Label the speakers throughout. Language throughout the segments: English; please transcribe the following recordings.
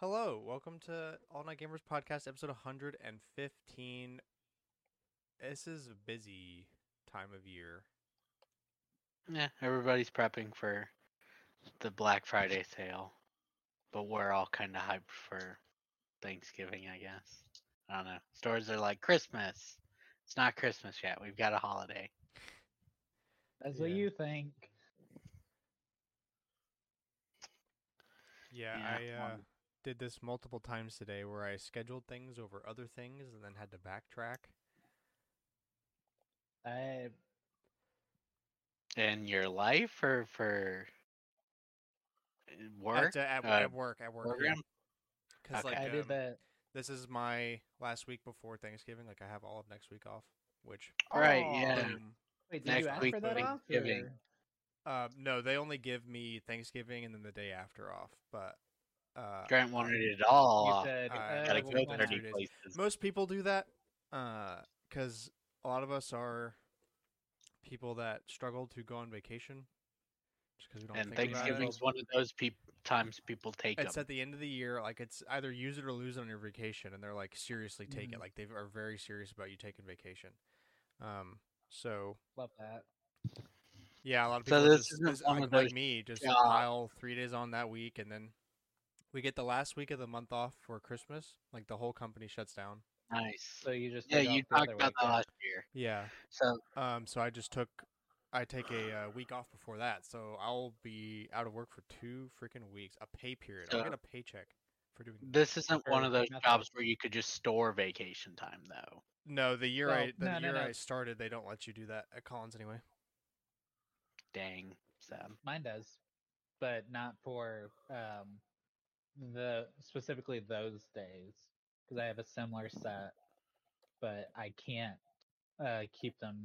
Speaker 1: Hello, welcome to All Night Gamers Podcast, episode 115. This is a busy time of year.
Speaker 2: Yeah, everybody's prepping for the Black Friday sale, but we're all kind of hyped for Thanksgiving, I guess. I don't know. Stores are like Christmas. It's not Christmas yet. We've got a holiday.
Speaker 3: That's what
Speaker 1: Yeah.
Speaker 3: you think.
Speaker 1: Yeah,
Speaker 2: Yeah,
Speaker 1: I uh,
Speaker 2: um,
Speaker 1: did this multiple times today where I scheduled things over other things and then had to backtrack.
Speaker 3: I
Speaker 2: In your life or for
Speaker 1: At,
Speaker 2: work?
Speaker 1: uh, at,
Speaker 2: Uh,
Speaker 1: at work, at work.
Speaker 2: program?
Speaker 1: Because
Speaker 2: Okay.
Speaker 1: like,
Speaker 3: I did
Speaker 1: um,
Speaker 3: that.
Speaker 1: this is my last week before Thanksgiving. Like, I have all of next week off, which,
Speaker 2: Right,
Speaker 3: Oh,
Speaker 2: yeah.
Speaker 1: boom.
Speaker 3: Wait, did
Speaker 2: next
Speaker 3: you ask
Speaker 2: week
Speaker 3: for that
Speaker 2: will be
Speaker 3: off?
Speaker 2: Thanksgiving.
Speaker 3: or-
Speaker 1: Uh, no, they only give me Thanksgiving and then the day after off. But uh,
Speaker 2: Grant wanted it all.
Speaker 3: You
Speaker 2: off.
Speaker 3: said,
Speaker 1: I-
Speaker 3: uh,
Speaker 2: Gotta
Speaker 3: we
Speaker 1: well,
Speaker 2: go
Speaker 1: one
Speaker 3: want
Speaker 1: or
Speaker 2: 30
Speaker 1: two days.
Speaker 2: places.
Speaker 1: most people do that because a lot of us are people that struggle to go on vacation just because we don't
Speaker 2: And
Speaker 1: think about it.
Speaker 2: Thanksgiving's one of those peop times people take
Speaker 1: It's
Speaker 2: them.
Speaker 1: at the end of the year, like it's either use it or lose it on your vacation, and they're like seriously take it,
Speaker 3: Mhm.
Speaker 1: like they are very serious about you taking vacation. Um, so
Speaker 3: Love that.
Speaker 1: yeah, a lot of
Speaker 2: So
Speaker 1: people
Speaker 2: this
Speaker 1: just,
Speaker 2: isn't
Speaker 1: just
Speaker 2: one
Speaker 1: like,
Speaker 2: of
Speaker 1: like
Speaker 2: those
Speaker 1: me, just
Speaker 2: jobs.
Speaker 1: pile three days on that week, and then we get the last week of the month off for Christmas. Like the whole company shuts down.
Speaker 2: Nice.
Speaker 3: So you just
Speaker 2: Yeah, you
Speaker 3: took off the
Speaker 2: talked
Speaker 3: other
Speaker 2: about
Speaker 3: week
Speaker 2: that
Speaker 3: then.
Speaker 2: last year.
Speaker 1: Yeah,
Speaker 2: So
Speaker 1: Um, so I just took, I take a uh, week off before that, so I'll be out of work for two freaking weeks. A pay period. I'll
Speaker 2: So-
Speaker 1: get a paycheck for doing.
Speaker 2: This isn't one
Speaker 3: or
Speaker 2: of those
Speaker 3: nothing.
Speaker 2: jobs where you could just store vacation time, though.
Speaker 1: No, the year
Speaker 3: Well,
Speaker 1: I the
Speaker 3: no, no,
Speaker 1: year
Speaker 3: no.
Speaker 1: I started, they don't let you do that at Collins anyway.
Speaker 2: Dang, Sam.
Speaker 3: Mine does, but not for um the specifically those days because I have a similar set, but I can't uh keep them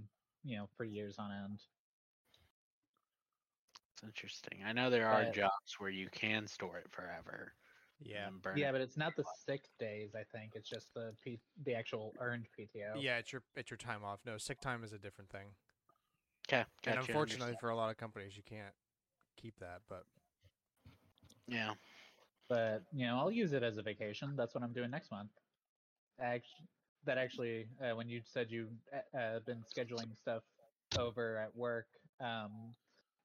Speaker 3: you know for years on end.
Speaker 2: It's interesting. I know there are
Speaker 3: But-
Speaker 2: jobs where you can store it forever. and
Speaker 1: Yeah,
Speaker 2: then burn
Speaker 3: Yeah,
Speaker 2: it.
Speaker 3: but it's not the sick days. I think it's just the P- the actual earned PTO.
Speaker 1: yeah. It's your it's your time off. No, sick time is a different thing.
Speaker 2: Okay,
Speaker 1: and
Speaker 2: gotcha,
Speaker 1: unfortunately,
Speaker 2: understand.
Speaker 1: for a lot of companies, you can't keep that. But
Speaker 2: yeah.
Speaker 3: but you know i'll use it as a vacation that's what i'm doing next month actually that actually uh, when you said you uh, uh, been scheduling stuff over at work um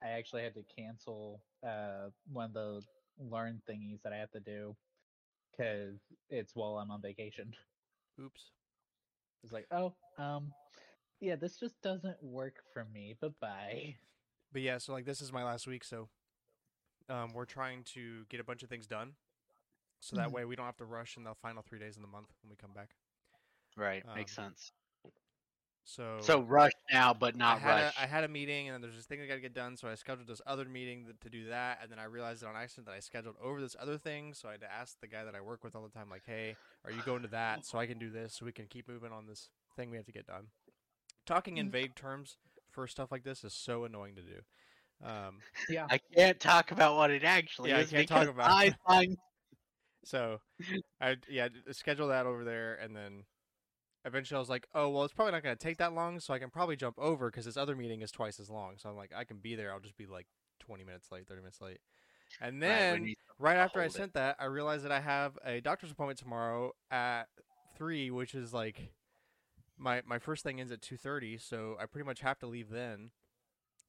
Speaker 3: i actually had to cancel uh one of the learn thingies that i have to do because it's while i'm on vacation
Speaker 1: oops.
Speaker 3: it's like oh um yeah this just doesn't work for me bye bye
Speaker 1: But yeah, so like this is my last week, so um, we're trying to get a bunch of things done, so that
Speaker 3: Mhm.
Speaker 1: way we don't have to rush in the final three days of the month when we come back.
Speaker 2: Right, makes
Speaker 1: Um,
Speaker 2: sense.
Speaker 1: So
Speaker 2: So rush now, but
Speaker 1: I
Speaker 2: not
Speaker 1: had
Speaker 2: rush.
Speaker 1: A, I had a meeting, and then there's this thing I got to get done, so I scheduled this other meeting th- to do that, and then I realized it on accident that I scheduled over this other thing, so I had to ask the guy that I work with all the time, like, "Hey, are you going to that so I can do this so we can keep moving on this thing we have to get done?" Talking in
Speaker 3: Mm.
Speaker 1: vague terms for stuff like this is so annoying to do. Um,
Speaker 3: yeah
Speaker 2: I can't talk about what it actually
Speaker 1: Yeah, I
Speaker 2: is
Speaker 1: can't talk
Speaker 2: because
Speaker 1: about
Speaker 2: I
Speaker 1: it.
Speaker 2: find
Speaker 1: so I yeah d- uh, schedule that over there, and then eventually I was like, "Oh well, it's probably not going to take that long, so I can probably jump over because this other meeting is twice as long." So I'm like, "I can be there. I'll just be like 20 minutes late, 30 minutes late." And
Speaker 2: Right,
Speaker 1: then
Speaker 2: when you-
Speaker 1: right after I
Speaker 2: hold it.
Speaker 1: sent that, I realized that I have a doctor's appointment tomorrow at three, which is like my my first thing ends at two thirty, so I pretty much have to leave then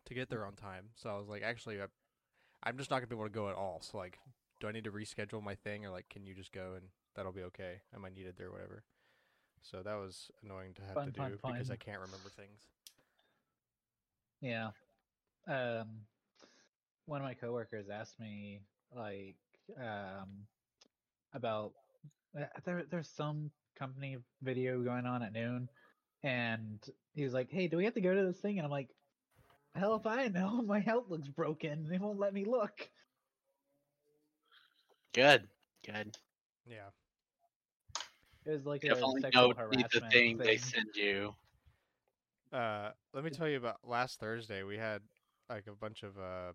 Speaker 1: to get there on time. So I was like, actually, I, I'm just not gonna be able to go at all. So like, do I need to reschedule my thing, or like, can you just go and that'll be okay? Am I needed there, or whatever? So that was annoying to have
Speaker 3: Fun,
Speaker 1: to do
Speaker 3: fun,
Speaker 1: because I
Speaker 3: fun.
Speaker 1: can't remember things.
Speaker 3: Yeah. Um, one of my coworkers asked me like um about uh, there there's some company video going on at noon and he was like, "Hey, do we have to go to this thing?" And I'm like, "Hell if I know. My Outlook's broken. They won't let me look."
Speaker 2: good, good.
Speaker 1: Yeah,
Speaker 3: It was like a
Speaker 2: Definitely
Speaker 3: sexual
Speaker 2: know see
Speaker 3: harassment
Speaker 2: the thing they
Speaker 3: thing.
Speaker 2: send you.
Speaker 1: Uh, let me tell you about last Thursday. We had like a bunch of uh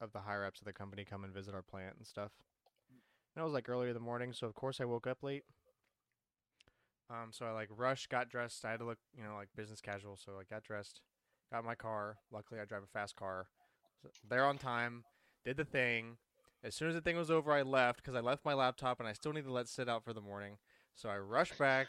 Speaker 1: of the higher ups of the company come and visit our plant and stuff. And it was like early in the morning, so of course I woke up late. Um, so I like rushed, got dressed. I had to look, you know, like business casual, so I got dressed, got in my car. Luckily, I drive a fast car. So they're on time. Did the thing. As soon as the thing was over, I left because I left my laptop and I still need to let sit out for the morning. So I rushed back,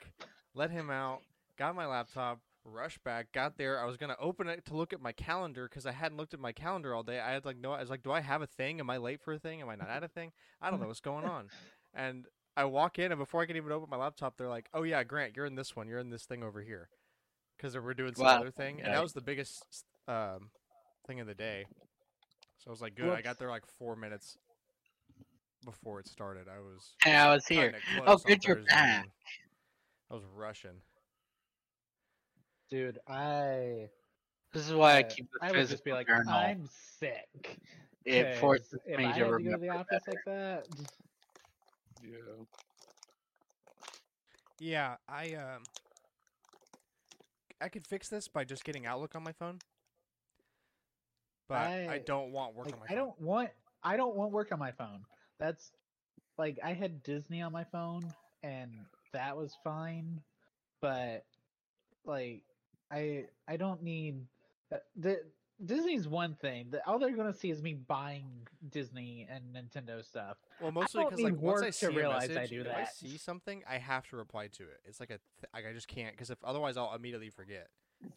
Speaker 1: let him out, got my laptop, rushed back, got there. I was gonna open it to look at my calendar because I hadn't looked at my calendar all day. I had like no. I was like, do I have a thing? Am I late for a thing? Am I not at a thing? I don't know what's going on. And I walk in, and before I can even open my laptop, they're like, "Oh yeah, Grant, you're in this one. You're in this thing over here," because we're doing some
Speaker 2: Wow.
Speaker 1: other thing, and
Speaker 2: Right.
Speaker 1: that was the biggest um, thing of the day. So I was like, "Good." I got there like four minutes before it started. I was
Speaker 2: Hey, I was here.
Speaker 1: cutting it
Speaker 2: Oh,
Speaker 1: close on
Speaker 2: good, you're
Speaker 1: Thursday, man.
Speaker 2: back.
Speaker 1: I was rushing.
Speaker 4: Dude, I
Speaker 2: This is why I
Speaker 4: uh,
Speaker 2: keep
Speaker 4: I
Speaker 2: the
Speaker 4: would just be
Speaker 2: physical
Speaker 4: like,
Speaker 2: journal.
Speaker 4: I'm sick.
Speaker 2: it
Speaker 4: 'Cause
Speaker 2: forces
Speaker 4: if
Speaker 2: me
Speaker 4: I had
Speaker 2: to
Speaker 4: to go to
Speaker 2: remember.
Speaker 4: the office like that,
Speaker 5: Yeah.
Speaker 1: Yeah, I um, I could fix this by just getting Outlook on my phone, but I,
Speaker 4: I-
Speaker 1: don't want work
Speaker 4: like,
Speaker 1: on my
Speaker 4: I
Speaker 1: phone.
Speaker 4: don't want I don't want work on my phone. That's like I had Disney on my phone and that was fine, but like I I don't need uh, the Disney's one thing. The, all they're going to see is me buying Disney and Nintendo stuff.
Speaker 1: Well, mostly
Speaker 4: don't
Speaker 1: because like
Speaker 4: need
Speaker 1: once I
Speaker 4: work to
Speaker 1: see a
Speaker 4: realize I
Speaker 1: message,
Speaker 4: do
Speaker 1: if I
Speaker 4: that.
Speaker 1: see something, I have to reply to it. It's like a th- like I just can't because if otherwise I'll immediately forget.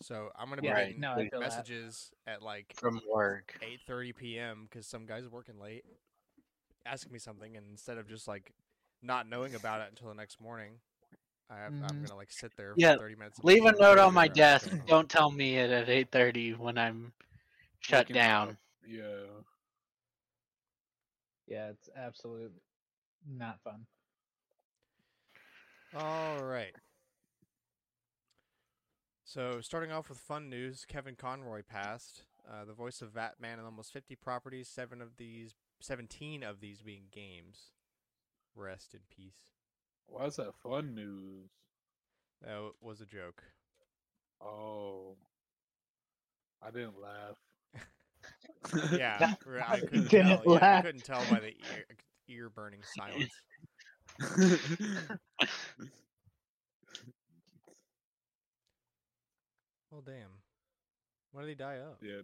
Speaker 1: So I'm gonna be
Speaker 4: Yeah,
Speaker 1: getting
Speaker 4: no, I feel that.
Speaker 1: messages at like
Speaker 2: from work.
Speaker 1: 8:30 p.m. because some guy's working late, asking me something, and instead of just like not knowing about it until the next morning, I have, I'm
Speaker 4: Mhm.
Speaker 1: gonna like sit there
Speaker 2: Yeah,
Speaker 1: for 30 minutes. and
Speaker 2: Leave a
Speaker 1: figure
Speaker 2: note
Speaker 1: out
Speaker 2: on my
Speaker 1: what's going
Speaker 2: desk.
Speaker 1: on.
Speaker 2: Don't tell me it at 8:30 when I'm shut
Speaker 5: Waking
Speaker 2: down.
Speaker 5: up, Yeah.
Speaker 4: Yeah, it's absolute not fun.
Speaker 1: All right. So, starting off with fun news, Kevin Conroy passed. Uh, the voice of Batman in almost 50 properties, seven of these, 17 of these being games. Rest in peace.
Speaker 5: Why is that fun news?
Speaker 1: That w- was a joke.
Speaker 5: Oh. I didn't laugh.
Speaker 1: Yeah, r- I couldn't
Speaker 4: Didn't
Speaker 1: tell. yeah, I
Speaker 4: laugh.
Speaker 1: couldn't tell by the ear, ear burning silence. Well, damn. What did he die of?
Speaker 5: yeah.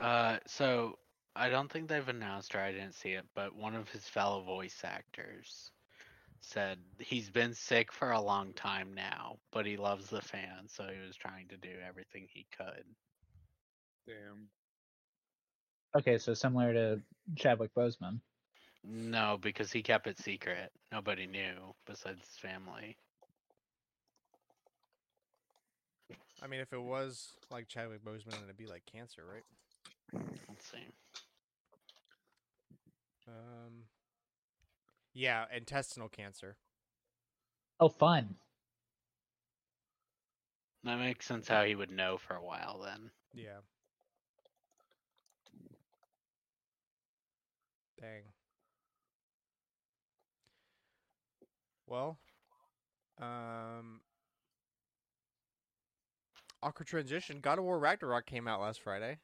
Speaker 2: Uh, so I don't think they've announced or I didn't see it, but one of his fellow voice actors said he's been sick for a long time now, but he loves the fans, so he was trying to do everything he could.
Speaker 5: Damn.
Speaker 4: Okay, so similar to Chadwick Boseman.
Speaker 2: No, because he kept it secret. Nobody knew besides his family.
Speaker 1: I mean, if it was like Chadwick Boseman, it'd be like cancer, right?
Speaker 2: Let's see.
Speaker 1: Um, yeah, intestinal cancer.
Speaker 4: Oh, fun.
Speaker 2: That makes sense how he would know for a while then.
Speaker 1: Yeah. Dang. Well, um, awkward transition. God of War Ragnarok came out last Friday,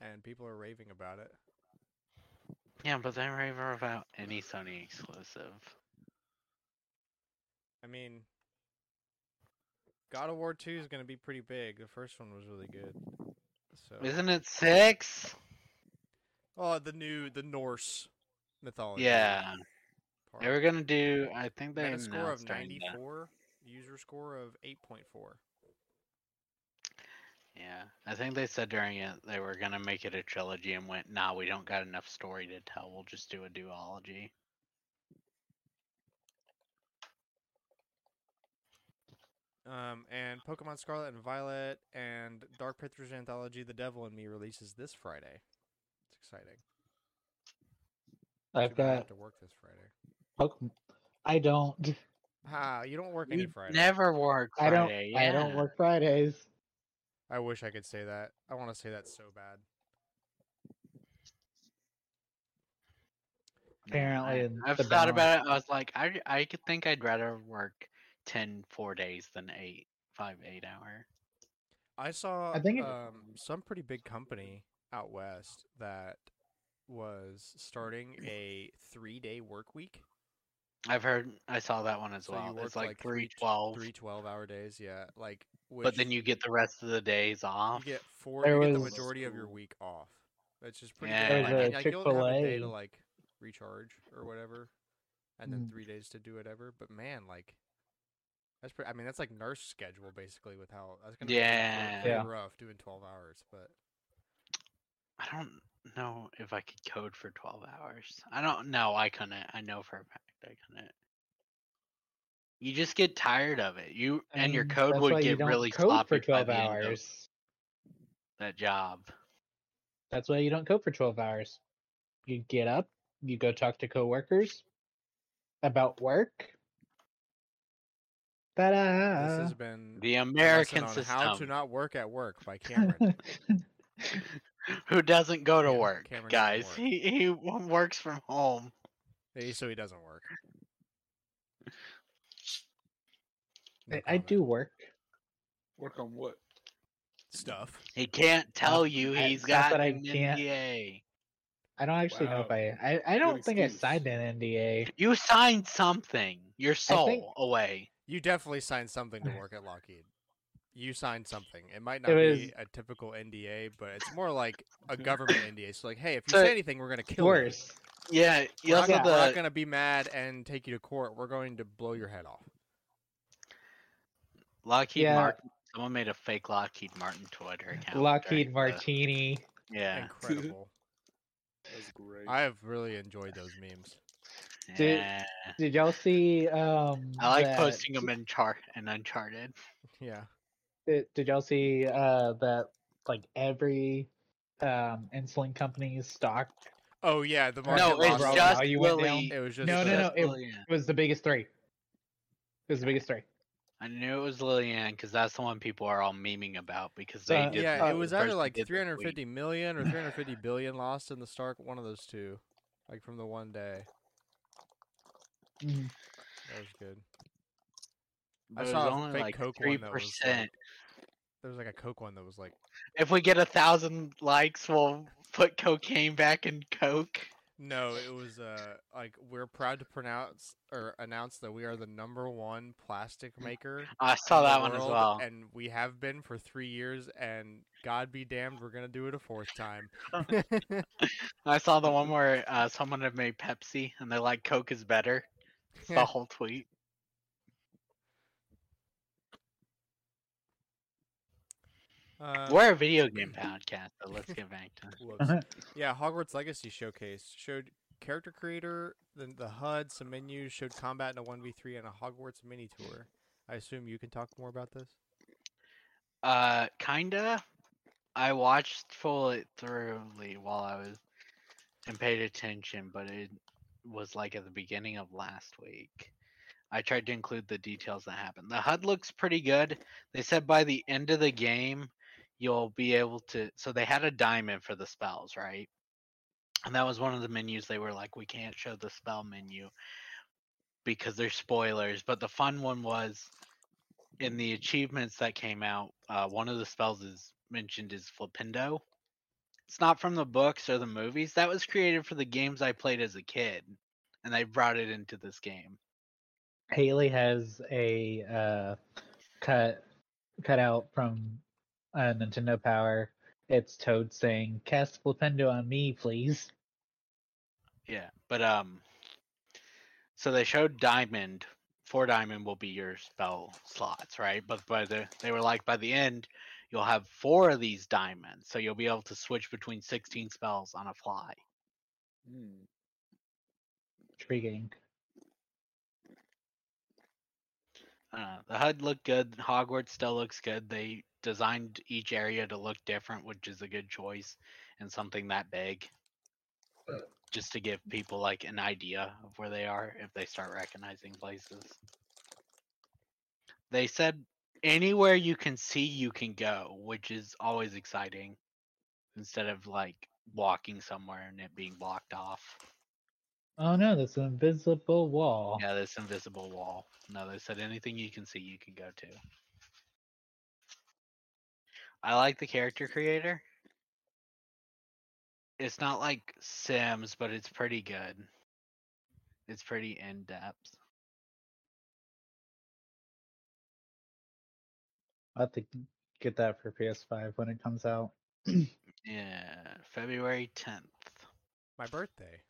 Speaker 1: and people are raving about it.
Speaker 2: Yeah, but they rave about any Sony exclusive.
Speaker 1: I mean, God of War Two is going to be pretty big. The first one was really good. So,
Speaker 2: Isn't it six?
Speaker 1: oh, the new the Norse mythology.
Speaker 2: Yeah.
Speaker 1: part.
Speaker 2: They were gonna do. I think they
Speaker 1: They had a score of
Speaker 2: announced during the-
Speaker 1: 94, user score of 8.4.
Speaker 2: Yeah, I think they said during it they were gonna make it a trilogy and went, "Nah, we don't got enough story to tell. We'll just do a duology."
Speaker 1: Um, and Pokemon Scarlet and Violet and Dark Pictures Anthology The Devil in Me releases this Friday. It's exciting.
Speaker 4: I've
Speaker 1: Too bad I
Speaker 4: got
Speaker 1: have to work this Friday.
Speaker 4: Pokemon. I don't.
Speaker 1: Ah, you don't work any
Speaker 2: We
Speaker 1: Friday.
Speaker 2: never work
Speaker 4: I don't.
Speaker 2: Friday.
Speaker 4: I don't
Speaker 2: yeah.
Speaker 4: work Fridays.
Speaker 1: I wish I could say that. I want to say that so bad.
Speaker 2: Yeah, I-
Speaker 4: Apparently,
Speaker 2: I've
Speaker 4: the
Speaker 2: thought
Speaker 4: balance-
Speaker 2: about it. I was like, I I could think I'd rather work 10 four days than eight five eight hour.
Speaker 1: I saw
Speaker 4: I think it-
Speaker 1: um, some pretty big company out west that was starting a three day work week.
Speaker 2: I've heard. I saw that one as
Speaker 1: So you
Speaker 2: well.
Speaker 1: work
Speaker 2: It's like,
Speaker 1: like three
Speaker 2: three
Speaker 1: t-
Speaker 2: twelve.
Speaker 1: three 12 hour days yeah like Which
Speaker 2: Oh, but then you get the rest of the days
Speaker 1: you
Speaker 2: off.
Speaker 1: get four.
Speaker 3: There
Speaker 1: you get the
Speaker 3: was-
Speaker 1: majority of your week off. That's just pretty.
Speaker 2: Yeah.
Speaker 1: good.
Speaker 2: There's
Speaker 1: Like,
Speaker 2: a
Speaker 1: and, like, you'll have a day to
Speaker 3: Chick-fil-A.
Speaker 1: like recharge or whatever, and then
Speaker 3: Mm.
Speaker 1: three days to do whatever. But man, like. That's pretty, I mean, that's like nurse schedule basically. With how that's gonna be pretty-
Speaker 2: Yeah.
Speaker 1: pretty
Speaker 3: Yeah.
Speaker 1: rough doing twelve hours, but
Speaker 2: I don't know if I could code for 12 hours. I don't know. I couldn't. I know for a fact I couldn't. You just get tired of it. You
Speaker 3: I
Speaker 2: and your
Speaker 3: mean,
Speaker 2: code
Speaker 3: that's why
Speaker 2: would
Speaker 3: you
Speaker 2: get
Speaker 3: don't
Speaker 2: really
Speaker 3: code
Speaker 2: sloppy
Speaker 3: for
Speaker 2: by
Speaker 3: 12
Speaker 2: the end of
Speaker 3: hours.
Speaker 2: That job.
Speaker 3: That's why you don't code for 12 hours. You get up, you go talk to coworkers about work. Ta-da!
Speaker 1: this has been
Speaker 2: The
Speaker 1: a
Speaker 2: American
Speaker 1: lesson on
Speaker 2: system.
Speaker 1: how to not work at work by Cameron.
Speaker 2: who doesn't go to
Speaker 1: Yeah,
Speaker 2: work,
Speaker 1: Cameron doesn't
Speaker 2: guys.
Speaker 1: work.
Speaker 2: He he w- works from home.
Speaker 1: Hey, eh, so he doesn't work. No
Speaker 3: I, I
Speaker 1: comment.
Speaker 3: do work.
Speaker 5: Work on what?
Speaker 1: stuff.
Speaker 2: He can't tell you
Speaker 3: I-
Speaker 2: he's
Speaker 3: not
Speaker 2: got
Speaker 3: that I
Speaker 2: an
Speaker 3: can't-
Speaker 2: NDA.
Speaker 3: I don't actually know if
Speaker 5: Wow.
Speaker 3: I. I, I don't think
Speaker 5: excuse.
Speaker 3: I signed an NDA.
Speaker 2: You signed something. Your soul
Speaker 3: think-
Speaker 2: away.
Speaker 1: You definitely signed something to work at Lockheed. You signed something. It might not
Speaker 3: It
Speaker 1: be
Speaker 3: was-
Speaker 1: a typical NDA, but it's more like a government NDA. So like, hey, if you
Speaker 2: So-
Speaker 1: say anything, we're gonna kill you.
Speaker 3: Worse.
Speaker 2: Yeah. You
Speaker 1: We're not,
Speaker 2: also
Speaker 1: gonna, we're not
Speaker 2: the-
Speaker 1: gonna be mad and take you to court. We're going to blow your head off.
Speaker 2: Lockheed
Speaker 3: Yeah.
Speaker 2: Martin. Someone made a fake Lockheed Martin Twitter account.
Speaker 3: Lockheed
Speaker 2: during the-
Speaker 3: Martini.
Speaker 2: yeah.
Speaker 1: Incredible.
Speaker 5: That's great.
Speaker 1: I have really enjoyed those memes.
Speaker 3: Dude,
Speaker 2: yeah.
Speaker 3: Did y'all see? Um,
Speaker 2: I like
Speaker 3: that-
Speaker 2: posting them in chart and Uncharted.
Speaker 1: Yeah.
Speaker 3: Did, did y'all see uh, that? Like every um, insulin company's stock
Speaker 1: Oh yeah, the market
Speaker 2: No, it's
Speaker 1: lost-
Speaker 3: Overall
Speaker 2: just
Speaker 3: value went down.
Speaker 2: Willie.
Speaker 1: it was just
Speaker 3: No, no,
Speaker 1: uh,
Speaker 3: no. it-
Speaker 2: Lillian.
Speaker 3: was the biggest three. It was the biggest three.
Speaker 2: I knew it was Lillian because that's the one people are all memeing about because they
Speaker 3: Uh,
Speaker 2: did.
Speaker 1: Yeah,
Speaker 2: the-
Speaker 1: it was
Speaker 2: the
Speaker 1: either
Speaker 2: person
Speaker 1: like
Speaker 2: did the tweet.
Speaker 1: 350 million or 350 billion lost in the Stark. One of those two, like from the one day.
Speaker 3: Mhm.
Speaker 1: That was good.
Speaker 2: But
Speaker 1: I
Speaker 2: it was
Speaker 1: saw a
Speaker 2: only
Speaker 1: fake
Speaker 2: like
Speaker 1: Coke
Speaker 2: three
Speaker 1: one that was like,
Speaker 2: percent.
Speaker 1: there was like a Coke one that was like,
Speaker 2: If we get a thousand likes, we'll put cocaine back in Coke.
Speaker 1: no, it was uh like we're proud to pronounce or announce that we are the number one plastic maker. in
Speaker 2: I Mm. saw
Speaker 1: the
Speaker 2: that one as
Speaker 1: world,
Speaker 2: well.
Speaker 1: and we have been for three years. And God be damned, we're gonna do it a fourth time.
Speaker 2: I saw the one where uh, someone had made Pepsi and they like Coke is better. It's the whole tweet.
Speaker 1: Uh,
Speaker 2: We're a video game podcast, so let's get back to.
Speaker 1: whoops. Yeah, Hogwarts Legacy showcase showed character creator, then the HUD, some menus, showed combat in a 1v3 and a Hogwarts mini tour. I assume you can talk more about this.
Speaker 2: Uh, kinda. I watched full it thoroughly while I was and paid attention, but it was like at the beginning of last week. I tried to include the details that happened. The HUD looks pretty good. They said by the end of the game, you'll be able to. So they had a diamond for the spells, right? And that was one of the menus they were like, we can't show the spell menu because they're spoilers. But the fun one was in the achievements that came out, uh, one of the spells is mentioned is Flipendo. It's not from the books or the movies. That was created for the games I played as a kid, and they brought it into this game.
Speaker 3: Haley has a uh, cut cut out from uh, Nintendo Power. It's Toad saying, "Cast Flipendo on me, please."
Speaker 2: Yeah, but um, so they showed Diamond. Four Diamond will be your spell slots, right? But by the they were like by the end, you'll have four of these diamonds, so you'll be able to switch between sixteen spells on a fly.
Speaker 5: Hmm.
Speaker 3: Intriguing.
Speaker 2: Uh, the HUD looked good. Hogwarts still looks good. They designed each area to look different, which is a good choice, and something that big, just to give people like an idea of where they are if they start recognizing places. They said anywhere you can see, you can go, which is always exciting, instead of like walking somewhere and it being blocked off.
Speaker 3: Oh no, that's an invisible wall.
Speaker 2: Yeah, this invisible wall. No, they said anything you can see, you can go to. I like the character creator. It's not like Sims, but it's pretty good. It's pretty in depth.
Speaker 3: I have to get that for PS5 when it comes out.
Speaker 2: Yeah, February 10th.
Speaker 1: My birthday.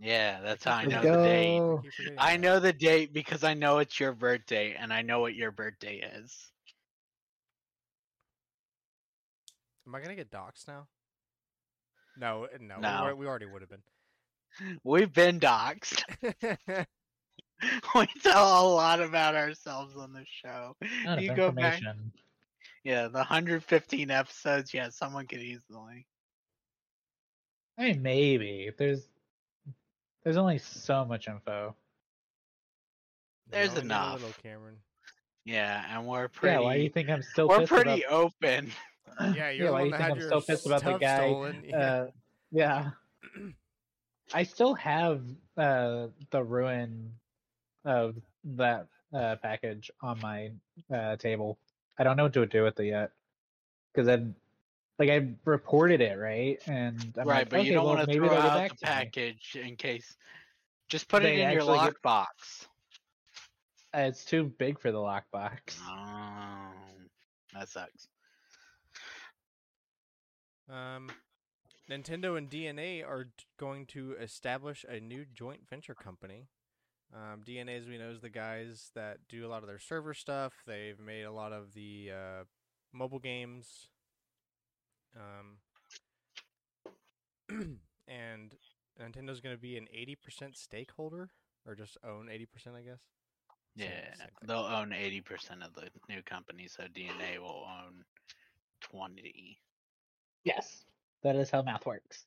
Speaker 2: Yeah, that's how I know
Speaker 3: Let's
Speaker 2: the date.
Speaker 3: go.
Speaker 1: keep forgetting
Speaker 2: I
Speaker 1: that.
Speaker 2: know the date because I know it's your birthday and I know what your birthday is.
Speaker 1: Am I gonna get doxxed now? No, uh, no. we
Speaker 2: No.
Speaker 1: alre- We, already would have
Speaker 2: We've been doxxed.
Speaker 1: been.
Speaker 2: We tell a lot about ourselves on the show.
Speaker 3: Not
Speaker 2: you
Speaker 3: of
Speaker 2: go back,
Speaker 3: information.
Speaker 2: yeah, the 115 episodes. Yeah, someone could easily.
Speaker 3: I mean, maybe there's there's only so much info.
Speaker 2: There's
Speaker 1: Yelling at
Speaker 2: enough.
Speaker 1: Little Cameron.
Speaker 2: Yeah, and we're pretty.
Speaker 3: yeah, why do you think I'm still
Speaker 2: we're
Speaker 3: pissed
Speaker 2: pretty
Speaker 3: about?
Speaker 2: open.
Speaker 1: Yeah, you're the
Speaker 3: why
Speaker 1: one
Speaker 3: you
Speaker 1: that
Speaker 3: think
Speaker 1: had
Speaker 3: I'm
Speaker 1: your
Speaker 3: so pissed about the
Speaker 1: stuff
Speaker 3: guy,
Speaker 1: stolen. Yeah.
Speaker 3: Uh, yeah, I still have uh, the ruin of that uh, package on my uh, table. I don't know what to do with it yet because I like I reported it right, and I'm
Speaker 2: right,
Speaker 3: like,
Speaker 2: but
Speaker 3: okay,
Speaker 2: you don't
Speaker 3: well,
Speaker 2: want to
Speaker 3: maybe
Speaker 2: throw
Speaker 3: they'll get
Speaker 2: out
Speaker 3: back
Speaker 2: the
Speaker 3: to me.
Speaker 2: package in case. Just put it
Speaker 3: They
Speaker 2: in your
Speaker 3: actually get-
Speaker 2: lockbox.
Speaker 3: Uh, it's too big for the lockbox.
Speaker 2: Oh, that sucks.
Speaker 1: Um, Nintendo and DNA are t- going to establish a new joint venture company. Um, DNA, as we know, is the guys that do a lot of their server stuff. They've made a lot of the uh, mobile games. Um, and Nintendo's going to be an 80% stakeholder, or just own 80%, I guess.
Speaker 2: Yeah,
Speaker 1: Same- same thing.
Speaker 2: they'll own 80% of the new company, so DNA will own 20.
Speaker 3: Yes, that is how math works.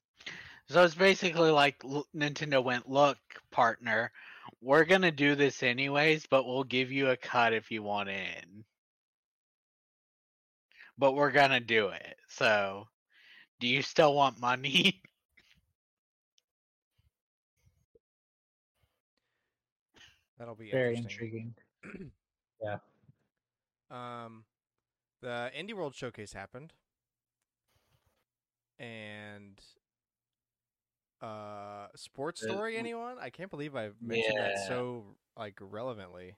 Speaker 2: So it's basically like "L- Nintendo went, look, partner, we're going to do this anyways, but we'll give you a cut if you want in. But we're going to do it. So do you still want money?
Speaker 1: That'll be
Speaker 3: Very
Speaker 1: interesting.
Speaker 3: intriguing.
Speaker 1: Um, the Indie World Showcase happened, and uh, sports
Speaker 2: Uh,
Speaker 1: story.
Speaker 2: w-
Speaker 1: Anyone? I can't believe I've mentioned that
Speaker 2: Yeah.
Speaker 1: so like relevantly.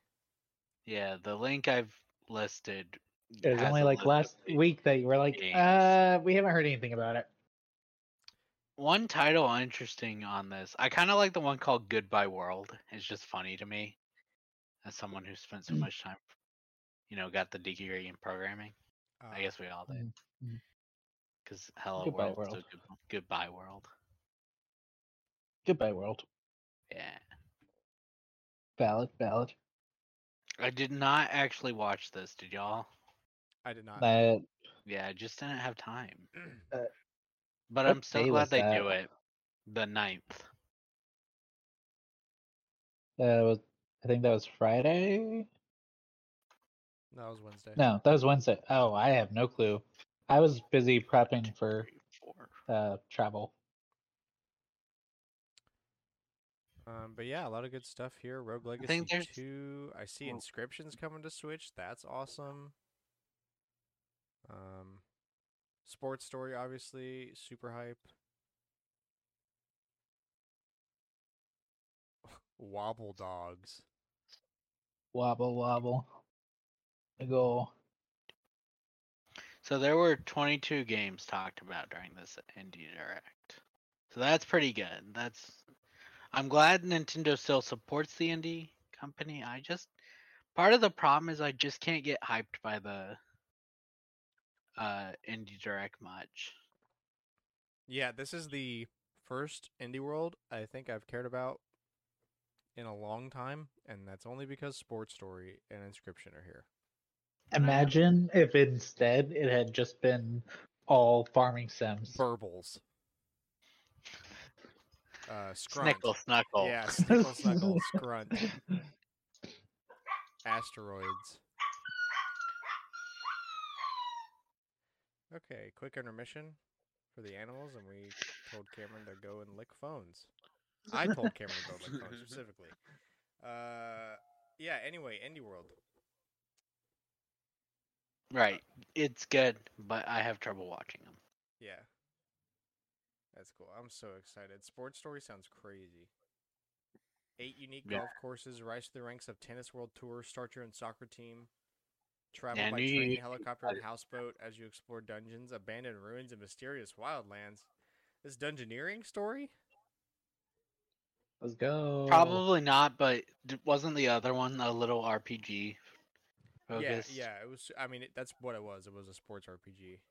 Speaker 2: yeah, the link I've listed.
Speaker 3: It was
Speaker 2: has
Speaker 3: only
Speaker 2: a
Speaker 3: like
Speaker 2: list of
Speaker 3: last
Speaker 2: it.
Speaker 3: week that you were like,
Speaker 2: games.
Speaker 3: uh, we haven't heard anything about it.
Speaker 2: One title interesting on this. I kind of like the one called Goodbye World. It's just funny to me. As someone who spent so
Speaker 3: Mm.
Speaker 2: much time, you know, got the degree in programming.
Speaker 1: Uh,
Speaker 2: I guess we all did.
Speaker 3: Mm, mm.
Speaker 2: Because hello
Speaker 3: Goodbye
Speaker 2: world, so
Speaker 3: World.
Speaker 2: good, goodbye world.
Speaker 3: Goodbye, world.
Speaker 2: Yeah,
Speaker 3: Valid, valid.
Speaker 2: I did not actually watch this. Did y'all?
Speaker 1: I did not.
Speaker 3: But
Speaker 2: Yeah, I just didn't have time.
Speaker 3: Uh,
Speaker 2: but
Speaker 3: what
Speaker 2: I'm so
Speaker 3: day
Speaker 2: glad
Speaker 3: was
Speaker 2: they
Speaker 3: that?
Speaker 2: do it. The ninth.
Speaker 3: uh, was, I think that was Friday.
Speaker 1: That was Wednesday.
Speaker 3: No, that was Wednesday. Oh, I have no clue. I was busy prepping for
Speaker 2: Three, four.
Speaker 3: uh travel.
Speaker 1: Um, but yeah, a lot of good stuff here. Rogue Legacy
Speaker 2: think there's-
Speaker 1: Two. I see
Speaker 2: Well-
Speaker 1: inscriptions coming to Switch. That's awesome. Um, sports story, obviously, super hype. Wobble dogs.
Speaker 3: Wobble, wobble. Go.
Speaker 2: So there were 22 games talked about during this Indie Direct. So that's pretty good. That's I'm glad Nintendo still supports the indie company. I just part of the problem is I just can't get hyped by the uh Indie Direct much.
Speaker 1: Yeah, this is the first indie world I think I've cared about in a long time, and that's only because sports story and inscription are here.
Speaker 2: And I have-
Speaker 3: Imagine if instead it had just been all farming sims.
Speaker 1: Burbles. Uh, scrunt.
Speaker 2: Snickle snuckle.
Speaker 1: Yeah, snickle, snuckle, grunt, asteroids. Okay, quick intermission for the animals, and we told Cameron to go and lick phones. I told Cameron to go lick phones specifically. Uh, yeah. Anyway, Indie World.
Speaker 2: Right. It's good, but I have trouble watching them.
Speaker 1: Yeah, that's cool. I'm so excited. Sports story sounds crazy. Eight unique
Speaker 2: Yeah.
Speaker 1: golf courses. Rise to the ranks of tennis world tour. Start your own soccer team. Travel
Speaker 2: Yeah,
Speaker 1: by
Speaker 2: I knew you-
Speaker 1: train,
Speaker 2: you-
Speaker 1: helicopter, and houseboat as you explore dungeons, abandoned ruins, and mysterious wildlands. This dungeoneering story?
Speaker 3: Let's go.
Speaker 1: Oh.
Speaker 2: Probably not, but d- wasn't the other one a little RPG focused?
Speaker 1: Yeah, yeah. It was. I mean, it, that's what it was. It was a sports RPG.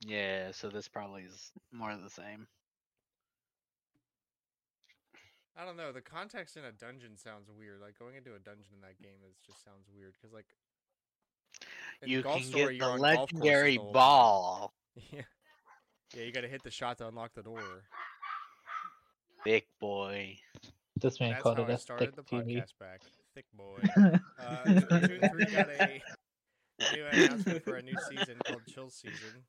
Speaker 2: Yeah, so this probably is more of the same.
Speaker 1: I don't know. The context in a dungeon sounds weird. Like going into a dungeon in that game is just sounds weird because like in
Speaker 2: you
Speaker 1: Golf
Speaker 2: can
Speaker 1: Story,
Speaker 2: get the
Speaker 1: you're on golf courses
Speaker 2: legendary
Speaker 1: the whole time.
Speaker 2: ball.
Speaker 1: Yeah, yeah. You got to hit the shot to unlock the door.
Speaker 2: Big boy.
Speaker 3: This man
Speaker 1: That's
Speaker 3: called
Speaker 1: how
Speaker 3: it
Speaker 1: I
Speaker 3: a
Speaker 1: started
Speaker 3: thick
Speaker 1: the
Speaker 3: TV.
Speaker 1: podcast back. Thick boy. Uh, Splatoon 3 got a new announcement for a new season called Chill Season.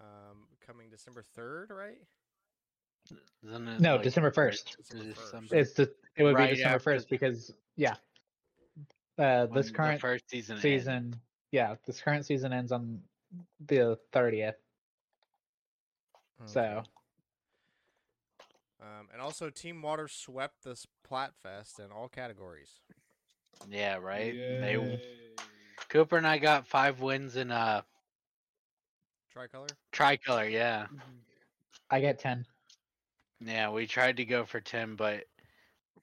Speaker 1: Um, coming December 3rd, right?
Speaker 2: Isn't it
Speaker 3: No,
Speaker 2: like
Speaker 3: December
Speaker 2: right-
Speaker 3: 1st.
Speaker 1: December
Speaker 2: Is it
Speaker 1: 1st.
Speaker 2: something-
Speaker 3: It's the it would
Speaker 2: Right
Speaker 3: be December
Speaker 2: after
Speaker 3: first
Speaker 2: the-
Speaker 3: because yeah, uh,
Speaker 2: when
Speaker 3: this
Speaker 2: the
Speaker 3: current
Speaker 2: first season. ends?
Speaker 3: season yeah this current season ends on the thirtieth.
Speaker 1: Mm.
Speaker 3: So
Speaker 1: Okay. Um, and also, Team Water swept this Splatfest in all categories.
Speaker 2: Yeah, right. They
Speaker 5: Yay.
Speaker 2: Cooper and I got five wins in uh
Speaker 1: Tricolor?
Speaker 2: tricolor. Yeah,
Speaker 5: Mm-hmm.
Speaker 3: I get ten.
Speaker 2: yeah. We tried to go for ten, but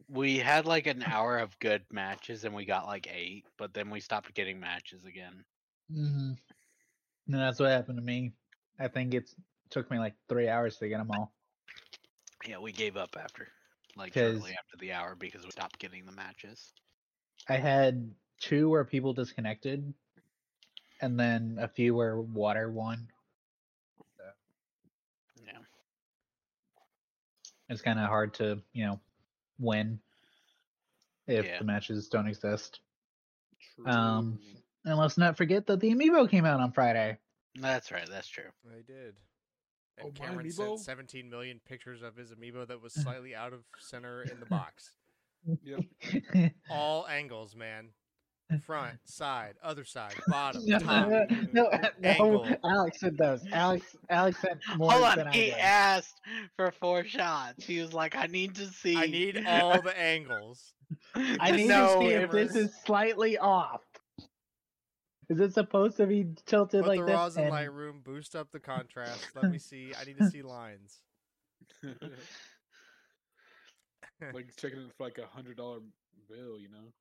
Speaker 2: we had like an hour of good matches, and we got like eight. But then we stopped getting matches again.
Speaker 3: Mm-hmm. And that's what happened to me. I think it's took me like three hours to get them all.
Speaker 2: Yeah, we gave up after, like
Speaker 3: 'Cause-
Speaker 2: shortly after the hour because we stopped getting the matches.
Speaker 3: I had two where people disconnected, and then a few where water won.
Speaker 2: Yeah.
Speaker 3: It's kind of hard to you know win if
Speaker 2: Yeah.
Speaker 3: the matches don't exist.
Speaker 5: True.
Speaker 3: Um, And let's not forget that the amiibo came out on Friday.
Speaker 2: That's right. That's true.
Speaker 1: They did.
Speaker 5: Oh,
Speaker 1: And
Speaker 5: my
Speaker 1: Cameron
Speaker 5: amiibo?
Speaker 1: sent 17 million pictures of his amiibo that was slightly out of center in the box.
Speaker 5: Yep.
Speaker 1: All angles, man. Front, side, other side, bottom,
Speaker 3: no,
Speaker 1: top.
Speaker 3: no, no,
Speaker 1: Angle.
Speaker 3: Alex did those. Alex, Alex sent more
Speaker 2: Hold
Speaker 3: than
Speaker 2: on.
Speaker 3: I
Speaker 2: He
Speaker 3: did.
Speaker 2: asked for four shots. He was like, "I need to see.
Speaker 1: I need all the angles.
Speaker 3: I
Speaker 2: to
Speaker 3: need
Speaker 2: know
Speaker 3: to see if this
Speaker 1: Cameras.
Speaker 3: is slightly off. Is it supposed to be tilted
Speaker 1: Put
Speaker 3: like
Speaker 1: the
Speaker 3: this?
Speaker 1: raws in
Speaker 3: And
Speaker 1: Lightroom, boost up the contrast. Let me see. I need to see lines.
Speaker 5: like checking it for like a hundred dollar bill, you know.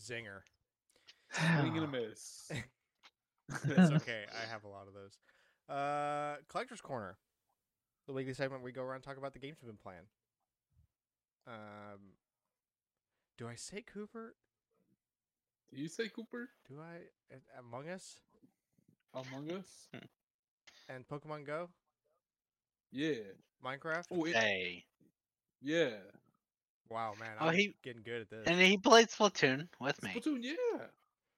Speaker 1: Zinger.
Speaker 5: Swing and a miss.
Speaker 1: That's okay. I have a lot of those. Uh, Collector's Corner, the weekly segment where we go around and talk about the games we've been playing. Um, do I say Cooper?
Speaker 5: Do you say Cooper
Speaker 1: Do I A- Among Us
Speaker 5: Among Us?
Speaker 1: and Pokemon Go,
Speaker 5: Yeah.
Speaker 1: Minecraft?
Speaker 5: Oh, it,
Speaker 2: Hey.
Speaker 5: yeah.
Speaker 1: Wow, man!
Speaker 2: Oh,
Speaker 1: I'm
Speaker 2: he-
Speaker 1: getting good at this.
Speaker 2: And he played Splatoon with me.
Speaker 5: Splatoon, yeah.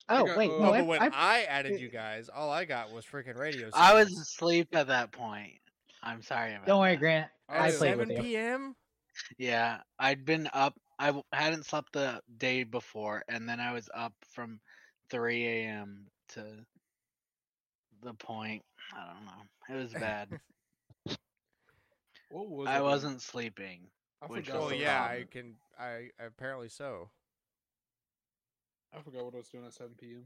Speaker 3: oh
Speaker 5: got-
Speaker 3: wait,
Speaker 5: oh,
Speaker 3: no,
Speaker 1: oh,
Speaker 3: I,
Speaker 1: but when I,
Speaker 3: I-
Speaker 1: added you guys, all I got was freaking radio.
Speaker 2: I was
Speaker 1: stations.
Speaker 2: asleep at that point. I'm sorry about
Speaker 3: don't worry,
Speaker 2: that.
Speaker 3: Grant.
Speaker 5: I
Speaker 3: I
Speaker 1: at
Speaker 5: was
Speaker 3: played
Speaker 1: Oh, seven
Speaker 3: with you.
Speaker 1: p.m.
Speaker 2: Yeah, I'd been up. I w- hadn't slept the day before, and then I was up from 3 a.m. to the point. I don't know. It was bad.
Speaker 5: What was it
Speaker 2: I
Speaker 5: again?
Speaker 2: wasn't sleeping.
Speaker 5: I
Speaker 2: which
Speaker 5: forgot.
Speaker 1: Well,
Speaker 2: was
Speaker 5: what I
Speaker 2: the
Speaker 1: yeah,
Speaker 5: was
Speaker 1: I
Speaker 5: doing.
Speaker 1: can. I apparently so.
Speaker 5: I forgot what I was doing at seven p.m.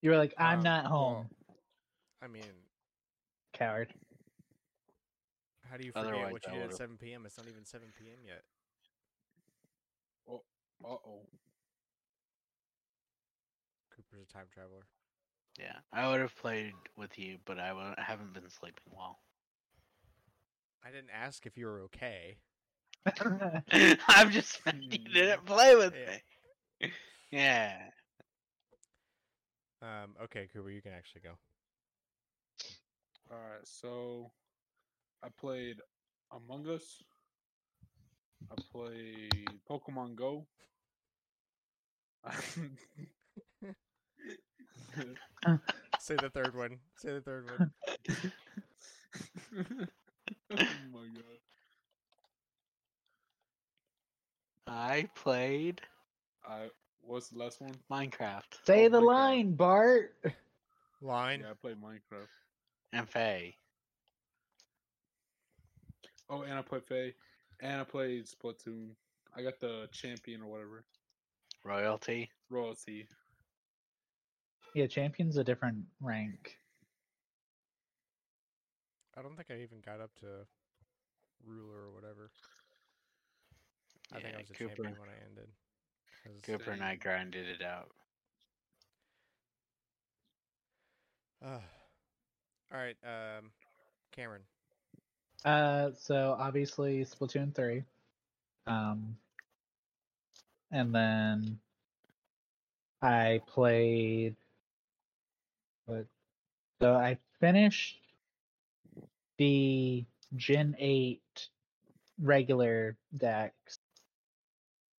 Speaker 3: You were like, I'm
Speaker 1: Um,
Speaker 3: not
Speaker 1: well,
Speaker 3: home,
Speaker 1: I mean,
Speaker 3: coward.
Speaker 1: How do you forget
Speaker 2: Otherwise,
Speaker 1: what
Speaker 2: I
Speaker 1: you did at
Speaker 2: would've-
Speaker 1: 7 p.m.? It's not even 7 p.m. yet.
Speaker 5: Uh oh.
Speaker 1: Cooper's a time traveler.
Speaker 2: Yeah, I would have played with you, but I w- haven't been sleeping well.
Speaker 1: I didn't ask if you were okay.
Speaker 2: I'm just you didn't play with
Speaker 1: Yeah.
Speaker 2: me. Yeah.
Speaker 1: Um, okay, Cooper, you can actually go.
Speaker 5: All right, so I played Among Us. I played Pokemon Go. Oh
Speaker 1: Say the third one. Say the third one.
Speaker 5: oh my god.
Speaker 2: I played
Speaker 5: I what's the last one?
Speaker 2: Minecraft
Speaker 3: Say
Speaker 5: Oh
Speaker 3: the
Speaker 5: my God.
Speaker 3: line, Bart.
Speaker 1: Line.
Speaker 5: Yeah, I played Minecraft.
Speaker 2: and Faye.
Speaker 5: Oh, and I played Faye. And I played Splatoon I got the champion or whatever
Speaker 2: Royalty.
Speaker 5: royalty.
Speaker 3: Yeah, champion's a different rank.
Speaker 1: I don't think I even got up to ruler or whatever. I think
Speaker 2: Yeah,
Speaker 1: I was a
Speaker 2: Cooper.
Speaker 1: champion when I ended. 'cause,
Speaker 2: Cooper and I grinded it out.
Speaker 1: ugh. all right, um, Cameron.
Speaker 3: Uh, so obviously Splatoon three, um, and then I played. But so I finished the Gen eight regular decks,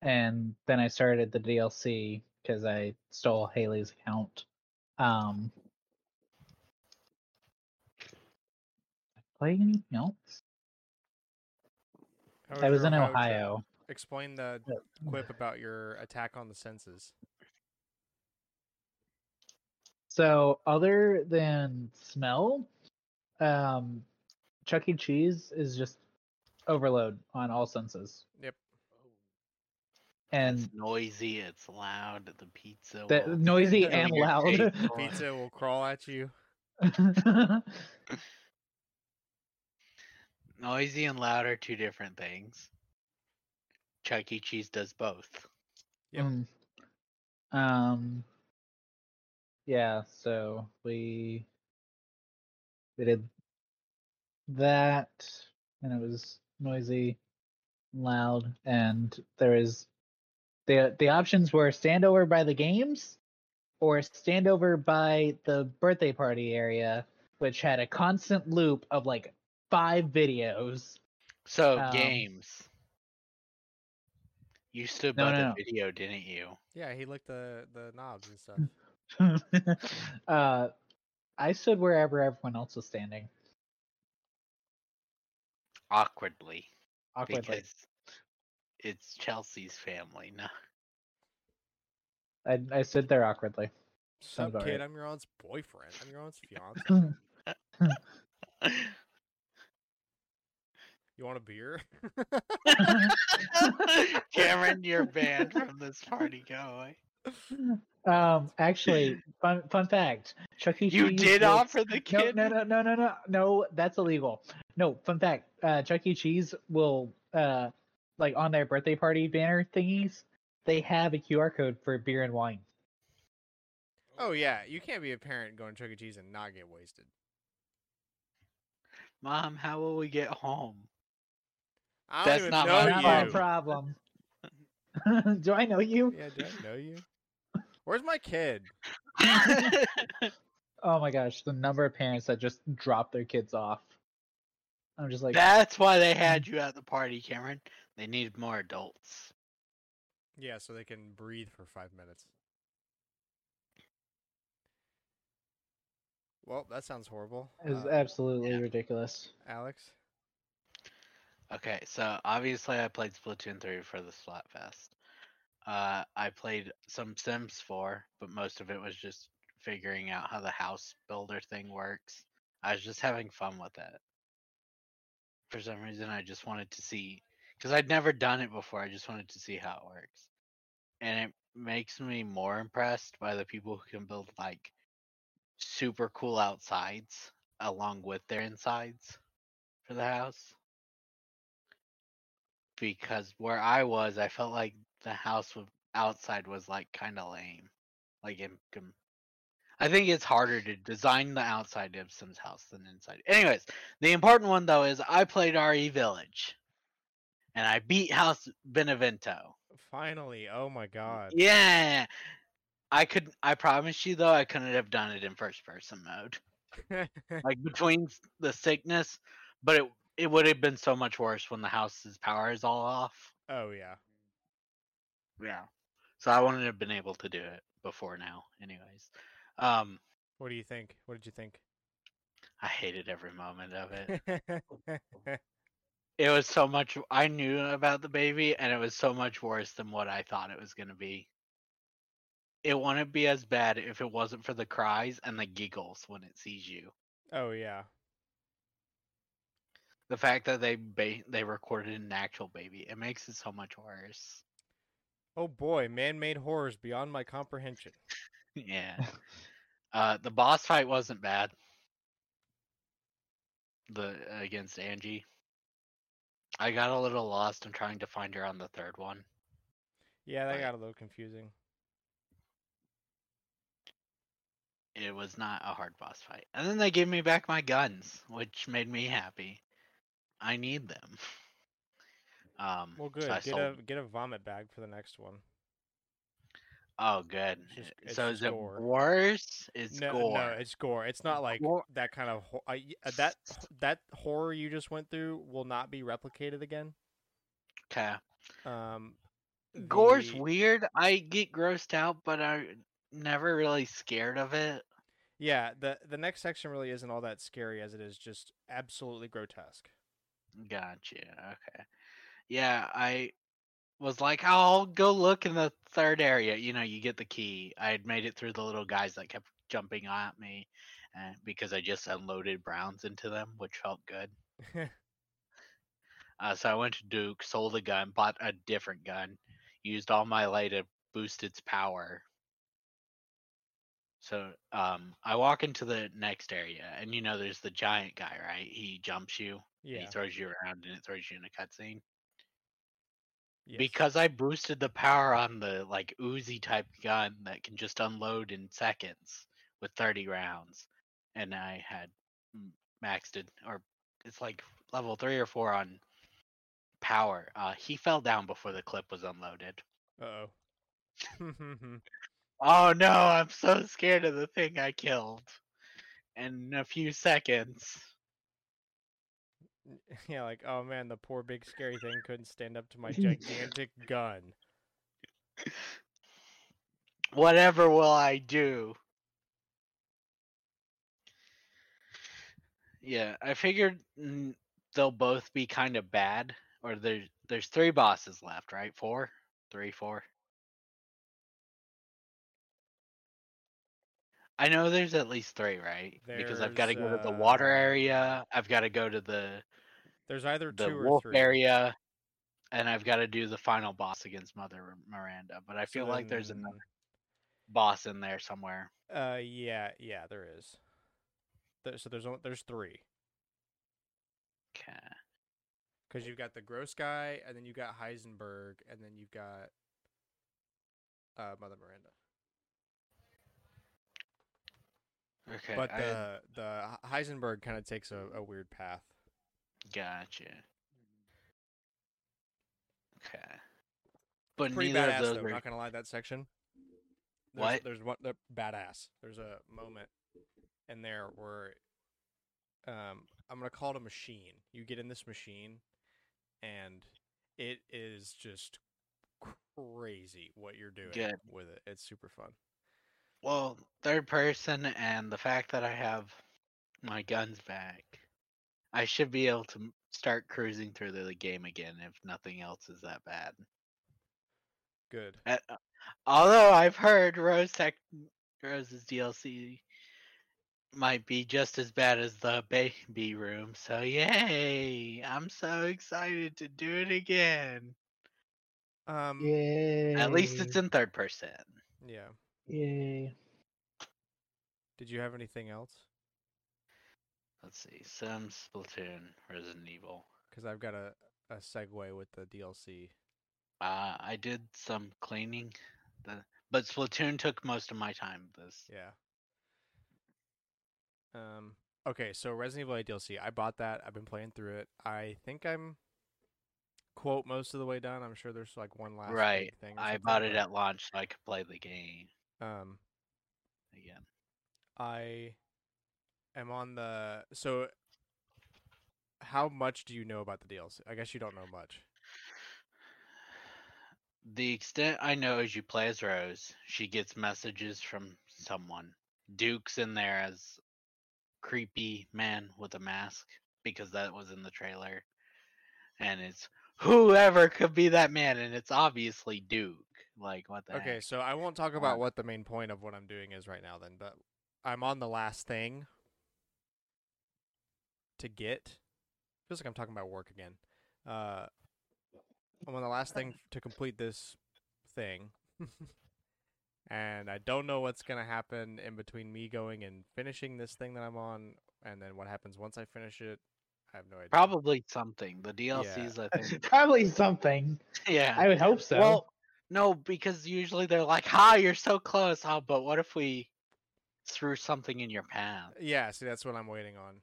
Speaker 3: and then I started the DLC because I stole Haley's account. Um, play anything else?
Speaker 1: How
Speaker 3: I was
Speaker 1: your
Speaker 3: in
Speaker 1: Ohio trip?
Speaker 3: Ohio.
Speaker 1: Explain the
Speaker 3: Yeah.
Speaker 1: quip about your attack on the senses.
Speaker 3: So, other than smell, um, Chuck E. Cheese is just overload on all senses. And
Speaker 2: it's noisy. It's loud. The pizza.
Speaker 3: that
Speaker 2: will
Speaker 3: noisy
Speaker 2: go in
Speaker 3: and
Speaker 2: your
Speaker 3: loud.
Speaker 2: face. Oh,
Speaker 1: Pizza will crawl at you.
Speaker 2: Noisy and loud are two different things. Chuck E. Cheese does both.
Speaker 1: Yep.
Speaker 3: Mm. Um. Yeah. So we we did that, and it was noisy, loud, and there is the the options were stand over by the games, or stand over by the birthday party area, which had a constant loop of like five videos.
Speaker 2: So
Speaker 3: Um,
Speaker 2: games. You stood
Speaker 3: No,
Speaker 2: by
Speaker 3: no,
Speaker 2: the
Speaker 3: no.
Speaker 2: video, didn't you?
Speaker 1: Yeah, he licked the the knobs and stuff.
Speaker 3: uh, I stood wherever everyone else was standing.
Speaker 2: Awkwardly,
Speaker 3: awkwardly.
Speaker 2: because it's Chelsea's family. No,
Speaker 3: I, I stood there awkwardly.
Speaker 1: Sup,
Speaker 3: Sounds alright.
Speaker 1: kid? I'm your aunt's boyfriend. I'm your aunt's fiance. You want a beer?
Speaker 2: Cameron, you're banned from this party. Go away.
Speaker 3: um, actually, fun fun fact: Chuck E.
Speaker 2: You
Speaker 3: Cheese
Speaker 2: did
Speaker 3: was-
Speaker 2: offer the
Speaker 3: No,
Speaker 2: kid.
Speaker 3: no, no, no, no, no, no. That's illegal. No, fun fact: uh, Chuck E. Cheese will, uh, like on their birthday party banner thingies, they have a QR code for beer and wine.
Speaker 1: oh yeah, you can't be a parent going to Chuck E. Cheese and not get wasted.
Speaker 2: Mom, how will we get home?
Speaker 1: I don't
Speaker 2: That's
Speaker 1: even
Speaker 2: not
Speaker 1: know
Speaker 2: my
Speaker 3: Not my
Speaker 1: Oh, you.
Speaker 3: problem. Do I know you?
Speaker 1: Yeah, do I know you? Where's my kid?
Speaker 3: Oh my gosh, the number of parents that just drop their kids off. I'm just like,
Speaker 2: That's why they had you at the party, Cameron. They needed more adults.
Speaker 1: Yeah, so they can breathe for five minutes. Well, that sounds horrible.
Speaker 3: it's
Speaker 1: Uh,
Speaker 3: absolutely
Speaker 2: yeah.
Speaker 3: ridiculous.
Speaker 1: Alex,
Speaker 2: Okay, so obviously I played Splatoon 3 for the Slot Fest. Uh, I played some Sims 4, but most of it was just figuring out how the house builder thing works. I was just having fun with it. For some reason, I just wanted to see, because I'd never done it before, I just wanted to see how it works. And it makes me more impressed by the people who can build like super cool outsides along with their insides for the house because where I was, I felt like the house with outside was like kind of lame. Like in, com- I think it's harder to design the outside of Sims house than inside. Anyways, the important one though is I played RE Village, and I beat House Benevento.
Speaker 1: finally. Oh my god.
Speaker 2: Yeah, I could. I promise you though, I couldn't have done it in first person mode like between s- the sickness, but it it would have been so much worse when the house's power is all off.
Speaker 1: oh yeah.
Speaker 2: Yeah. So I wouldn't have been able to do it before now, anyways. Um,
Speaker 1: What do you think? What did you think?
Speaker 2: I hated every moment of it. It was so much I knew about the baby and it was so much worse than what I thought it was gonna be. It wouldn't be as bad if it wasn't for the cries and the giggles when it sees you.
Speaker 1: oh yeah.
Speaker 2: The fact that they ba- they recorded an actual baby, it makes it so much worse.
Speaker 1: Oh boy, man-made horrors beyond my comprehension.
Speaker 2: yeah. Uh, the boss fight wasn't bad. The against Angie. I got a little lost in trying to find her on the third one.
Speaker 1: Yeah, that
Speaker 2: Right.
Speaker 1: got a little confusing.
Speaker 2: It was not a hard boss fight. And then they gave me back my guns, which made me happy. I need them. Um,
Speaker 1: Well,
Speaker 2: so
Speaker 1: good.
Speaker 2: I
Speaker 1: get
Speaker 2: sold
Speaker 1: a get a vomit bag for the next one.
Speaker 2: Oh, good.
Speaker 1: It's just-
Speaker 2: Uh,
Speaker 1: it's
Speaker 2: so
Speaker 1: just
Speaker 2: is it
Speaker 1: gore.
Speaker 2: worse? It's
Speaker 1: no,
Speaker 2: gore.
Speaker 1: no, it's gore. It's not like
Speaker 2: Gore.
Speaker 1: that kind of ho- I, y- uh, that that horror you just went through will not be replicated again.
Speaker 2: okay.
Speaker 1: Um,
Speaker 2: Gore's
Speaker 1: the-
Speaker 2: weird. I get grossed out, but I'm never really scared of it.
Speaker 1: Yeah, the the next section really isn't all that scary as it is just absolutely grotesque.
Speaker 2: Gotcha. Okay. Yeah, I was like, I'll go look in the third area. You know, you get the key. I had made it through the little guys that kept jumping at me uh, because I just unloaded Browns into them, which felt good. Uh, so I went to Duke, sold a gun, bought a different gun, used all my lay to boost its power. So um, I walk into the next area, and you know, there's the giant guy, right? He jumps you, and
Speaker 1: yeah.
Speaker 2: he throws you around, and it throws you in a cutscene.
Speaker 1: yes.
Speaker 2: Because I boosted the power on the like Uzi type gun that can just unload in seconds with 30 rounds, and I had m- maxed it, or it's like level three or four on power. Uh, he fell down before the clip was unloaded.
Speaker 1: Uh oh.
Speaker 2: Oh no, I'm so scared of the thing I killed. In a few seconds.
Speaker 1: yeah, like oh man, the poor big scary thing couldn't stand up to my gigantic gun.
Speaker 2: Whatever will I do? Yeah, I figured mm, they'll both be kind of bad. Or there's there's three bosses left, right? Four, three, four. I know there's at least three, right? because I've got to go to the water
Speaker 1: There's, uh,
Speaker 2: area. I've got to go to the
Speaker 1: There's either
Speaker 2: the
Speaker 1: two or
Speaker 2: wolf
Speaker 1: three.
Speaker 2: area, and I've got to do the final boss against Mother Miranda. But I
Speaker 1: So
Speaker 2: feel like there's another
Speaker 1: then-
Speaker 2: boss in there somewhere.
Speaker 1: Uh, yeah, yeah, there is. There, so there's on- there's three
Speaker 2: Okay.
Speaker 1: because you've got the gross guy, and then you've got Heisenberg, and then you've got uh Mother Miranda.
Speaker 2: Okay.
Speaker 1: but uh,
Speaker 2: I had-
Speaker 1: the the H- Heisenberg kind of takes a, a weird path.
Speaker 2: gotcha. Okay. But
Speaker 1: Pretty
Speaker 2: neither
Speaker 1: badass,
Speaker 2: of those
Speaker 1: though.
Speaker 2: are
Speaker 1: Not gonna lie, that section. There's,
Speaker 2: What?
Speaker 1: There's one the badass. There's a moment in there where, um, I'm gonna call it a machine. You get in this machine, and it is just crazy what you're doing
Speaker 2: Good.
Speaker 1: with it. It's super fun.
Speaker 2: well third person, and the fact that I have my guns back, I should be able to m- start cruising through the game again if nothing else is that bad.
Speaker 1: Good.
Speaker 2: Uh, uh, although I've heard Rose Tech Rose's DLC might be just as bad as the baby room, so yay! I'm so excited to do it again.
Speaker 1: Um. Yeah.
Speaker 3: Yay.
Speaker 2: At least it's in third person.
Speaker 3: Yay.
Speaker 1: Did you have anything else?
Speaker 2: Let's see, some Splatoon, Resident Evil.
Speaker 1: Because I've got a a segue with the DLC.
Speaker 2: Uh, I did some cleaning, the, but Splatoon took most of my time. This
Speaker 1: Yeah. Um. Okay, so Resident Evil 8 DLC. I bought that. I've been playing through it. I think I'm quote most of the way done. I'm sure there's like one last big
Speaker 2: Right,
Speaker 1: thing. or
Speaker 2: I
Speaker 1: something,
Speaker 2: bought it
Speaker 1: but,
Speaker 2: at launch so I could play the game
Speaker 1: Um,
Speaker 2: again.
Speaker 1: I am on the so. How much do you know about the DLC? I guess you don't know much.
Speaker 2: The extent I know is you play as Rose. She gets messages from someone. Duke's in there as creepy man with a mask because that was in the trailer. And it's whoever could be that man, and it's obviously Duke. Like what the
Speaker 1: Okay,
Speaker 2: heck?
Speaker 1: so I won't talk about
Speaker 2: Um,
Speaker 1: what the main point of what I'm doing is right now then, but I'm on the last thing to get feels like I'm talking about work again. Uh, I'm on the last thing to complete this thing, and I don't know what's gonna happen in between me going and finishing this thing that I'm on, and then what happens once I finish it. I have no idea.
Speaker 2: Probably something. The DLCs, I think.
Speaker 3: Probably something.
Speaker 2: yeah.
Speaker 3: I would hope so.
Speaker 2: Well, no, because usually they're like, "Ha, you're so close." Oh, but what if we threw something in your path?
Speaker 1: Yeah, see, that's what I'm waiting on.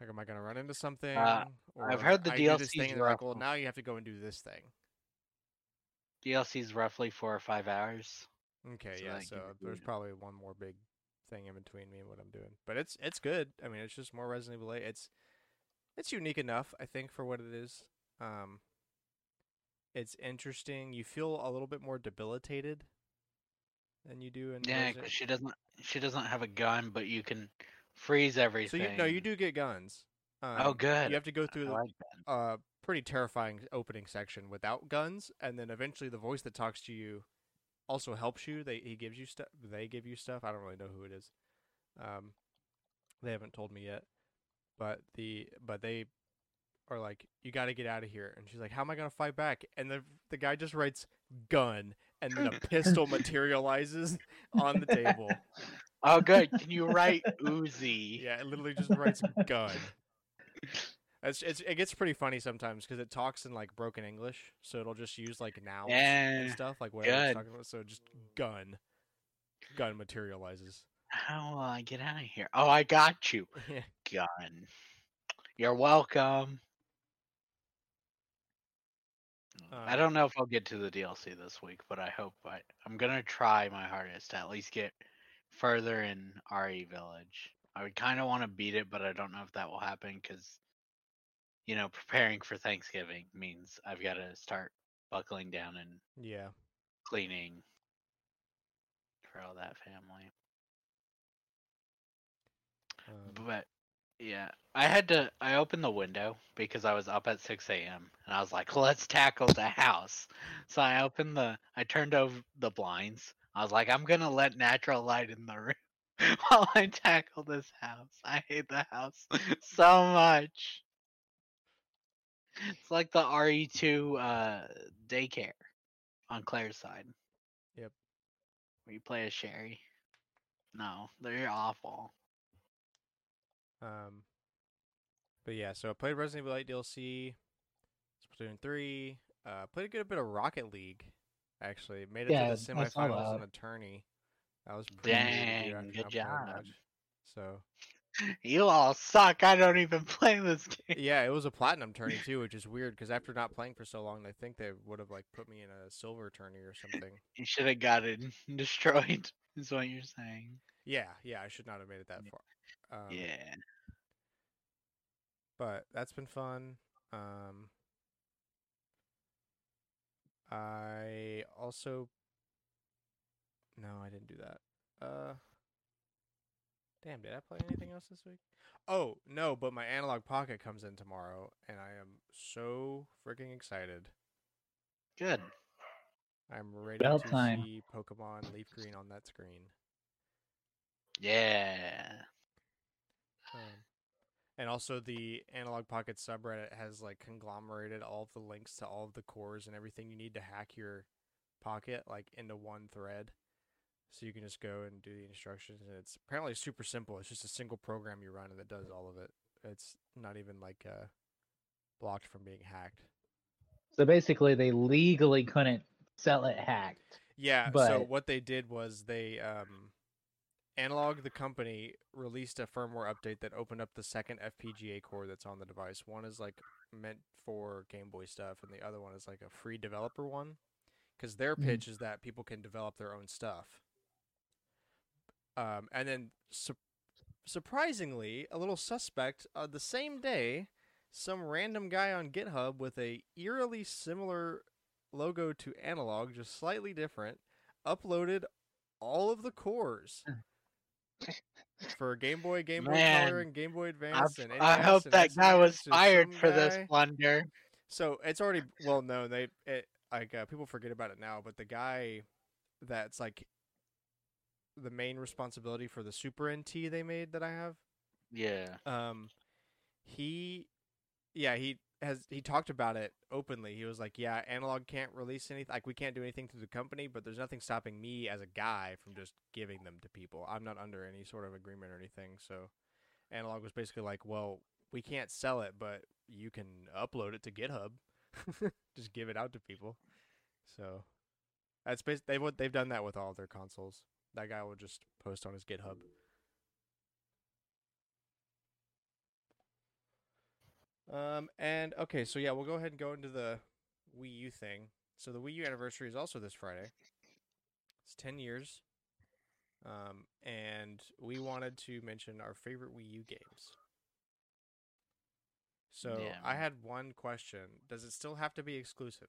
Speaker 1: Like, am I gonna run into something?
Speaker 2: Uh, I've
Speaker 1: Or
Speaker 2: heard the
Speaker 1: I do this
Speaker 2: DLCs
Speaker 1: thing, and they're like,
Speaker 2: were
Speaker 1: well, now you have to go and do this thing.
Speaker 2: DLC's roughly four or five hours.
Speaker 1: Okay,
Speaker 2: So
Speaker 1: yeah.
Speaker 2: that
Speaker 1: So
Speaker 2: gives you-
Speaker 1: there's probably one more big thing in between me and what I'm doing, but it's it's good. I mean, it's just more Resident Evil 8. It's it's unique enough, I think, for what it is. Um, it's interesting. You feel a little bit more debilitated than you do in
Speaker 2: Yeah, 'cause
Speaker 1: Resident-
Speaker 2: she doesn't. She doesn't have a gun, but you can freeze
Speaker 1: So
Speaker 2: everything.
Speaker 1: you no, you do get guns. Um,
Speaker 2: Oh, good.
Speaker 1: You have to go through
Speaker 2: I
Speaker 1: the
Speaker 2: like that.
Speaker 1: a pretty terrifying opening section without guns, and then eventually the voice that talks to you also helps you. They he gives you stuff. They give you stuff. I don't really know who it is. Um, they haven't told me yet, but the but they are like, you got to get out of here. And she's like, how am I gonna fight back? And the the guy just writes gun, and then a pistol materializes on the table.
Speaker 2: Oh, good. Can you write Uzi?
Speaker 1: Yeah, it literally just writes gun. It's, it's, it gets pretty funny sometimes because it talks in like broken English, so it'll just use like nouns and
Speaker 2: Yeah,
Speaker 1: stuff like whatever
Speaker 2: good.
Speaker 1: it's talking about. So just gun, gun materializes.
Speaker 2: How will I get out of here? Oh, I got you.
Speaker 1: Yeah.
Speaker 2: Gun. You're welcome. I
Speaker 1: Um,
Speaker 2: Mm, don't know if I'll get to the DLC this week, but I hope I, I'm gonna try my hardest to at least get further in RE Village. I would kind of want to beat it, but I don't know if that will happen because, you know, preparing for Thanksgiving means I've got to start buckling down and
Speaker 1: yeah,
Speaker 2: cleaning for all that family.
Speaker 1: um,
Speaker 2: But yeah, I had to. I opened the window because I was up at 6 a.m. and I was like, "Let's tackle the house." So I opened the. I turned over the blinds. I was like, "I'm gonna let natural light in the room while I tackle this house." I hate the house so much. It's like the RE2 uh, daycare on Claire's side.
Speaker 1: Yep.
Speaker 2: Where you play as Sherry. No, they're awful.
Speaker 1: um, but yeah, so I played Resident Evil 8 DLC, Splatoon 3. Uh, played a good bit of Rocket League. Actually, made it
Speaker 3: Yeah,
Speaker 1: to
Speaker 3: I
Speaker 1: the
Speaker 3: saw
Speaker 1: semifinals in
Speaker 3: that.
Speaker 1: a tourney. That was pretty
Speaker 2: Dang,
Speaker 1: actually,
Speaker 2: good
Speaker 1: not playing
Speaker 2: job.
Speaker 1: much. So
Speaker 2: You all suck. I don't even play this game.
Speaker 1: yeah, it was a platinum tourney too, which is weird because after not playing for so long, they think they would have like put me in a silver tourney or something.
Speaker 2: You should have gotten destroyed, is what you're saying.
Speaker 1: Yeah, yeah, I should not have made it that far. Um,
Speaker 2: yeah.
Speaker 1: but that's been fun. Um, I also no, I didn't do that. Uh, damn, did I play anything else this week? Oh no, but my analog pocket comes in tomorrow, and I am so freaking excited.
Speaker 2: Good.
Speaker 1: I'm ready
Speaker 3: About
Speaker 1: to
Speaker 3: time.
Speaker 1: see Pokemon Leaf Green on that screen.
Speaker 2: Yeah.
Speaker 1: Um, and also, the Analog Pocket subreddit has like conglomerated all of the links to all of the cores and everything you need to hack your pocket like into one thread. So you can just go and do the instructions, and it's apparently super simple. It's just a single program you run, and it does all of it. It's not even like uh, blocked from being hacked.
Speaker 3: so basically, they legally couldn't sell it hacked.
Speaker 1: Yeah. so
Speaker 3: But-
Speaker 1: what they did was they um, analog the company released a firmware update that opened up the second FPGA core that's on the device. One is like meant for Game Boy stuff, and the other one is like a free developer one, because their
Speaker 3: Mhm.
Speaker 1: pitch is that people can develop their own stuff. Um, and then su- surprisingly, a little suspect, uh, the same day, some random guy on GitHub with a eerily similar logo to analog, just slightly different, uploaded all of the cores for Game Boy, Game Boy Color,
Speaker 2: Man,
Speaker 1: and Game Boy
Speaker 2: I-
Speaker 1: Advance. and
Speaker 2: I
Speaker 1: NES
Speaker 2: hope
Speaker 1: and
Speaker 2: that guy was
Speaker 1: SNES, just
Speaker 2: fired
Speaker 1: some
Speaker 2: for this
Speaker 1: guy-
Speaker 2: blunder.
Speaker 1: so it's already well known. They it, like uh, people forget about it now, but the guy that's like the main responsibility for the Super NT they made that I have,
Speaker 2: Yeah.
Speaker 1: um, he yeah, he has he talked about it openly. He was like, "Yeah, Analog can't release anything. Like we can't do anything to the company, but there's nothing stopping me as a guy from just giving them to people. I'm not under any sort of agreement or anything." So Analog was basically like, "Well, we can't sell it, but you can upload it to GitHub. just give it out to people." So that's bas- they what they've done that with all of their consoles. That guy will just post on his GitHub. Um, and okay, so yeah, we'll go ahead and go into the Wii U thing. So the Wii U anniversary is also this Friday. It's ten years. Um, and we wanted to mention our favorite Wii U games. So
Speaker 2: Yeah.
Speaker 1: I had one question: Does it still have to be exclusive,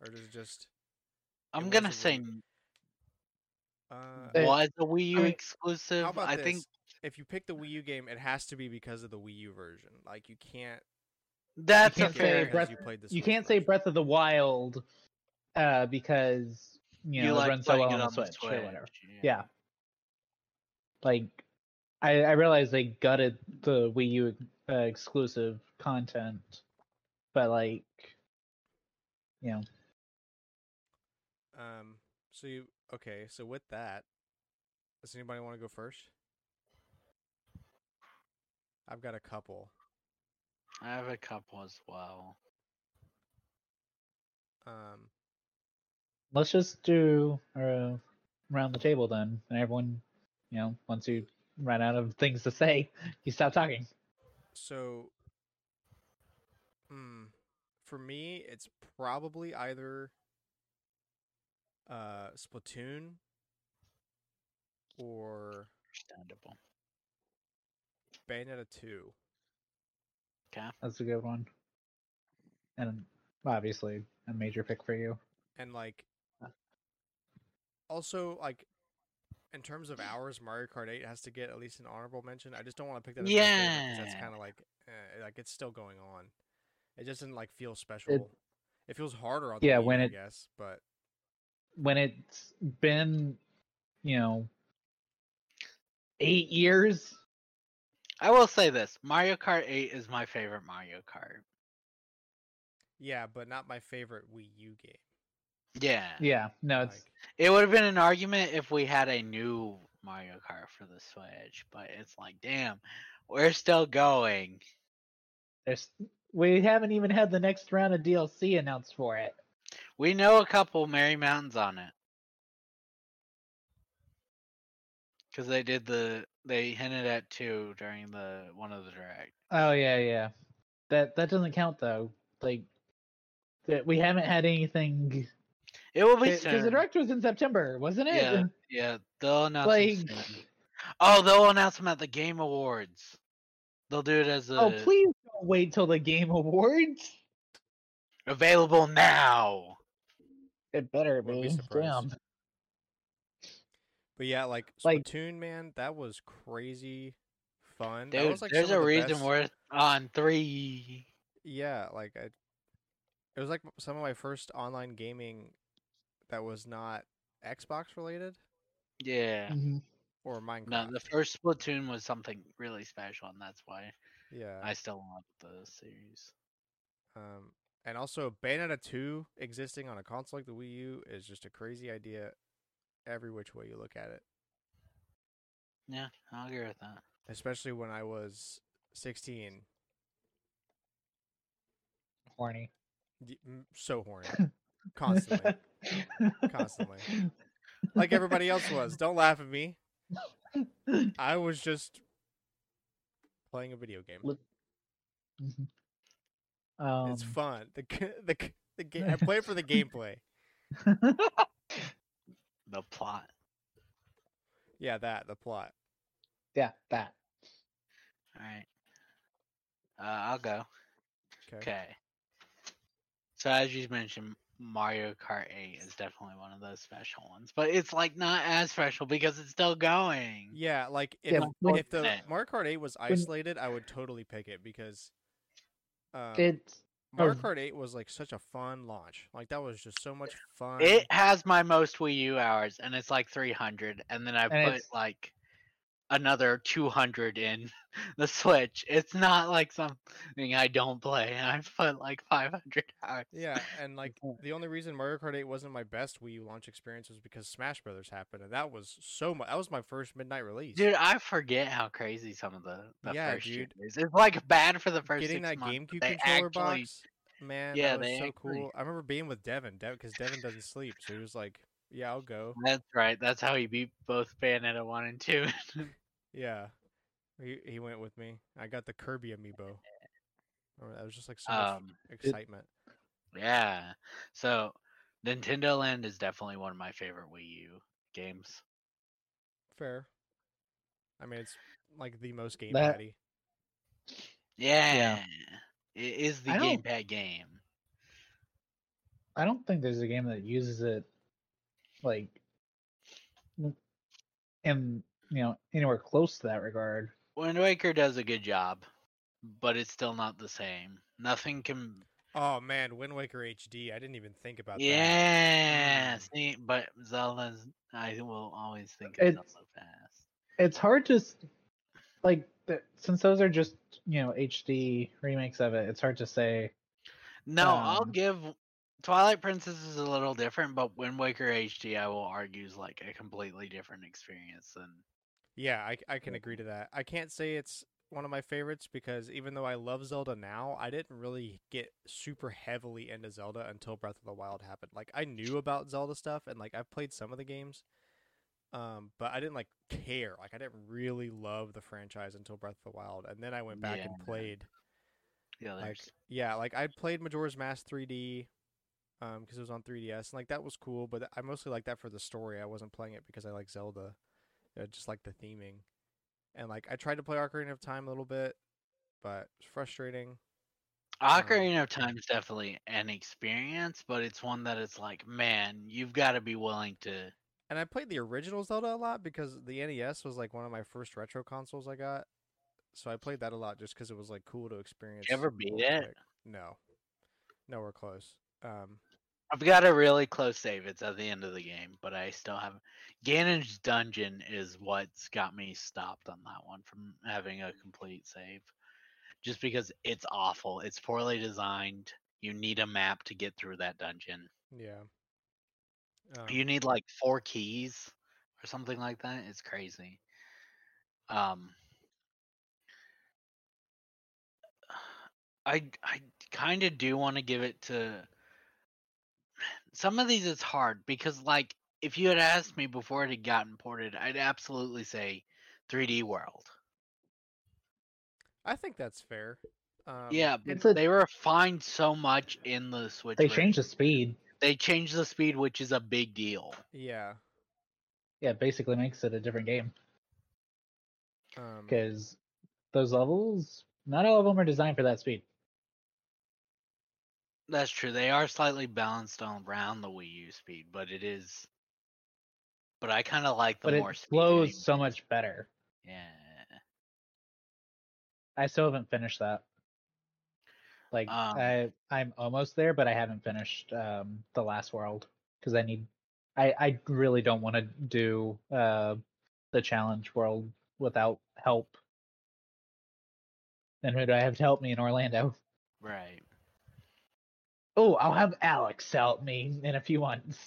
Speaker 1: or does it just?
Speaker 2: I'm
Speaker 1: was
Speaker 2: gonna
Speaker 1: a
Speaker 2: say
Speaker 1: Wii.
Speaker 2: n-
Speaker 1: Uh,
Speaker 3: They-
Speaker 2: was a Wii U
Speaker 3: mean,
Speaker 2: exclusive.
Speaker 1: How about
Speaker 2: I
Speaker 1: this?
Speaker 2: think
Speaker 1: if you pick the Wii U game, it has to be because of the Wii U version. Like you can't
Speaker 2: that's a
Speaker 1: pick
Speaker 3: can't
Speaker 1: it
Speaker 3: say fair-
Speaker 2: fair.
Speaker 1: because
Speaker 3: Breath-
Speaker 1: you played this.
Speaker 3: You can't say Breath of the Wild uh, because you know
Speaker 2: you
Speaker 3: it
Speaker 2: like
Speaker 3: runs so well
Speaker 2: playing it
Speaker 3: on the Switch, or whatever.
Speaker 2: Switch,
Speaker 3: Yeah. Like, I, I realize they gutted the Wii U uh, exclusive content, but like, you know,
Speaker 1: Um. So you okay? So with that, does anybody want to go first? I've got a couple.
Speaker 2: I have a couple as well.
Speaker 1: Um.
Speaker 3: let's just do uh, around the table then, and everyone, you know, once you run out of things to say, you stop talking.
Speaker 1: So. Hmm. For me, it's probably either. Uh, Splatoon. Or
Speaker 2: Understandable.
Speaker 1: Bayonetta two.
Speaker 3: That's a good one, and obviously a major pick for you.
Speaker 1: and like also like in terms of hours mario kart 8 has to get at least an honorable mention i just don't want to pick that as my favorite 'cause that's
Speaker 2: Yeah.
Speaker 1: kind of like eh, like it's still going on it just doesn't like feel special it, feels harder on the
Speaker 3: Yeah,
Speaker 1: Wii U,
Speaker 3: when
Speaker 1: I
Speaker 3: it-
Speaker 1: guess but
Speaker 3: when it's been, you know, eight years.
Speaker 2: I will say this: Mario Kart 8 is my favorite Mario Kart.
Speaker 1: yeah but not my favorite wii u game
Speaker 2: Yeah.
Speaker 3: Yeah, no, it's
Speaker 1: like,
Speaker 2: It would have been an argument if we had a new Mario Kart for the Switch, but it's like, damn, we're still going.
Speaker 3: there's we haven't even had the next round of DLC announced for it.
Speaker 2: We know a couple Merry Mountains on it. Cause they did the they hinted at two during the one of the direct.
Speaker 3: Oh yeah, yeah. That that doesn't count though. Like that we haven't had anything
Speaker 2: It will be
Speaker 3: because
Speaker 2: soon.
Speaker 3: the director was in September, wasn't it?
Speaker 2: um, Yeah, yeah, they'll announce.
Speaker 3: like
Speaker 2: them soon. Oh, they'll announce them at the Game Awards. They'll do it as a
Speaker 3: oh please don't wait till the game awards.
Speaker 2: available now.
Speaker 3: It better
Speaker 1: Wouldn't be
Speaker 3: be. Damn.
Speaker 1: surprised. but yeah like
Speaker 3: Like-
Speaker 1: splatoon man that was crazy fun that
Speaker 2: Dude,
Speaker 1: was like
Speaker 2: there's
Speaker 1: some
Speaker 2: a
Speaker 1: of the
Speaker 2: reason
Speaker 1: best-
Speaker 2: we're on three.
Speaker 1: Yeah, like I, it was like m- some of my first online gaming that was not Xbox related
Speaker 2: Yeah.
Speaker 3: Mhm.
Speaker 1: or Minecraft.
Speaker 2: No, the first Splatoon was something really special, and that's why
Speaker 1: yeah.
Speaker 2: I still love the series.
Speaker 1: Um, and also Bayonetta two existing on a console like the Wii U is just a crazy idea. Every which way you look at it,
Speaker 2: Yeah, I'll agree with that.
Speaker 1: especially when I was sixteen,
Speaker 3: Horny.
Speaker 1: D- m- so horny, constantly, constantly, like everybody else was. Don't laugh at me.
Speaker 3: Mm-hmm.
Speaker 1: I was just playing a video game.
Speaker 3: Um,
Speaker 1: it's fun. The g- the g- the game. I play it for the gameplay.
Speaker 2: The plot.
Speaker 1: Yeah, that the plot.
Speaker 3: yeah, that.
Speaker 2: All right. Uh, I'll go.
Speaker 1: Okay.
Speaker 2: Okay. So as you mentioned, Mario Kart 8 is definitely one of those special ones, but it's like not as special because it's still going.
Speaker 1: Yeah, like if
Speaker 3: Yeah, when-
Speaker 1: if the
Speaker 2: Yeah.
Speaker 1: Mario Kart Eight was isolated, I would totally pick it because um,
Speaker 3: It's
Speaker 1: Mario
Speaker 3: oh.
Speaker 1: Kart Eight was like such a fun launch. Like that was just so much fun.
Speaker 2: It has my most Wii U hours, and it's like 300. And then I
Speaker 3: And
Speaker 2: put
Speaker 3: it's-
Speaker 2: like another 200 in the Switch. It's not like something I don't play. and I put like 500 hours.
Speaker 1: Yeah, and like the only reason Mario Kart 8 wasn't my best Wii U launch experience was because Smash Brothers happened, and that was so much. That was my first midnight release.
Speaker 2: Dude, I forget how crazy some of the, the
Speaker 1: Yeah,
Speaker 2: first year
Speaker 1: dude.
Speaker 2: is. It's like bad for the first
Speaker 1: Getting
Speaker 2: six
Speaker 1: that
Speaker 2: months,
Speaker 1: GameCube
Speaker 2: but they
Speaker 1: controller
Speaker 2: actually-
Speaker 1: box, man,
Speaker 2: Yeah,
Speaker 1: that was
Speaker 2: they
Speaker 1: so
Speaker 2: actually-
Speaker 1: cool. I remember being with Devin, because Devin doesn't sleep, so he was like, "Yeah, I'll go."
Speaker 2: That's right. That's how he beat both Bayonetta 1 and 2.
Speaker 1: Yeah, he he went with me. I got the Kirby amiibo. Remember, that was just like so much
Speaker 2: um,
Speaker 1: excitement.
Speaker 2: yeah. So, Nintendo Land is definitely one of my favorite Wii U games.
Speaker 1: Fair. I mean, it's like the most game
Speaker 3: That-
Speaker 1: patty.
Speaker 2: Yeah. It is the
Speaker 3: I don't-
Speaker 2: gamepad game.
Speaker 3: I don't think there's a game that uses it like n- in you know anywhere close to that regard.
Speaker 2: Wind Waker does a good job, but it's still not the same. Nothing can.
Speaker 1: Oh man, Wind Waker HD. I didn't even think about that.
Speaker 2: Yeah,
Speaker 3: Mm.
Speaker 2: see, but Zelda's. I will always think of
Speaker 3: It's-
Speaker 2: Zelda fast.
Speaker 3: It's hard to s- like th- since those are just you know HD remakes of it. It's hard to say.
Speaker 2: No, I'll
Speaker 3: Um,
Speaker 2: give. Twilight Princess is a little different, but Wind Waker HD, I will argue, is like a completely different experience than.
Speaker 1: Yeah, I I can agree to that. I can't say it's one of my favorites because even though I love Zelda now, I didn't really get super heavily into Zelda until Breath of the Wild happened. Like I knew about Zelda stuff and like I've played some of the games. Um, but I didn't like care. Like I didn't really love the franchise until Breath of the Wild. And then I went back and
Speaker 2: Yeah.
Speaker 1: played
Speaker 2: The
Speaker 1: like
Speaker 2: others.
Speaker 1: yeah like i played majora's mask 3d um because it was on 3ds and like that was cool but i mostly liked that for the story i wasn't playing it because i like zelda i just like the theming and like i tried to play ocarina of time a little bit but it's frustrating um
Speaker 2: Ocarina of Time is definitely an experience, but it's one that it's like, man, you've got to be willing to.
Speaker 1: and i played the original zelda a lot because the nes was like one of my first retro consoles i got so i played that a lot just because it was like cool to experience
Speaker 2: ever
Speaker 1: real
Speaker 2: beat it?
Speaker 1: quick. no nowhere close um
Speaker 2: I've got a really close save. It's at the end of the game, but I still have. Ganon's Dungeon is what's got me stopped on that one from having a complete save. Just because it's awful. It's poorly designed. You need a map to get through that dungeon.
Speaker 1: yeah um,
Speaker 2: You need like four keys or something like that. It's crazy. Um, I I kind of do want to give it to some of these. It's hard because like if you had asked me before it had gotten ported, I'd absolutely say 3D World.
Speaker 1: I think that's fair. Um,
Speaker 2: yeah, but
Speaker 3: it's a-
Speaker 2: they refined so much in the Switch.
Speaker 3: They
Speaker 2: version.
Speaker 3: change the speed.
Speaker 2: They changed the speed, which is a big deal.
Speaker 1: Yeah.
Speaker 3: Yeah, it basically makes it a different game
Speaker 2: Mm-hmm.
Speaker 1: Um,
Speaker 3: because those levels, not all of them are designed for that speed.
Speaker 2: That's true. They are slightly balanced on around the Wii U speed, but it is. But I kind of like the
Speaker 3: but
Speaker 2: more
Speaker 3: it
Speaker 2: speed
Speaker 3: flows
Speaker 2: angle.
Speaker 3: so much better.
Speaker 2: Yeah,
Speaker 3: I still haven't finished that. Like
Speaker 2: Um,
Speaker 3: I, I'm almost there, but I haven't finished um, the last world because I need. I I really don't want to do uh, the challenge world without help. And who do I have to help me in Orlando?
Speaker 2: right.
Speaker 3: Oh, I'll have Alex help me in a few months.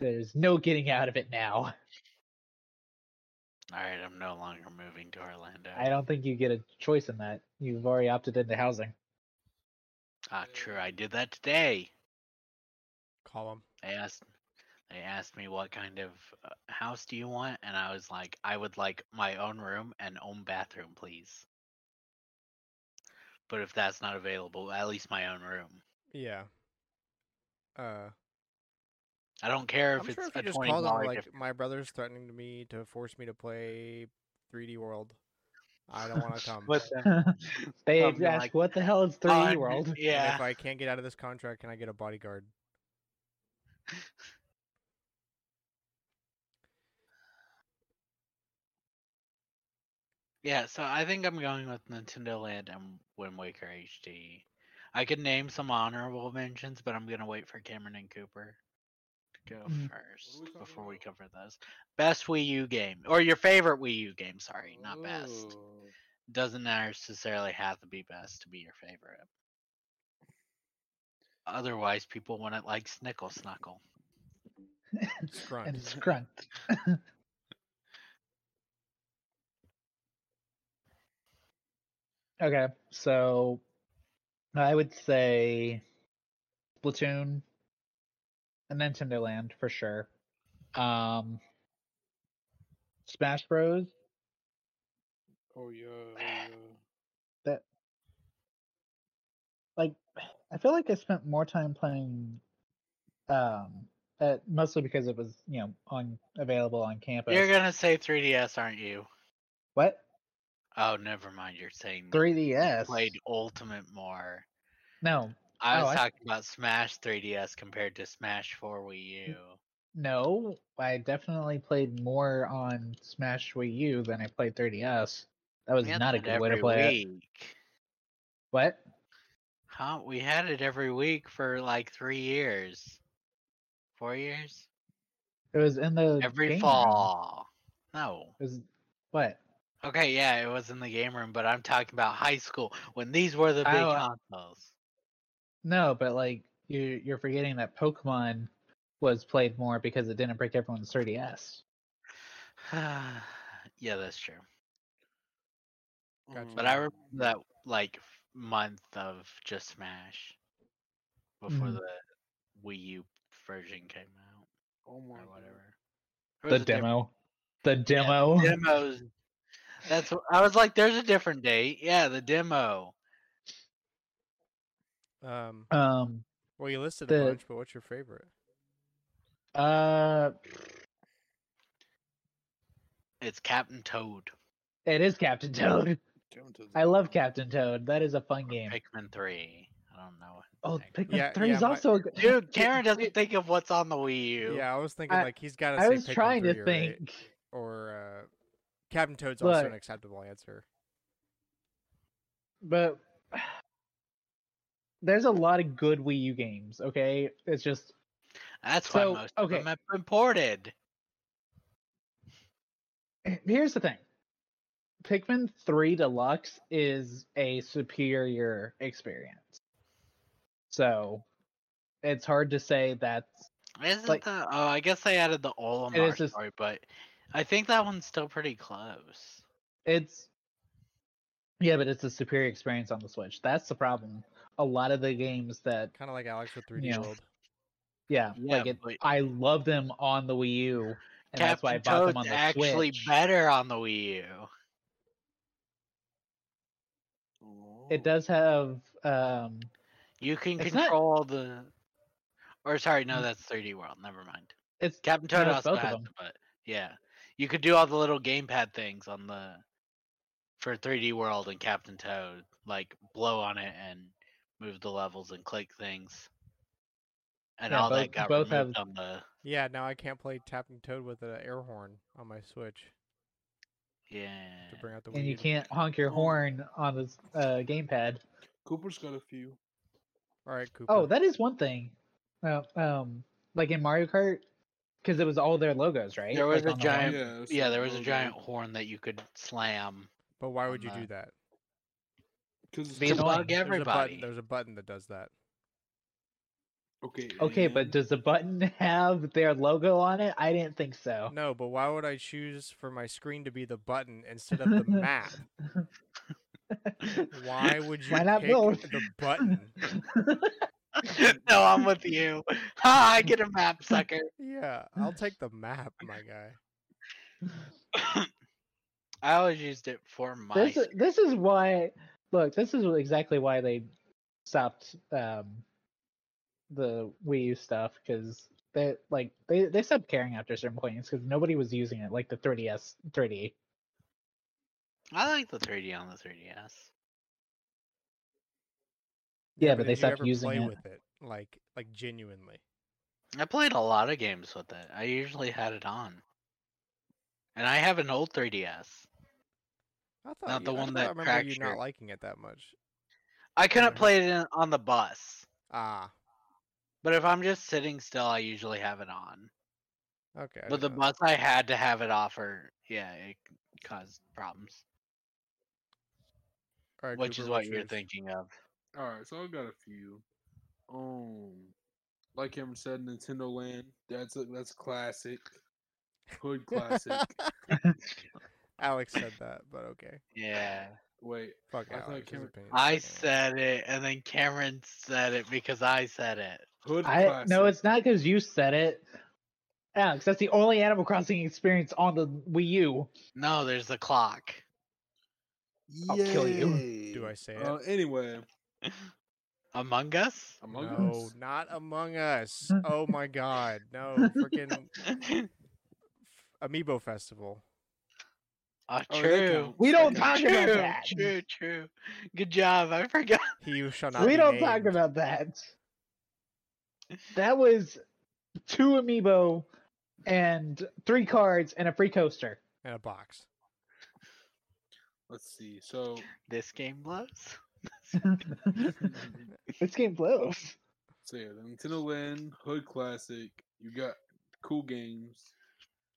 Speaker 3: There's no getting out of it now.
Speaker 2: All right, I'm no longer moving to Orlando.
Speaker 3: I don't think you get a choice in that. You've already opted into housing.
Speaker 2: Ah, true. I did that today.
Speaker 1: call 'em.
Speaker 2: They asked, they asked me what kind of uh, house do you want, and I was like, I would like my own room and own bathroom, please. But if that's not available, at least my own room.
Speaker 1: Yeah. Uh,
Speaker 2: I don't care if
Speaker 1: I'm
Speaker 2: it's
Speaker 1: sure if
Speaker 2: a
Speaker 1: you just
Speaker 2: twenty
Speaker 1: call them
Speaker 2: dollar
Speaker 1: like my brother's threatening to me to force me to play 3D World. I don't want to come.
Speaker 2: What
Speaker 3: they
Speaker 2: Something
Speaker 3: ask,
Speaker 2: like "Oh,
Speaker 3: "What the hell is 3D World?"
Speaker 1: And
Speaker 2: Yeah.
Speaker 1: If I can't get out of this contract, can I get a bodyguard?
Speaker 2: Yeah, so I think I'm going with Nintendo Land and Wind Waker HD. I could name some honorable mentions, but I'm gonna wait for Cameron and Cooper go
Speaker 3: Mm.
Speaker 2: first
Speaker 5: we talking
Speaker 2: before we
Speaker 5: about?
Speaker 2: cover those. Best Wii U game or your favorite Wii U game? Sorry, not best.
Speaker 5: Oh.
Speaker 2: Doesn't necessarily have to be best to be your favorite. Otherwise, people wouldn't like Snickle Snuckle.
Speaker 1: Scrunt.
Speaker 3: and scrunt. okay, so I would say Splatoon and Nintendo Land for sure. Um Smash Bros.
Speaker 5: Oh yeah, oh yeah.
Speaker 3: Like I feel like I spent more time playing um uh, mostly because it was, you know, on available on campus.
Speaker 2: You're gonna say 3DS, aren't you?
Speaker 3: What?
Speaker 2: Oh, never mind. You're saying you
Speaker 3: 3DS.
Speaker 2: played Ultimate more.
Speaker 3: No,
Speaker 2: I
Speaker 3: Oh,
Speaker 2: was
Speaker 3: I see.
Speaker 2: talking about Smash 3DS compared to Smash 4
Speaker 3: Hmm.
Speaker 2: Wii U.
Speaker 3: No, I definitely played more on Smash Wii U than I played 3DS. That was
Speaker 2: Yeah,
Speaker 3: not a
Speaker 2: but
Speaker 3: good way to
Speaker 2: every
Speaker 3: play it.
Speaker 2: week.
Speaker 3: What?
Speaker 2: Huh? We had it every week for like three years, four years.
Speaker 3: It was in the
Speaker 2: Every
Speaker 3: game room.
Speaker 2: fall. No.
Speaker 3: It was what?
Speaker 2: Okay, yeah, it was in the game room, but I'm talking about high school when these were the big
Speaker 3: Oh, I-
Speaker 2: consoles.
Speaker 3: No, but like you, you're forgetting that Pokemon was played more because it didn't break everyone's 3DS.
Speaker 2: yeah, that's true.
Speaker 5: Oh
Speaker 1: Gotcha.
Speaker 3: Hmm.
Speaker 2: But I remember that like f- month of just Smash before
Speaker 3: Mhm.
Speaker 2: the Wii U version came out
Speaker 5: Oh my.
Speaker 2: or
Speaker 5: God.
Speaker 2: whatever. Or
Speaker 3: The
Speaker 2: was it different?
Speaker 3: demo. The demo.
Speaker 2: demos. That's what, I was like, there's a different date. Yeah, the demo.
Speaker 1: Um,
Speaker 3: Um.
Speaker 1: well, you listed
Speaker 3: the-
Speaker 1: a bunch, but what's your favorite?
Speaker 3: Uh.
Speaker 2: It's Captain Toad,
Speaker 3: It is Captain Toad.
Speaker 5: Down to the-
Speaker 3: I love Captain Toad. That is a fun game.
Speaker 2: Pikmin Three. I don't know.
Speaker 3: Oh,
Speaker 2: Heck.
Speaker 3: Pikmin
Speaker 1: Yeah,
Speaker 3: 3
Speaker 1: yeah,
Speaker 3: is
Speaker 1: my-
Speaker 3: also a good.
Speaker 2: Dude, Karen
Speaker 3: Wait.
Speaker 2: doesn't think of what's on the Wii U.
Speaker 1: Yeah, I was thinking
Speaker 3: I-
Speaker 1: like he's got to.
Speaker 3: I was trying to think.
Speaker 1: Or uh, Captain Toad's also an
Speaker 3: Look.
Speaker 1: acceptable answer.
Speaker 3: but there's a lot of good Wii U games. Okay, it's just
Speaker 2: That's
Speaker 3: So,
Speaker 2: why most
Speaker 3: okay.
Speaker 2: of them have imported.
Speaker 3: here's the thing: Pikmin Three Deluxe is a superior experience. So it's hard to say that's
Speaker 2: Isn't
Speaker 3: Like-
Speaker 2: the? Oh, I guess they added the Olimar
Speaker 3: is just-
Speaker 2: story, but I think that one's still pretty close.
Speaker 3: it's. Yeah, but it's a superior experience on the Switch. That's the problem. A lot of the games that
Speaker 1: Kind of like Alex with 3D
Speaker 3: Yeah.
Speaker 1: World.
Speaker 3: yeah,
Speaker 2: Yeah,
Speaker 3: like it,
Speaker 2: but-
Speaker 3: I love them on the Wii U, and that's why I
Speaker 2: Captain
Speaker 3: bought them on
Speaker 2: Toad's
Speaker 3: the
Speaker 2: actually
Speaker 3: Switch.
Speaker 2: better on the Wii U.
Speaker 5: Oh.
Speaker 3: It does have um
Speaker 2: You can
Speaker 3: It's not-
Speaker 2: control the. Or sorry, no,
Speaker 3: Mm.
Speaker 2: that's 3D World. Never mind.
Speaker 3: it's
Speaker 2: Captain
Speaker 3: No,
Speaker 2: Toad
Speaker 3: it's
Speaker 2: also
Speaker 3: both of
Speaker 2: has,
Speaker 3: them.
Speaker 2: them. but yeah, you could do all the little gamepad things on the for 3D World and Captain Toad, like blow on it and move the levels and click things, and
Speaker 3: Yeah,
Speaker 2: all
Speaker 3: both-
Speaker 2: that got
Speaker 3: both have-
Speaker 2: removed on the
Speaker 1: Yeah, now I can't play Captain Toad with an air horn on my Switch
Speaker 2: yeah.
Speaker 1: to bring out the.
Speaker 3: and
Speaker 1: Wii
Speaker 3: you
Speaker 1: U.
Speaker 3: can't honk your
Speaker 5: Oh.
Speaker 3: horn on this uh, gamepad.
Speaker 5: Cooper's got a few.
Speaker 1: All right, Cooper.
Speaker 3: Oh, that is one thing. Uh, um, like in Mario Kart, because it was all their logos, right?
Speaker 2: There was
Speaker 3: Like
Speaker 2: a
Speaker 3: on the horn.
Speaker 2: giant,
Speaker 5: Yeah, it's
Speaker 2: yeah.
Speaker 5: like
Speaker 2: There was a
Speaker 5: logo.
Speaker 2: giant horn that you could slam
Speaker 1: But why would you
Speaker 2: on
Speaker 1: do
Speaker 2: the-
Speaker 1: that?
Speaker 5: Cause
Speaker 3: Be
Speaker 2: to
Speaker 5: it's
Speaker 3: annoying.
Speaker 2: bug
Speaker 1: There's a button.
Speaker 2: everybody.
Speaker 1: There's a button that does that.
Speaker 5: okay.
Speaker 3: Okay, but
Speaker 5: and-
Speaker 3: does the button have their logo on it? I didn't think
Speaker 2: Oh.
Speaker 3: so.
Speaker 1: No, but why would I choose for my screen to be the button instead of the map? Why would you
Speaker 3: Why not
Speaker 1: pick
Speaker 3: both?
Speaker 1: the button?
Speaker 2: no, I'm with you. Ha, I get a map, sucker.
Speaker 1: Yeah, I'll take the map, my guy.
Speaker 2: I always used it for my.
Speaker 3: this is this is why. Look, this is exactly why they stopped um, the Wii U stuff because they like they they stopped caring after a certain point because nobody was using it like the 3ds 3d
Speaker 2: I like the 3D on the 3DS.
Speaker 3: Yeah, but they
Speaker 1: did you
Speaker 3: stopped
Speaker 1: ever
Speaker 3: using
Speaker 1: play
Speaker 3: it.
Speaker 1: with it, like, like genuinely.
Speaker 2: I played a lot of games with it. I usually had it on. And I have an old 3DS.
Speaker 1: I thought
Speaker 2: Not
Speaker 1: you,
Speaker 2: the
Speaker 1: I
Speaker 2: one
Speaker 1: thought
Speaker 2: that
Speaker 1: I remember
Speaker 2: cracked
Speaker 1: you
Speaker 2: your-
Speaker 1: not liking it that much.
Speaker 3: Mm-hmm.
Speaker 2: I couldn't
Speaker 1: Yeah.
Speaker 2: play it in, on the bus.
Speaker 1: Ah,
Speaker 2: But if I'm just sitting still, I usually have it on.
Speaker 1: Okay. I
Speaker 2: but the
Speaker 1: didn't know.
Speaker 2: bus I had to have it off, or yeah, it caused problems,
Speaker 1: All right,
Speaker 2: which
Speaker 1: Cooper,
Speaker 2: is what
Speaker 1: what's
Speaker 2: you're
Speaker 1: yours?
Speaker 2: thinking of.
Speaker 5: All right, so I've got a few. Um, like Cameron said, Nintendo Land. That's a, that's classic. Hood classic.
Speaker 1: Alex said that, but okay.
Speaker 2: Yeah,
Speaker 5: Wait,
Speaker 1: Fuck
Speaker 5: I thought
Speaker 1: Alex. his
Speaker 5: Cameron-
Speaker 1: opinion.
Speaker 2: I
Speaker 1: Yeah.
Speaker 2: said it, and then Cameron said it because I said it.
Speaker 5: Hood
Speaker 3: I
Speaker 5: classic.
Speaker 3: no, it's not because you said it, Alex. That's the only Animal Crossing experience on the Wii U.
Speaker 2: No, there's the clock.
Speaker 3: I'll kill you.
Speaker 1: Do I say it?
Speaker 5: Uh, anyway,
Speaker 2: Among Us.
Speaker 5: Among
Speaker 1: No,
Speaker 5: Us.
Speaker 1: not Among Us. Oh my god. No, freaking Amiibo Festival.
Speaker 2: Oh,
Speaker 5: Oh, that
Speaker 2: true.
Speaker 5: counts.
Speaker 3: We don't
Speaker 5: That
Speaker 3: talk
Speaker 5: counts.
Speaker 3: about
Speaker 2: true,
Speaker 3: that.
Speaker 2: True, true. Good job. I forgot.
Speaker 1: He who shall not
Speaker 3: we
Speaker 1: be
Speaker 3: don't
Speaker 1: named.
Speaker 3: talk about that. That was two amiibo and three cards and a free coaster.
Speaker 1: in a box.
Speaker 5: Let's see. So
Speaker 2: This game blows.
Speaker 3: This game blows.
Speaker 5: So yeah, the Nintendo Land Hood Classic. You got cool games.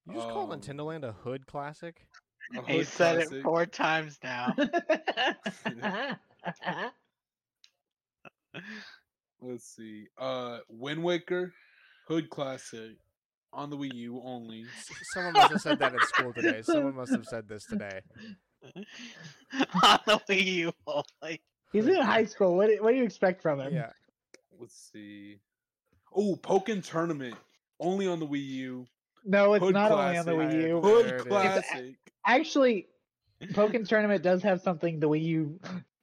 Speaker 1: You just call
Speaker 5: Um,
Speaker 1: Nintendo Land a hood classic?
Speaker 5: a
Speaker 2: He
Speaker 5: Hood
Speaker 2: said it
Speaker 5: Classic,
Speaker 2: four times now.
Speaker 5: Let's see. Uh, Wind Waker, Hood Classic, on the Wii U only.
Speaker 1: S- Someone must have said that at school today. Someone must have said this today.
Speaker 2: On the Wii U only.
Speaker 3: He's in high school. What do, what do you expect from him?
Speaker 1: Yeah.
Speaker 5: Let's see. Oh, Pokken Tournament, only on the Wii U.
Speaker 3: No, it's
Speaker 5: Hood
Speaker 3: not only on the
Speaker 1: classic.
Speaker 3: Wii U.
Speaker 1: Oh, There it
Speaker 5: Hood
Speaker 1: is.
Speaker 5: Classic.
Speaker 3: Actually, Pokken Tournament does have something the Wii U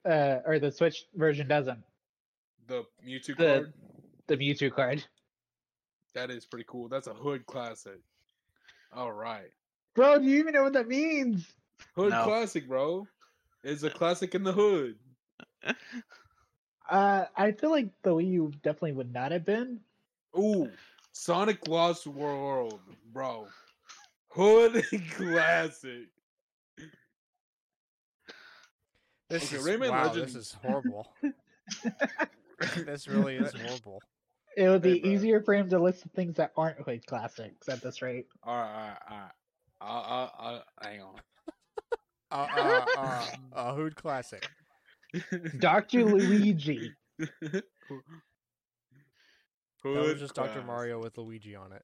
Speaker 3: uh, or the Switch version doesn't.
Speaker 5: The Mewtwo
Speaker 3: The-
Speaker 5: card.
Speaker 3: The Mewtwo card.
Speaker 5: That is pretty cool. That's a Hood Classic. All right.
Speaker 3: Bro, do you even know what that means?
Speaker 5: Hood
Speaker 2: No.
Speaker 5: Classic, bro. It's a classic in the hood.
Speaker 3: Uh, I feel like the Wii U definitely would not have been.
Speaker 5: Ooh, Sonic Lost World, bro. Hood classic.
Speaker 1: This
Speaker 5: Okay,
Speaker 1: is
Speaker 5: Rayman
Speaker 1: wow,
Speaker 5: Legends-
Speaker 1: this is horrible. this really is horrible.
Speaker 3: It would
Speaker 5: Hey,
Speaker 3: be
Speaker 5: bro.
Speaker 3: easier for him to list the things that aren't Hood classics at this rate.
Speaker 5: All right, all right, all right. Hang on.
Speaker 1: Uh, uh, uh, a hood classic.
Speaker 3: Dr. Luigi.
Speaker 5: Hood
Speaker 1: That was just Dr.
Speaker 5: classic.
Speaker 1: Mario with Luigi on it.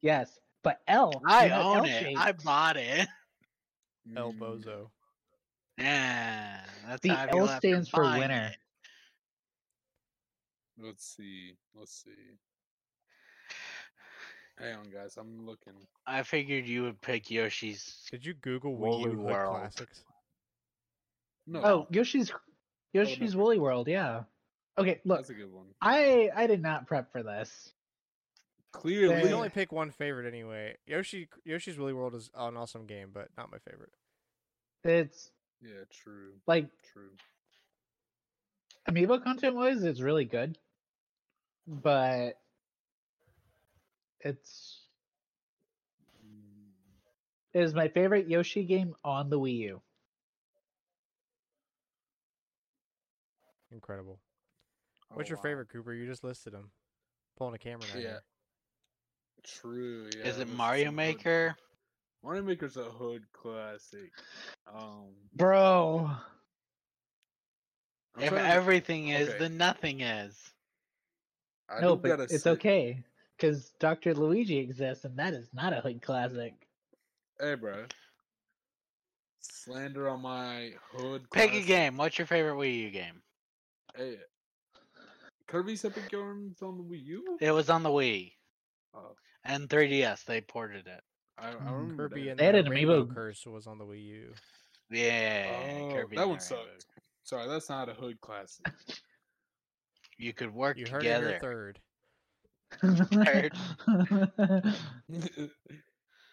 Speaker 3: Yes. But L.
Speaker 2: I
Speaker 3: you had
Speaker 2: own
Speaker 3: L
Speaker 2: it.
Speaker 3: shape.
Speaker 2: I bought it.
Speaker 1: El
Speaker 5: Mm,
Speaker 1: Bozo.
Speaker 2: Yeah, that's
Speaker 3: The
Speaker 2: how
Speaker 3: L
Speaker 2: you'll have to
Speaker 3: stands for
Speaker 2: find
Speaker 3: winner.
Speaker 2: it.
Speaker 5: Let's see. Let's see. Hang on, guys. I'm looking.
Speaker 1: Oh,
Speaker 2: I figured you would pick Yoshi's.
Speaker 1: Did you Google
Speaker 2: Woolly
Speaker 1: Wii U hood
Speaker 2: World.
Speaker 1: classics?
Speaker 5: No.
Speaker 3: Oh, Yoshi's Yoshi's
Speaker 5: no.
Speaker 3: Woolly World, yeah. Okay, look,
Speaker 5: that's a good one.
Speaker 3: I I did not prep for this.
Speaker 5: Clearly,
Speaker 1: You can
Speaker 3: Yeah.
Speaker 1: only pick one favorite anyway. Yoshi Yoshi's Woolly World is an awesome game, but not my favorite.
Speaker 3: It's
Speaker 5: yeah, true,
Speaker 3: like
Speaker 5: true.
Speaker 3: amiibo content wise, it's really good, but it's
Speaker 5: Mm.
Speaker 3: it is my favorite Yoshi game on the Wii U.
Speaker 1: Incredible.
Speaker 5: Oh,
Speaker 1: What's your
Speaker 5: wow.
Speaker 1: favorite, Cooper? You just listed them. Pulling a camera now.
Speaker 5: Yeah.
Speaker 1: here.
Speaker 5: True. Yeah,
Speaker 2: Is
Speaker 5: this
Speaker 2: it Mario
Speaker 5: a hood-
Speaker 2: Maker?
Speaker 5: Mario Maker's a hood classic. Um,
Speaker 3: Bro.
Speaker 5: I'm
Speaker 2: If
Speaker 5: trying to-
Speaker 2: everything is,
Speaker 5: okay.
Speaker 2: then nothing is.
Speaker 5: I
Speaker 3: no,
Speaker 5: do
Speaker 3: but
Speaker 5: gotta
Speaker 3: it's
Speaker 5: say-
Speaker 3: okay. Because Dr. Luigi exists and that is not a hood classic.
Speaker 5: Hey, bro. Slander on my hood.
Speaker 2: Pick a
Speaker 5: classic.
Speaker 2: game. What's your favorite Wii U game?
Speaker 5: Hey, Kirby's Epic Yarns on the Wii U.
Speaker 2: It was on the Wii
Speaker 5: Oh,
Speaker 2: and 3DS. They ported it.
Speaker 5: I, I
Speaker 3: Mm.
Speaker 5: remember
Speaker 1: Kirby
Speaker 5: that.
Speaker 1: and
Speaker 3: They had
Speaker 1: the
Speaker 3: an
Speaker 1: Rainbow
Speaker 3: amiibo-
Speaker 1: Curse was on the Wii U.
Speaker 2: Yeah,
Speaker 5: Oh,
Speaker 2: Kirby
Speaker 5: that
Speaker 2: and
Speaker 5: one
Speaker 2: the
Speaker 5: sucked.
Speaker 2: Rainbow.
Speaker 5: Sorry, that's not a hood classic.
Speaker 2: You could work
Speaker 1: You heard it
Speaker 2: together.
Speaker 1: here third.
Speaker 2: Nerd.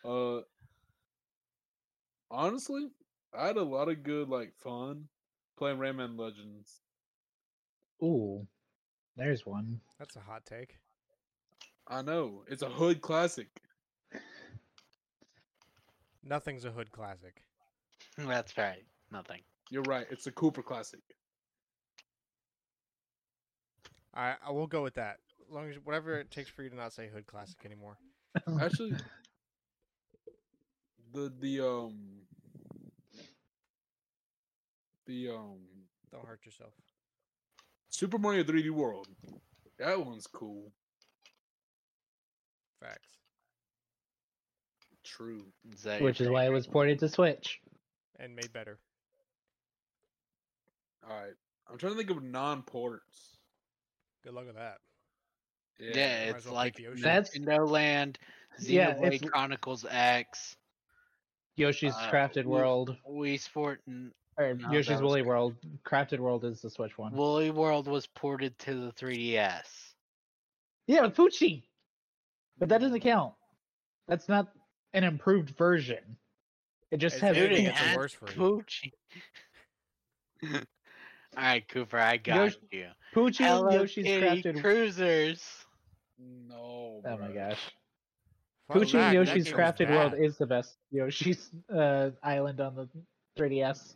Speaker 5: uh, honestly, I had a lot of good like fun playing Rayman Legends.
Speaker 3: Ooh. There's one.
Speaker 1: That's a hot take.
Speaker 5: I know it's a hood classic.
Speaker 1: Nothing's a hood classic.
Speaker 2: That's right. Nothing.
Speaker 5: You're right. It's a Cooper classic.
Speaker 1: I I will go with that. as long as whatever it takes for you to not say Hood Classic anymore.
Speaker 5: Actually, the the um the um
Speaker 1: Don't hurt yourself.
Speaker 5: Super Mario 3D World. That one's cool.
Speaker 1: Facts.
Speaker 5: True.
Speaker 2: Is that your
Speaker 3: which is why it
Speaker 2: favorite?
Speaker 3: was ported to Switch.
Speaker 1: And made better.
Speaker 5: All right. I'm trying to think of non-ports.
Speaker 1: Good luck with that.
Speaker 2: Yeah,
Speaker 1: might as
Speaker 2: it's
Speaker 1: well pick
Speaker 2: like
Speaker 1: the ocean.
Speaker 3: That's-
Speaker 2: Nintendo Land,
Speaker 3: Yeah,
Speaker 2: Xenoblade
Speaker 3: it's-
Speaker 2: Chronicles X,
Speaker 3: Yoshi's
Speaker 2: Uh,
Speaker 3: Crafted
Speaker 2: we-
Speaker 3: World
Speaker 2: Wii Sport, and
Speaker 3: or
Speaker 2: no,
Speaker 3: Yoshi's
Speaker 2: that was
Speaker 3: Woolly
Speaker 2: good.
Speaker 3: World. Crafted World is the Switch one.
Speaker 2: Woolly World was ported to the 3DS.
Speaker 3: yeah, with Poochie. But that doesn't count. That's not an improved version. It just
Speaker 1: It's
Speaker 3: has
Speaker 1: Dude, it
Speaker 3: Poochie.
Speaker 1: gets has- worse version.
Speaker 2: Poochie. All right, Cooper, I got
Speaker 3: Yosh-
Speaker 2: you.
Speaker 3: Poochie
Speaker 2: Hello
Speaker 3: and Yoshi's
Speaker 2: Kitty
Speaker 3: Crafted.
Speaker 2: Cruisers.
Speaker 5: No.
Speaker 3: oh my
Speaker 5: bruh.
Speaker 3: gosh.
Speaker 1: Fun
Speaker 3: Poochie
Speaker 1: fact,
Speaker 3: and
Speaker 1: that
Speaker 3: Yoshi's
Speaker 1: game was
Speaker 3: Crafted World
Speaker 1: bad.
Speaker 3: is the best Yoshi's uh, Island on the 3DS.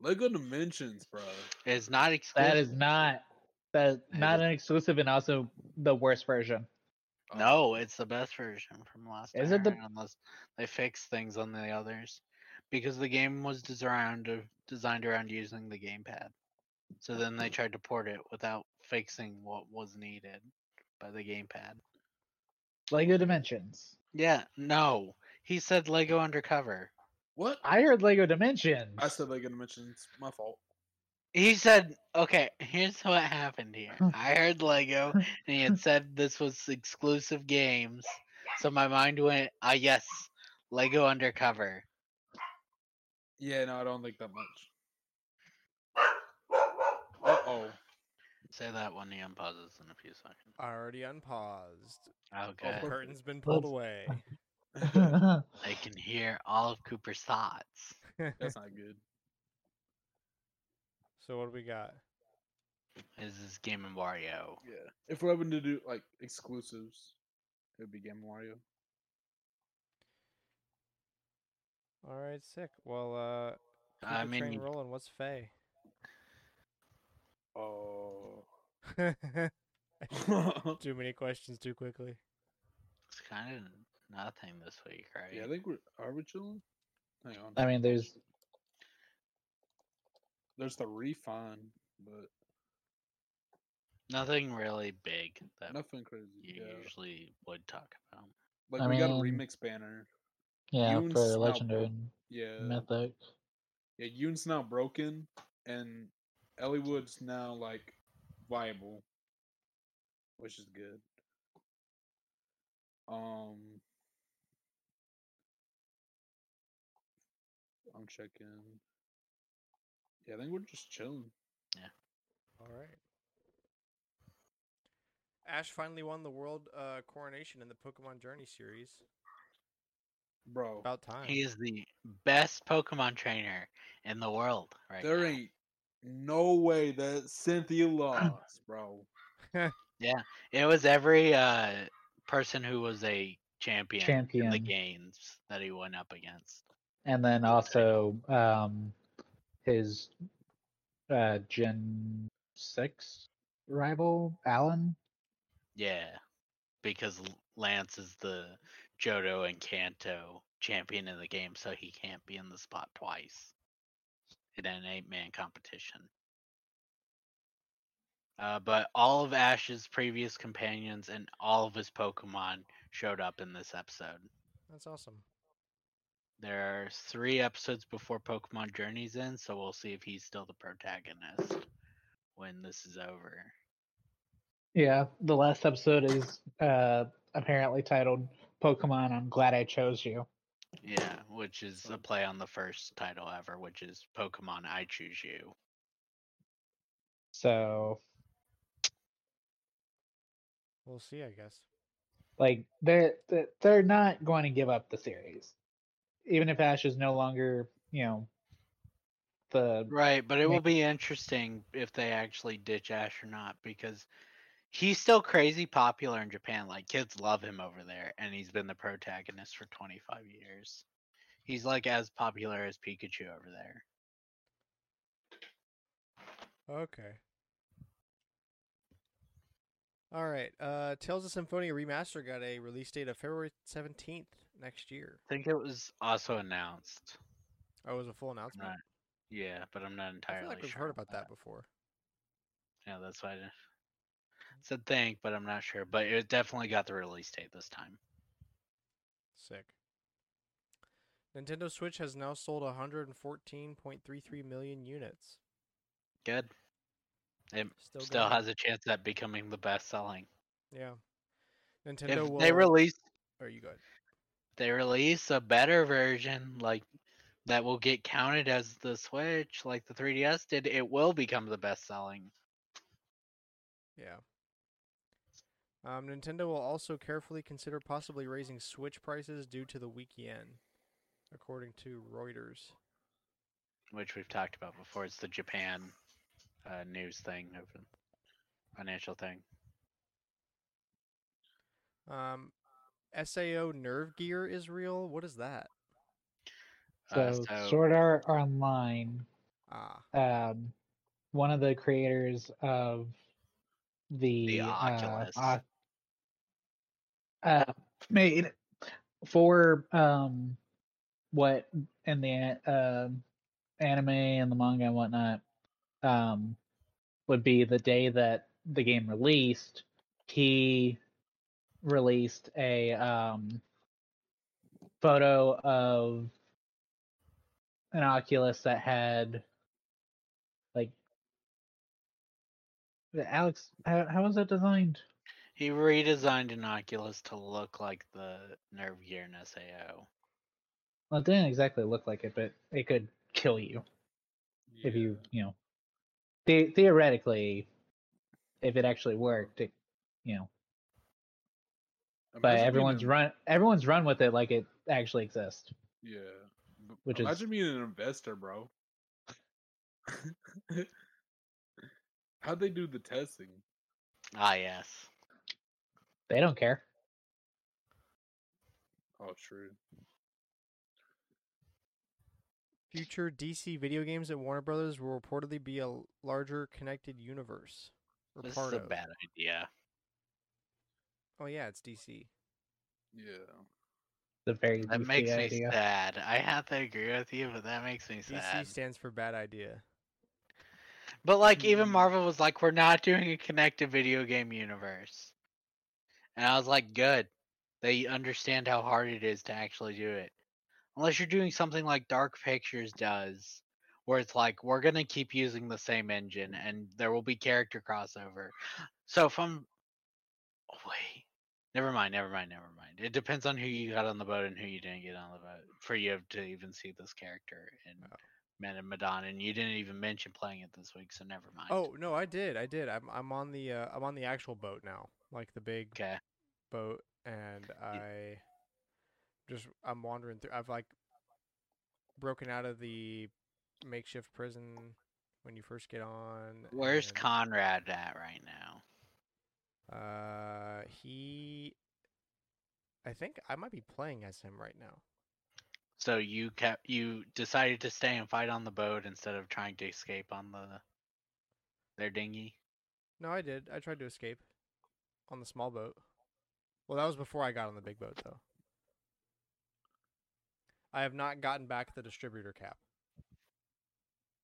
Speaker 5: Lego Dimensions, bro.
Speaker 2: It's not exclusive.
Speaker 3: That is not that is
Speaker 2: That
Speaker 3: not
Speaker 2: is-
Speaker 3: an exclusive and also the worst version.
Speaker 2: No, it's the best version from last.
Speaker 3: Is it the-
Speaker 2: time, unless they fix things on the others, because the game was designed of- designed around using the gamepad. So then
Speaker 3: Hmm.
Speaker 2: they tried to port it without fixing what was needed by the gamepad.
Speaker 3: Lego Dimensions.
Speaker 2: Yeah, no, he said Lego Undercover.
Speaker 5: What?
Speaker 3: I heard Lego Dimensions.
Speaker 5: I said Lego Dimensions. My fault.
Speaker 2: He said, "Okay, here's what happened here. I heard Lego, and he had said this was exclusive games, so my mind went, ah, yes, Lego Undercover."
Speaker 5: Yeah, no, I don't think that much. Uh oh.
Speaker 2: Say that when he unpauses in a few seconds.
Speaker 1: Already unpaused.
Speaker 2: Oh,
Speaker 1: The
Speaker 5: Okay.
Speaker 2: good.
Speaker 1: curtain's been pulled
Speaker 3: Let's-
Speaker 1: away.
Speaker 2: I can hear all of Cooper's thoughts.
Speaker 5: That's not good.
Speaker 1: so what do we got?
Speaker 2: Is this Game and Wario?
Speaker 5: Yeah. If we're having to do like exclusives, it would be Game Mario.
Speaker 1: All right, sick. Well, uh, keep
Speaker 2: I
Speaker 1: the train
Speaker 2: mean-
Speaker 1: rolling. What's Faye?
Speaker 5: Oh.
Speaker 1: Too many questions too quickly.
Speaker 2: It's kind of nothing this week, right?
Speaker 5: yeah, I think we're are we chilling? Hang on.
Speaker 3: I mean, there's
Speaker 5: There's the refine, but
Speaker 2: Nothing really big that
Speaker 5: nothing crazy.
Speaker 2: you
Speaker 5: Yeah.
Speaker 2: usually would talk about.
Speaker 5: Like
Speaker 3: I
Speaker 5: we got a
Speaker 3: mean-
Speaker 5: remix banner.
Speaker 3: yeah
Speaker 5: Yoon
Speaker 3: for
Speaker 5: Snowball.
Speaker 3: Legendary and
Speaker 5: Yeah.
Speaker 3: Mythic.
Speaker 5: Yeah, Yoon's now broken and Ellie Wood's now like viable. Which is good. Um I'm checking. Yeah, I think we're just chilling.
Speaker 1: All right. Ash finally won the world uh, coronation in the Pokemon Journey series.
Speaker 5: Bro.
Speaker 1: About time.
Speaker 2: He is the best Pokemon trainer in the world, right?
Speaker 5: There
Speaker 2: now.
Speaker 5: ain't no way that Cynthia lost, bro.
Speaker 2: It was every uh, person who was a champion, in the
Speaker 3: Champion.
Speaker 2: games that he went up against.
Speaker 3: and then also um his uh gen 6 rival alan
Speaker 2: Yeah, because L- Lance is the Johto and Kanto champion in the game, so he can't be in the spot twice in an eight man competition. Uh, but all of Ash's previous companions and all of his Pokemon showed up in this episode.
Speaker 1: That's awesome.
Speaker 2: There are three episodes before Pokemon Journey's in, so we'll see if he's still the protagonist when this is over.
Speaker 3: yeah the last episode is uh apparently titled pokemon i'm glad i chose you
Speaker 2: Yeah, which is a play on the first title ever, which is Pokemon I Choose You.
Speaker 3: so
Speaker 1: We'll see, I guess.
Speaker 3: like they're they're- they're not going to give up the series even if ash is no longer you know the
Speaker 2: Right, but it will
Speaker 3: Nick-
Speaker 2: be interesting if they actually ditch Ash or not because he's still crazy popular in Japan. Like kids love him over there and he's been the protagonist for 25 years. He's like as popular as Pikachu over there.
Speaker 1: Okay. All right. Uh, Tales of Symphonia Remaster got a release date of February 17th next year.
Speaker 2: I think it was also announced.
Speaker 1: Oh, it was a full announcement.
Speaker 2: Right. Yeah, but I'm not
Speaker 1: I
Speaker 2: entirely
Speaker 1: feel like we've
Speaker 2: sure.
Speaker 1: heard about that before.
Speaker 2: Yeah, that's why I didn't- it's a thing, but I'm not sure. But it definitely got the release date this time.
Speaker 1: Sick. Nintendo Switch has now sold 114.33 million units.
Speaker 2: Good. It
Speaker 1: Still,
Speaker 2: still
Speaker 1: going.
Speaker 2: has a chance at becoming the best selling.
Speaker 1: Yeah. Nintendo
Speaker 2: If
Speaker 1: will.
Speaker 2: they release
Speaker 1: Are you good?
Speaker 2: they release a better version, like that will get counted as the Switch, like the 3DS did, it will become the best selling.
Speaker 1: Yeah. Um, Nintendo will also carefully consider possibly raising Switch prices due to the weak yen, according to Reuters.
Speaker 2: which we've talked about before. It's the Japan uh, news thing, of the financial thing.
Speaker 1: Um, SAO Nerve Gear is real. What is that?
Speaker 2: Uh,
Speaker 3: So,
Speaker 2: so-
Speaker 3: Sword Art Online,
Speaker 1: Ah,
Speaker 3: um, one of the creators of the, uh,
Speaker 2: Oculus.
Speaker 3: Oc- uh, made for um, what in the a- um anime and the manga and whatnot um, would be the day that the game released. He released a um, photo of an Oculus that had like the Alex. How, how was that designed?
Speaker 2: He redesigned an Oculus to look like the Nerve Gear and SAO.
Speaker 3: Well, it didn't exactly look like it, but it could kill you if you you know. The- theoretically, if it actually worked, it, you know.
Speaker 5: Yeah.
Speaker 3: But
Speaker 5: Imagine being
Speaker 3: everyone's
Speaker 5: in-
Speaker 3: run everyone's run with it like it actually exists.
Speaker 5: Yeah. B-
Speaker 3: which is-
Speaker 5: Imagine being an investor, bro. How'd they do the testing?
Speaker 2: Ah, yes.
Speaker 3: They don't care.
Speaker 5: Oh, true.
Speaker 1: future DC video games at Warner Brothers will reportedly be a l- larger connected universe. Or
Speaker 2: This
Speaker 1: part
Speaker 2: is a
Speaker 1: of.
Speaker 2: bad idea.
Speaker 1: Oh yeah, it's DC.
Speaker 5: Yeah.
Speaker 3: The very
Speaker 2: That
Speaker 3: DC
Speaker 2: makes me
Speaker 3: idea.
Speaker 2: sad. I have to agree with you, but that makes me sad.
Speaker 1: DC stands for bad idea.
Speaker 2: But like, even
Speaker 5: Mm.
Speaker 2: Marvel was like, "We're not doing a connected video game universe," and I was like, "Good, they understand how hard it is to actually do it." Unless you're doing something like Dark Pictures does, where it's like, "We're gonna keep using the same engine, and there will be character crossover." So if I'm, oh, wait, never mind, never mind, never mind. It depends on who you got on the boat and who you didn't get on the boat for you to even see this character in
Speaker 1: Oh.
Speaker 2: Man and Madonna, and you didn't even mention playing it this week, so never mind.
Speaker 1: Oh no, I did. I did. I'm I'm on the uh, I'm on the actual boat now, like the big
Speaker 2: okay.
Speaker 1: boat, and I just I'm wandering through. I've like broken out of the makeshift prison when you first get on.
Speaker 2: Where's
Speaker 1: and,
Speaker 2: Conrad at right now?
Speaker 1: Uh, he. I think I might be playing as him right now.
Speaker 2: So you kept you decided to stay and fight on the boat instead of trying to escape on the their dinghy.
Speaker 1: No, I did. I tried to escape on the small boat. Well, that was before I got on the big boat, though. I have not gotten back the distributor cap.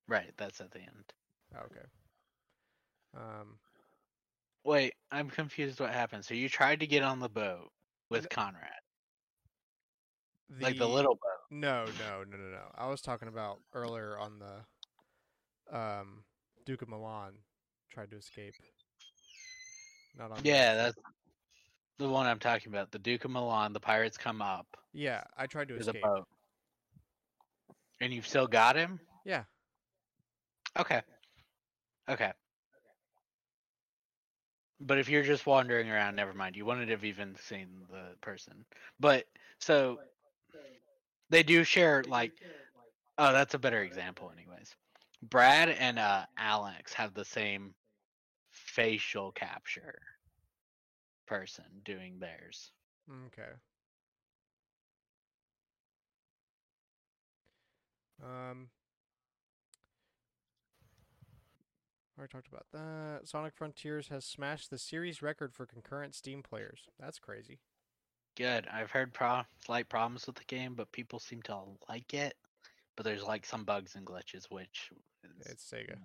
Speaker 2: Right, that's at the end.
Speaker 1: Oh, okay. Um,
Speaker 2: Wait, I'm confused. What happened? So you tried to get on the boat with
Speaker 1: N-
Speaker 2: Conrad, like the little boat.
Speaker 1: No, no, no, no, no. I was talking about earlier on the um Duke of Milan tried to escape. Not on the-
Speaker 2: Yeah, that's the one I'm talking about. The Duke of Milan. The pirates come up
Speaker 1: Yeah, I tried to
Speaker 2: with a
Speaker 1: escape.
Speaker 2: boat, and you've still got him.
Speaker 1: Yeah.
Speaker 2: Okay. Okay. But if you're just wandering around, never mind. You wouldn't have even seen the person. But so they do share like oh, that's a better example anyways. Brad and uh Alex have the same facial capture person doing theirs.
Speaker 1: Mm, Okay. Um already talked about that. Sonic Frontiers has smashed the series record for concurrent Steam players. That's crazy.
Speaker 2: Good. I've heard pro- slight problems with the game, but people seem to like it. But there's like some bugs and glitches, which is,
Speaker 1: It's Sega.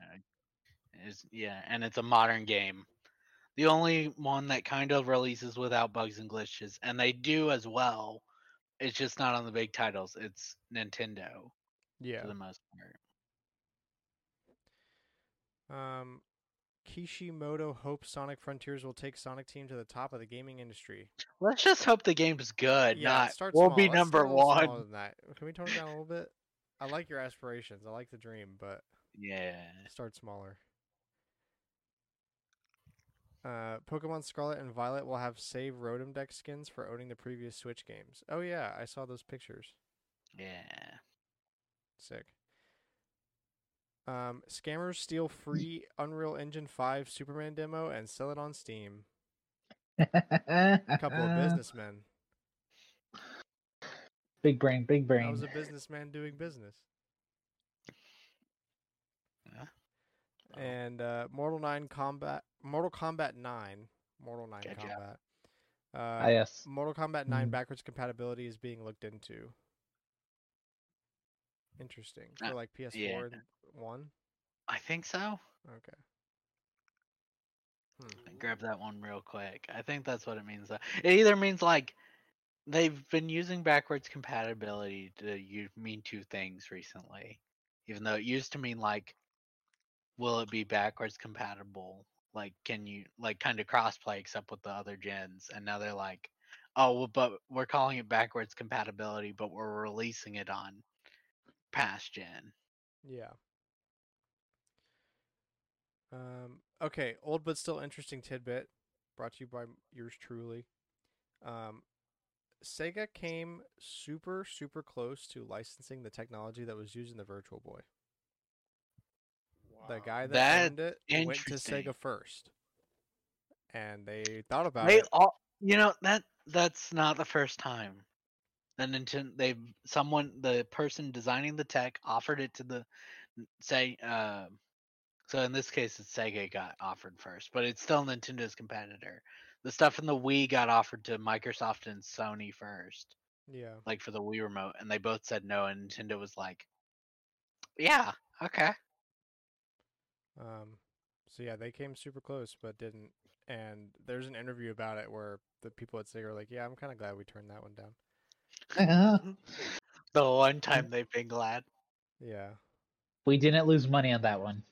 Speaker 2: yeah, is yeah, and it's a modern game. The only one that kind of releases without bugs and glitches, and they do as well. It's just not on the big titles. It's Nintendo
Speaker 1: Yeah.
Speaker 2: for the most part.
Speaker 1: Um, Kishimoto hopes Sonic Frontiers will take Sonic Team to the top of the gaming industry.
Speaker 2: Let's just hope the game's good.
Speaker 1: yeah,
Speaker 2: not
Speaker 1: start
Speaker 2: we'll
Speaker 1: small.
Speaker 2: be
Speaker 1: Let's
Speaker 2: number
Speaker 1: start a little
Speaker 2: one.
Speaker 1: smaller Than that. Can we tone it down a little bit? I like your aspirations. I like the dream, but
Speaker 2: Yeah.
Speaker 1: start smaller. Uh, Pokemon Scarlet and Violet will have save Rotom deck skins for owning the previous Switch games. Oh yeah, I saw those pictures.
Speaker 2: Yeah.
Speaker 1: Sick. Um, scammers steal free Unreal Engine 5 Superman demo and sell it on Steam.
Speaker 3: A
Speaker 1: Couple of businessmen.
Speaker 3: Big brain, big
Speaker 1: I was
Speaker 3: brain.
Speaker 1: a businessman doing business.
Speaker 2: Yeah. Oh.
Speaker 1: And uh, Mortal Nine Combat, Mortal Kombat Nine, Mortal Nine
Speaker 2: Good job.
Speaker 1: Combat.
Speaker 3: Ah,
Speaker 1: Uh,
Speaker 3: yes.
Speaker 1: Mortal Kombat Nine
Speaker 3: Mm.
Speaker 1: backwards compatibility is being looked into. Interesting for
Speaker 2: Uh,
Speaker 1: like PS4
Speaker 2: yeah.
Speaker 1: and one.
Speaker 2: I think so.
Speaker 1: Okay. Hmm.
Speaker 2: grab that one real quick. I think that's what it means. though. It either means like they've been using backwards compatibility to you mean two things recently, even though it used to mean like, will it be backwards compatible? Like, can you like kind of crossplay except with the other gens? And now they're like, oh, well, but we're calling it backwards compatibility, but we're releasing it on past gen.
Speaker 1: Yeah. Um, okay, old but still interesting tidbit brought to you by m- yours truly. Um, Sega came super, super close to licensing the technology that was used in the Virtual Boy. The guy that,
Speaker 2: That's
Speaker 1: owned it went to
Speaker 2: interesting.
Speaker 1: Sega first. And they thought about
Speaker 2: They
Speaker 1: it.
Speaker 2: all, you know, that that's not the first time. The Nintendo, they someone, the person designing the tech offered it to the say. Uh, so in this case, it's Sega got offered first, but it's still Nintendo's competitor. The stuff in the Wii got offered to Microsoft and Sony first,
Speaker 1: Yeah.
Speaker 2: like for the Wii remote, and they both said no. And Nintendo was like, "Yeah, okay,
Speaker 1: Um, so yeah, they came super close, but didn't. And there's an interview about it where the people at Sega are like, "Yeah, I'm kind of glad we turned that one down."
Speaker 2: the one time they've been glad."
Speaker 1: Yeah.
Speaker 3: we didn't lose money on that one.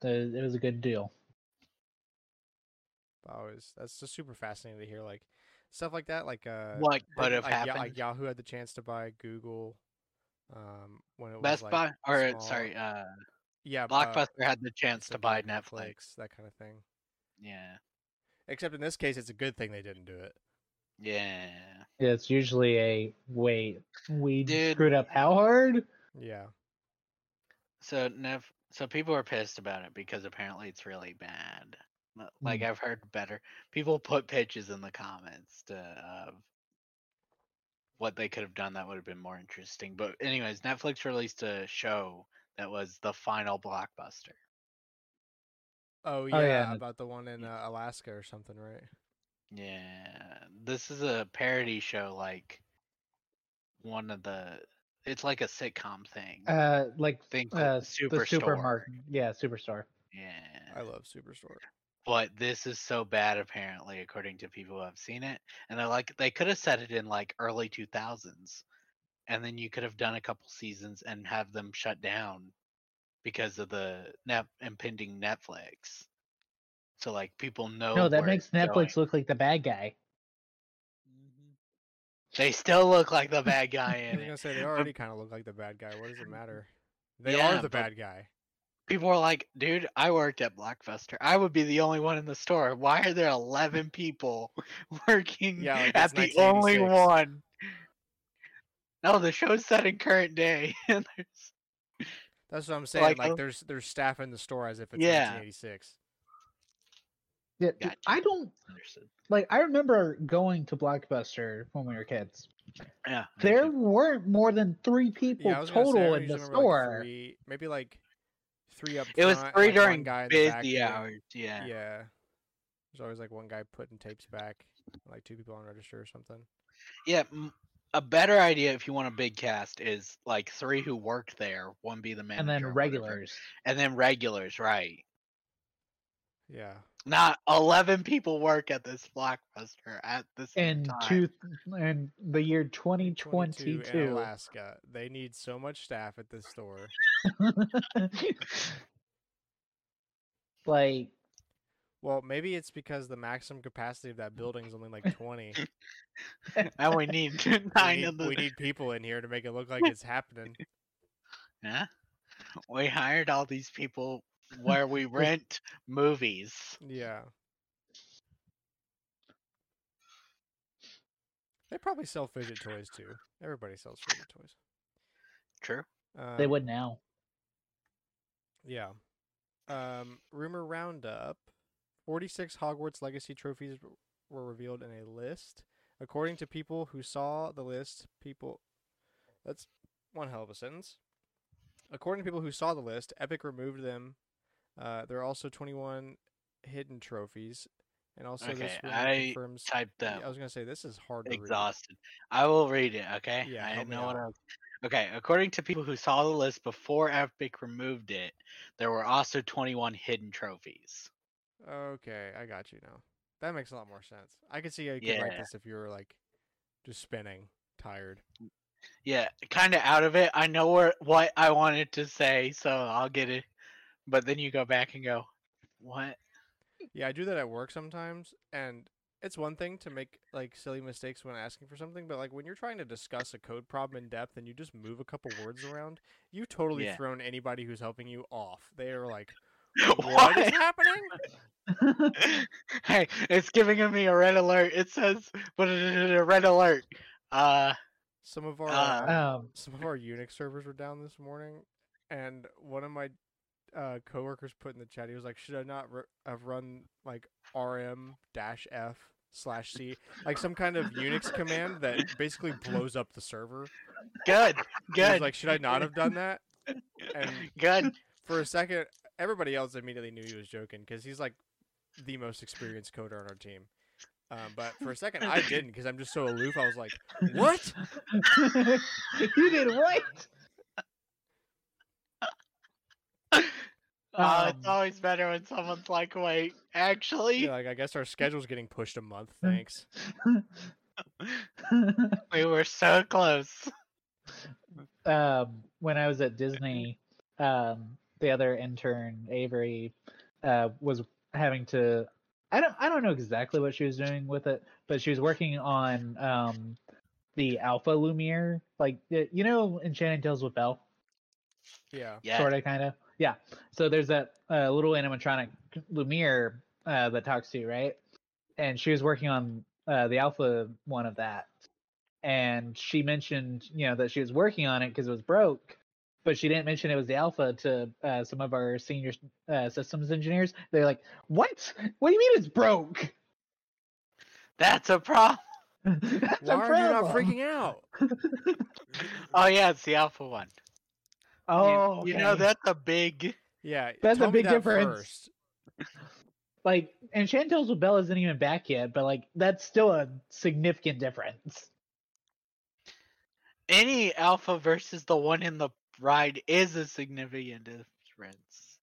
Speaker 3: The- It was a good deal.
Speaker 1: always that's just super fascinating to hear like stuff like that like uh
Speaker 2: What
Speaker 1: like-
Speaker 2: could have
Speaker 1: like, Ya-
Speaker 2: happened?
Speaker 1: like yahoo had the chance to buy google um when it
Speaker 2: Best
Speaker 1: was like,
Speaker 2: Buy, or
Speaker 1: small.
Speaker 2: sorry, uh,
Speaker 1: yeah uh,
Speaker 2: Blockbuster had the chance
Speaker 1: instead
Speaker 2: to
Speaker 1: of
Speaker 2: buy
Speaker 1: getting
Speaker 2: Netflix.
Speaker 1: that kind of thing
Speaker 2: Yeah.
Speaker 1: except in this case it's a good thing they didn't do it
Speaker 2: Yeah.
Speaker 3: Yeah, It's usually a wait. We
Speaker 2: Dude.
Speaker 3: screwed up how hard?
Speaker 1: yeah
Speaker 2: So Nev so people are pissed about it because apparently it's really bad. L- Like I've heard better. People put pitches in the comments to of what they could have done that would have been more interesting. But anyways, Netflix released a show that was the final blockbuster.
Speaker 1: oh yeah,
Speaker 3: yeah, and-
Speaker 1: about the one in uh, alaska or something right
Speaker 2: Yeah. This is a parody show like one of the it's like a sitcom thing.
Speaker 3: Uh, like
Speaker 2: Think
Speaker 3: uh,
Speaker 2: of
Speaker 3: the
Speaker 2: Superstore.
Speaker 3: supermarket. Yeah, superstar.
Speaker 2: yeah.
Speaker 1: i love superstore
Speaker 2: but this is so bad apparently according to people who have seen it and they're like they could have set it in like early 2000s and then you could have done a couple seasons and have them shut down because of the net impending netflix so like people know
Speaker 3: no, that
Speaker 2: where
Speaker 3: makes
Speaker 2: it's
Speaker 3: Netflix
Speaker 2: going.
Speaker 3: look like the bad guy.
Speaker 2: they still look like the bad guy
Speaker 1: i
Speaker 2: in
Speaker 1: was
Speaker 2: it
Speaker 1: gonna say they already kind of look like the bad guy what does it matter they
Speaker 2: Yeah,
Speaker 1: are the
Speaker 2: but-
Speaker 1: bad guy
Speaker 2: people are like dude i worked at blockbuster i would be the only one in the store why are there 11 people working
Speaker 1: Yeah, like
Speaker 2: at
Speaker 1: it's
Speaker 2: the only
Speaker 1: 1986.
Speaker 2: one no the show's set in current day and there's
Speaker 1: that's what i'm saying
Speaker 2: Like,
Speaker 1: like,
Speaker 2: oh.
Speaker 1: there's there's staff in the store as if it's
Speaker 2: Yeah.
Speaker 1: 1986
Speaker 3: Yeah, dude,
Speaker 2: Gotcha.
Speaker 3: I don't
Speaker 2: Anderson.
Speaker 3: like. I remember going to Blockbuster when we were kids.
Speaker 2: yeah me
Speaker 3: There
Speaker 2: too.
Speaker 3: weren't more than three people
Speaker 1: yeah, I was gonna say, I
Speaker 3: total in
Speaker 1: always
Speaker 3: the
Speaker 1: remember, like,
Speaker 3: store.
Speaker 1: three- maybe like three up.
Speaker 2: It was
Speaker 1: front and,
Speaker 2: three
Speaker 1: like, one
Speaker 2: during
Speaker 1: guy in the back
Speaker 2: busy
Speaker 1: doing-
Speaker 2: hours. Yeah.
Speaker 1: Yeah. There's always like one guy putting tapes back, like two people on register or something.
Speaker 2: Yeah, m- a better idea if you want a big cast is like three who work there, one be the manager,
Speaker 3: and then
Speaker 2: or whatever,
Speaker 3: regulars.
Speaker 2: and then regulars, right?
Speaker 1: Yeah.
Speaker 2: Not eleven people work at this blockbuster at this
Speaker 3: In
Speaker 2: time.
Speaker 3: two in the year
Speaker 1: 22
Speaker 3: 2022.
Speaker 1: in Alaska. They need so much staff at this store.
Speaker 3: like
Speaker 1: Well, maybe it's because the maximum capacity of
Speaker 2: Mm.
Speaker 1: that building is only like 20. We
Speaker 2: and we need nine
Speaker 1: need-
Speaker 2: of the.
Speaker 1: we need people in here to make it look like it's happening.
Speaker 2: Huh? We hired all these people where we rent movies.
Speaker 1: Yeah. They probably sell fidget toys too. Everybody sells fidget toys.
Speaker 2: True.
Speaker 1: Um,
Speaker 3: they would now.
Speaker 1: Yeah. Um, rumor roundup: forty-six Hogwarts Legacy trophies w- were revealed in a list. According to people who saw the list, people that's one hell of a sentence. According to people who saw the list, Epic removed them. Uh, there are also twenty-one hidden trophies, and also this
Speaker 2: Okay,
Speaker 1: rumor
Speaker 2: I
Speaker 1: confirms.
Speaker 2: Type
Speaker 1: Yeah,
Speaker 2: them.
Speaker 1: I was gonna say this is hard to read.
Speaker 2: exhausted. I will read it, okay?
Speaker 1: Yeah,
Speaker 2: I
Speaker 1: help me
Speaker 2: know what
Speaker 1: out.
Speaker 2: I was- Okay, according to people who saw the list before Epic removed it, there were also 21 hidden trophies.
Speaker 1: Okay, I got you now. That makes a lot more sense. I could see how you could write
Speaker 2: Yeah.
Speaker 1: this if you were like just spinning, tired.
Speaker 2: Yeah, kind of out of it. I know where, what I wanted to say, so I'll get it. But then you go back and go, what?
Speaker 1: Yeah, I do that at work sometimes, and it's one thing to make like silly mistakes when asking for something, but like when you're trying to discuss a code problem in depth and you just move a couple words around, you've totally
Speaker 2: Yeah.
Speaker 1: thrown anybody who's helping you off. They are like, "What is
Speaker 2: What?
Speaker 1: happening?"
Speaker 2: hey, it's giving me a red alert. It says red alert. Uh,
Speaker 1: Some of our
Speaker 2: Uh,
Speaker 1: uh,
Speaker 3: Um
Speaker 1: some of our Unix servers were down this morning, and one of my uh, coworkers put in the chat. He was like, "Should I not ru- have run like rm dash f slash c like some kind of Unix command that basically blows up the server?"
Speaker 2: good,
Speaker 1: He was
Speaker 2: good,
Speaker 1: like, should I not have done that? And
Speaker 2: good.
Speaker 1: for a second, everybody else immediately knew he was joking because he's like the most experienced coder on our team. Um, but for a second, I didn't because I'm just so aloof. I was like, what?
Speaker 3: you did what?
Speaker 2: Oh, it's
Speaker 3: Um,
Speaker 2: always better when someone's like, wait, actually,
Speaker 1: Yeah, like, I guess our schedule's getting pushed a month. Thanks.
Speaker 2: we were so close.
Speaker 3: um, when I was at Disney, um, the other intern Avery uh, was having to. I don't. I don't know exactly what she was doing with it, but she was working on um, the Alpha Lumiere, like y- you know, Enchanted Tales with Belle,
Speaker 1: Yeah.
Speaker 2: Yeah.
Speaker 3: sort of, kind of. Yeah. So there's that uh, little animatronic Lumiere uh, that talks to you, right? And she was working on uh, the Alpha one of that, and she mentioned you know that she was working on it because it was broke but she didn't mention it was the alpha to uh, some of our senior s- uh, systems engineers they're like what what do you mean it's broke
Speaker 2: That's a problem.
Speaker 3: that's
Speaker 1: Why
Speaker 3: a
Speaker 1: are you not
Speaker 3: problem."
Speaker 1: freaking out?
Speaker 2: Oh, yeah, it's the alpha one. You-
Speaker 3: oh
Speaker 2: you, know,
Speaker 3: okay.
Speaker 2: that's a big.
Speaker 1: Yeah.
Speaker 3: That's a
Speaker 1: tell me
Speaker 3: big
Speaker 1: that
Speaker 3: difference.
Speaker 1: first.
Speaker 3: like and chantel's with bella isn't even back yet but like that's still a significant difference
Speaker 2: Any alpha versus the one in the ride is a significant difference.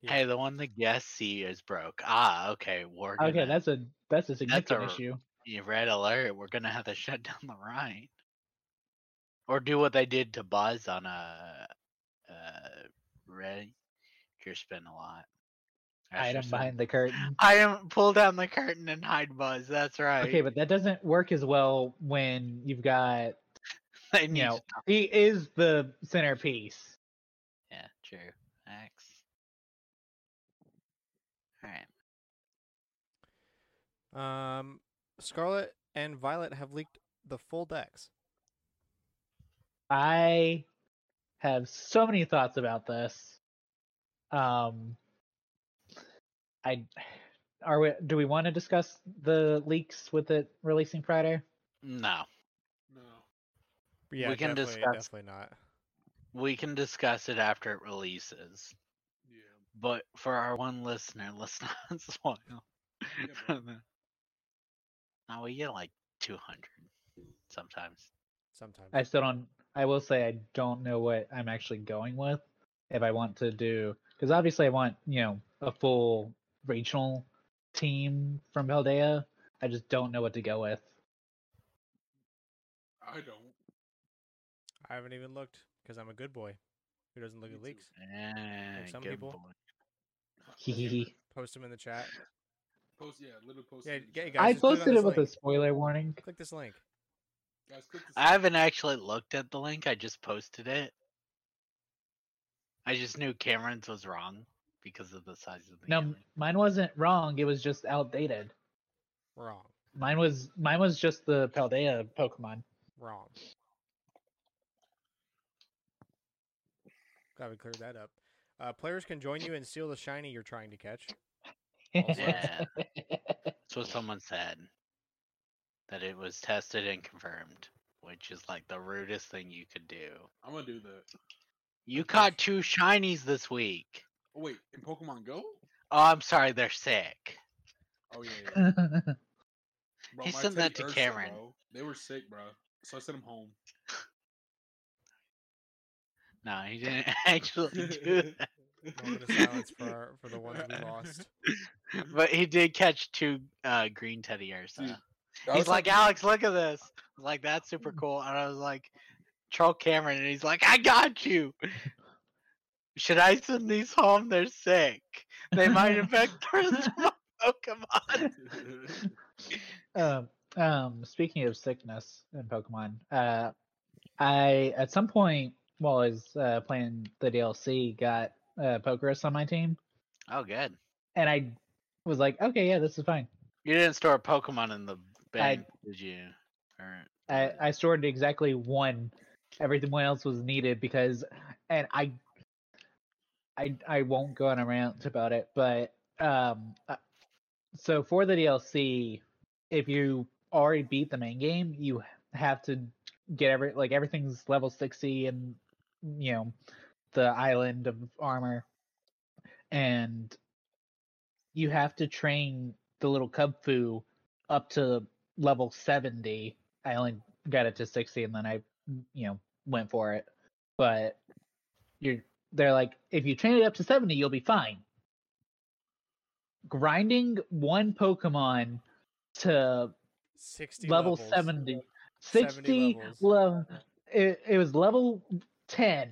Speaker 1: Yeah.
Speaker 2: Hey, the one that guest C is broke. Ah, okay. We're gonna,
Speaker 3: okay that's a that's a significant
Speaker 2: a-
Speaker 3: issue
Speaker 2: you red alert. We're gonna have to shut down the ride, or do what they did to Buzz on a uh, red. You're spin a lot. I should
Speaker 3: item
Speaker 2: say-
Speaker 3: behind the curtain
Speaker 2: Item, pull down the curtain and hide Buzz. That's right.
Speaker 3: okay but that doesn't work as well when you've got
Speaker 2: they
Speaker 3: you
Speaker 2: need
Speaker 3: know
Speaker 2: to-
Speaker 3: he is the centerpiece
Speaker 2: Yeah, true. Thanks. All right.
Speaker 1: Um, Scarlet and Violet have leaked the full decks.
Speaker 3: I have so many thoughts about this. Um, I are we? Do we want to discuss the leaks with it releasing Friday?
Speaker 2: No,
Speaker 6: No.
Speaker 1: Yeah,
Speaker 2: We can
Speaker 1: definitely,
Speaker 2: discuss-
Speaker 1: definitely not.
Speaker 2: we can discuss it after it releases.
Speaker 5: Yeah.
Speaker 2: But for our one listener, let's not spoil.
Speaker 5: Yeah,
Speaker 2: now we get like 200 sometimes.
Speaker 1: Sometimes.
Speaker 3: I still don't. I will say I don't know what I'm actually going with if I want to do because obviously I want you know a full regional team from Paldea. I just don't know what to go with.
Speaker 5: I don't.
Speaker 1: I haven't even looked because I'm a good boy who doesn't look
Speaker 5: Me
Speaker 1: at
Speaker 5: too.
Speaker 1: leaks.
Speaker 2: Yeah,
Speaker 1: some
Speaker 2: Eh, good
Speaker 1: people-
Speaker 2: boy.
Speaker 1: Post them in the chat.
Speaker 5: Post, yeah, literally post.
Speaker 1: Yeah,
Speaker 5: it in the
Speaker 1: g-
Speaker 5: chat.
Speaker 1: guys,
Speaker 3: I
Speaker 1: just click on
Speaker 3: posted
Speaker 1: this
Speaker 3: it with a
Speaker 1: link.
Speaker 3: spoiler warning.
Speaker 1: Click this link.
Speaker 5: Guys, click this
Speaker 2: I haven't actually looked at the link. I just posted it. I just knew Cameron's was wrong because of the size of the.
Speaker 3: No,
Speaker 2: image.
Speaker 3: m- mine wasn't wrong. It was just outdated.
Speaker 1: Wrong.
Speaker 3: Mine was mine was just the Paldea Pokemon.
Speaker 1: Wrong. Glad we cleared that up. Uh, players can join you and steal the shiny you're trying to catch. Also-
Speaker 2: Yeah, that's what someone said. That it was tested and confirmed, which is like the rudest thing you could do.
Speaker 5: I'm gonna do that.
Speaker 2: You caught two shinies this week.
Speaker 5: Oh wait, in Pokemon Go?
Speaker 2: Oh, I'm sorry, they're sick.
Speaker 5: Oh yeah. yeah.
Speaker 3: I
Speaker 5: Bro,
Speaker 2: He
Speaker 5: my
Speaker 2: sent that
Speaker 5: Teddy
Speaker 2: to
Speaker 5: Ursa,
Speaker 2: Cameron.
Speaker 5: bro, They were sick, bro. So I sent them home.
Speaker 2: No, he didn't actually do that.
Speaker 1: Moment of silence for our, for the ones we lost.
Speaker 2: but he did catch two uh, green teddy
Speaker 5: Dude,
Speaker 2: ursa.
Speaker 5: I
Speaker 2: He's
Speaker 5: was
Speaker 2: like,
Speaker 5: talking-
Speaker 2: Alex, look at this. I was like, that's super cool. And I was like, troll Cameron, and he's like, I got you. Should I send these home? They're sick. They might affect the rest of my Pokemon.
Speaker 3: um, um, speaking of sickness in Pokemon, uh, I at some point while I was uh, playing the DLC, got uh, Pokerus on my team,
Speaker 2: Oh, good.
Speaker 3: and I was like, okay, yeah, this is fine.
Speaker 2: You didn't store a Pokemon in the bank, did you? Or oh,
Speaker 3: I, I stored exactly one. Everything else was needed because, and I, I, I won't go on a rant about it. But um, uh, so for the DLC, if you already beat the main game, you have to get every like everything's level sixty and you know the island of armor, and you have to train the little cub foo up to level seventy I only got it to 60 and then I, you know, went for it. But you're they're like if you train it up to 70, you'll be fine. Grinding one Pokemon to
Speaker 1: 60
Speaker 3: level
Speaker 1: levels.
Speaker 3: 70
Speaker 1: 70
Speaker 3: 60
Speaker 1: levels.
Speaker 3: level it, it was level 10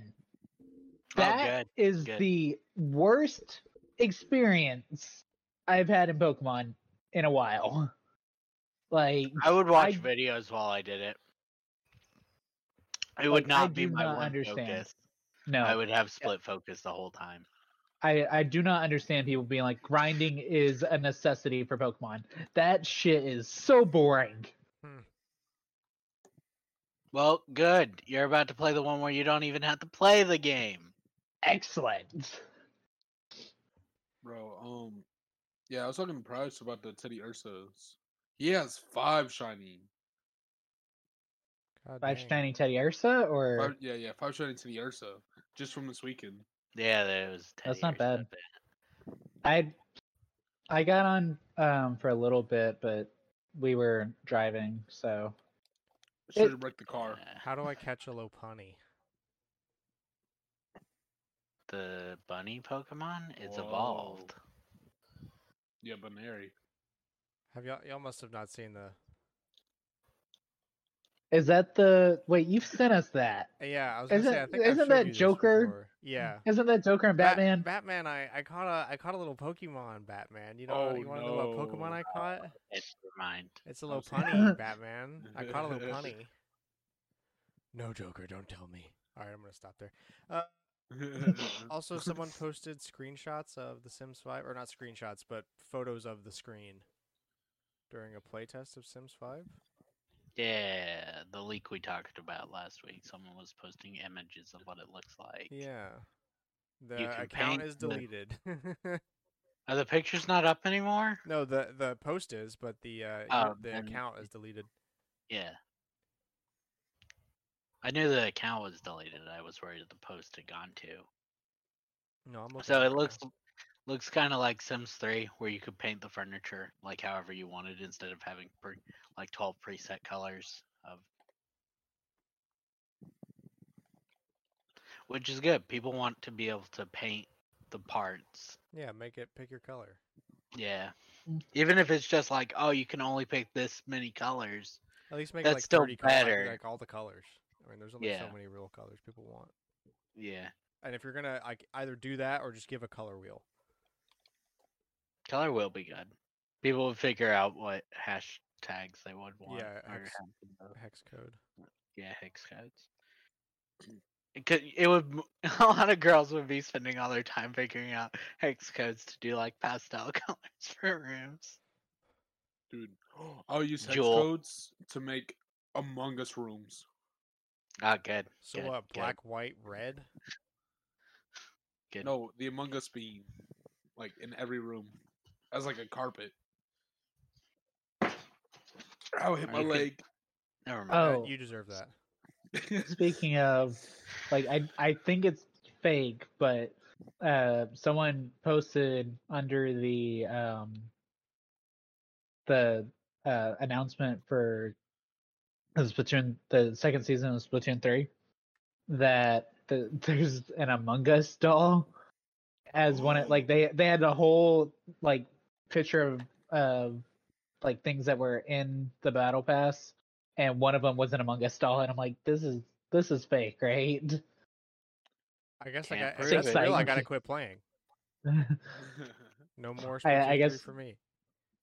Speaker 3: That
Speaker 2: Oh, good,
Speaker 3: is
Speaker 2: good.
Speaker 3: the worst experience i've had in pokemon in a while like
Speaker 2: I would watch
Speaker 3: I-
Speaker 2: videos while I did it. It
Speaker 3: Like,
Speaker 2: would
Speaker 3: I
Speaker 2: not be
Speaker 3: do
Speaker 2: my
Speaker 3: not
Speaker 2: one
Speaker 3: understand.
Speaker 2: focus.
Speaker 3: no
Speaker 2: I would have split focus the whole time.
Speaker 3: I, I do not understand people being like grinding is a necessity for Pokemon. That shit is so boring.
Speaker 2: Well, good. You're about to play the one where you don't even have to play the game.
Speaker 3: Excellent.
Speaker 5: Bro, um, yeah, I was talking to Price about the Teddy Ursas. He has five shiny.
Speaker 1: God
Speaker 3: Five
Speaker 1: dang.
Speaker 3: Shiny Teddy Ursa or
Speaker 5: Five, yeah, yeah, five shiny Teddy Ursa just from this weekend.
Speaker 2: Yeah, there was.
Speaker 3: That's
Speaker 2: Teddy
Speaker 3: not
Speaker 2: Ursa
Speaker 3: bad.
Speaker 2: up there.
Speaker 3: I I got on um for a little bit, but we were driving, so
Speaker 5: Should have wrecked the car.
Speaker 2: Yeah.
Speaker 1: How do I catch a Lopunny?
Speaker 2: The bunny Pokemon? It's evolved.
Speaker 5: Yeah, Banary.
Speaker 1: Have y'all y'all must have not seen the
Speaker 3: is that the wait, you've sent us that.
Speaker 1: Uh, Yeah, I was gonna say I
Speaker 3: Isn't-
Speaker 1: think I've
Speaker 3: isn't
Speaker 1: showed
Speaker 3: that
Speaker 1: you this
Speaker 3: Joker-
Speaker 1: before. Yeah.
Speaker 3: Isn't that Joker and
Speaker 1: Bat-
Speaker 3: Batman?
Speaker 1: Batman, I, I caught a I caught a little Pokemon Batman. You know
Speaker 5: Oh,
Speaker 1: you wanna know what Pokemon
Speaker 5: no.
Speaker 1: I caught?
Speaker 2: It's remind.
Speaker 1: It's a
Speaker 5: I
Speaker 1: little
Speaker 5: was thinking-
Speaker 1: punny, Batman. I caught a little punny. No Joker, don't tell me. Alright, I'm gonna stop there. Also someone posted screenshots of the Sims 5 or not screenshots, but photos of the screen during a playtest of Sims 5.
Speaker 2: Yeah, the leak we talked about last week. Someone was posting images of what it looks like.
Speaker 1: Yeah.
Speaker 2: can
Speaker 1: The account
Speaker 2: paint
Speaker 1: is
Speaker 2: the-
Speaker 1: deleted.
Speaker 2: Are the pictures not up anymore?
Speaker 1: no, the the post is, but the uh,
Speaker 2: Oh,
Speaker 1: the
Speaker 2: then-
Speaker 1: account is deleted.
Speaker 2: Yeah. I knew the account was deleted. I was worried the post had gone to.
Speaker 1: No, I'm looking
Speaker 2: So
Speaker 1: at
Speaker 2: it
Speaker 1: now.
Speaker 2: looks looks kind of like Sims 3, where you could paint the furniture like however you wanted instead of having pre- like 12 preset colors of. Which is good. People want to be able to paint the parts.
Speaker 1: Yeah, make it pick your color.
Speaker 2: Yeah. Even if it's just like, oh, you can only pick this many colors.
Speaker 1: At least make it
Speaker 2: That's
Speaker 1: like
Speaker 2: still
Speaker 1: 30 colors, like-
Speaker 2: better.
Speaker 1: like all the colors. I mean, there's only
Speaker 2: Yeah.
Speaker 1: so many real colors people want.
Speaker 2: Yeah.
Speaker 1: And if you're gonna like either do that or just give a color wheel.
Speaker 2: Color will be good. People would figure out what hashtags they would want.
Speaker 1: Yeah,
Speaker 2: or
Speaker 1: abs-
Speaker 2: have the-
Speaker 1: hex code.
Speaker 2: yeah, hex codes. It could. It would. m- A lot of girls would be spending all their time figuring out hex codes to do like pastel colors for rooms.
Speaker 5: Dude, I'll use hex
Speaker 2: Jewel.
Speaker 5: codes to make Among Us rooms.
Speaker 2: Not Oh, good.
Speaker 1: So
Speaker 2: Good,
Speaker 1: what?
Speaker 2: good.
Speaker 1: Black, white, red.
Speaker 2: Good.
Speaker 5: No, the Among Us beam, like in every room, as like a carpet. Ow! Hit my
Speaker 2: You could-
Speaker 5: leg.
Speaker 2: Never mind.
Speaker 1: Uh,
Speaker 3: Oh,
Speaker 1: You deserve that.
Speaker 3: Speaking of, like, I I think it's fake, but uh, someone posted under the um the uh, announcement for the Splatoon, the second season of Splatoon three, that the, there's an Among Us doll as one of like they they had a whole like picture of of like things that were in the battle pass and one of them was an Among Us doll, and I'm like, this is this is fake, right?
Speaker 1: I guess I
Speaker 2: Can't
Speaker 1: got. if
Speaker 2: prove
Speaker 1: That's
Speaker 3: it.
Speaker 1: real. I
Speaker 3: Exciting.
Speaker 1: gotta quit playing. No more.
Speaker 3: I- I
Speaker 1: Splatoon 3
Speaker 3: guess-
Speaker 1: for me.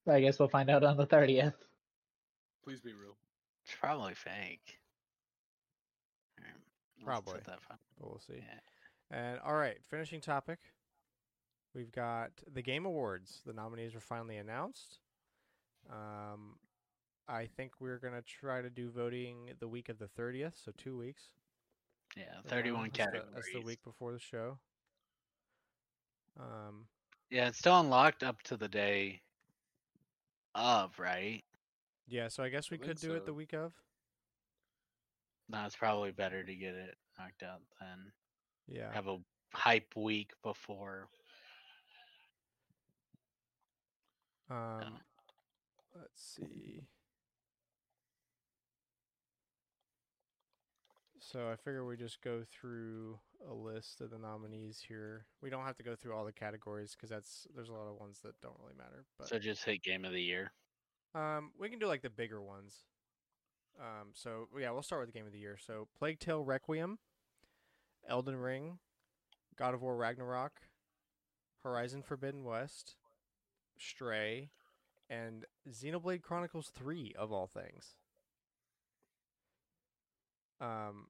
Speaker 3: I guess we'll find out on the thirtieth.
Speaker 5: Please be real.
Speaker 2: It's probably fake. Alright, let's put
Speaker 1: Probably.
Speaker 2: that fi-
Speaker 1: but we'll see.
Speaker 2: Yeah.
Speaker 1: And all right, finishing topic. We've got the Game Awards. The nominees were finally announced. Um, I think we're gonna try to do voting the week of the thirtieth, so two weeks.
Speaker 2: Yeah,
Speaker 1: from now.
Speaker 2: thirty-one
Speaker 1: That's the-
Speaker 2: categories.
Speaker 1: That's the week before the show. Um,
Speaker 2: Yeah, it's still unlocked up to the day of, right?
Speaker 1: yeah, so I guess we
Speaker 5: think
Speaker 1: could do it
Speaker 5: so.
Speaker 1: the week of.
Speaker 2: No, it's probably better to get it knocked out than
Speaker 1: Yeah.
Speaker 2: have a hype week before.
Speaker 1: Um, let's see. So I figure we just go through a list of the nominees here. We don't have to go through all the categories because that's there's a lot of ones that don't really matter. But
Speaker 2: So just hit game of the year.
Speaker 1: um, we can do like the bigger ones. Um, so yeah, we'll start with the game of the year. So Plague Tale Requiem, Elden Ring, God of War Ragnarok, Horizon Forbidden West, Stray, and Xenoblade Chronicles Three of all things. Um,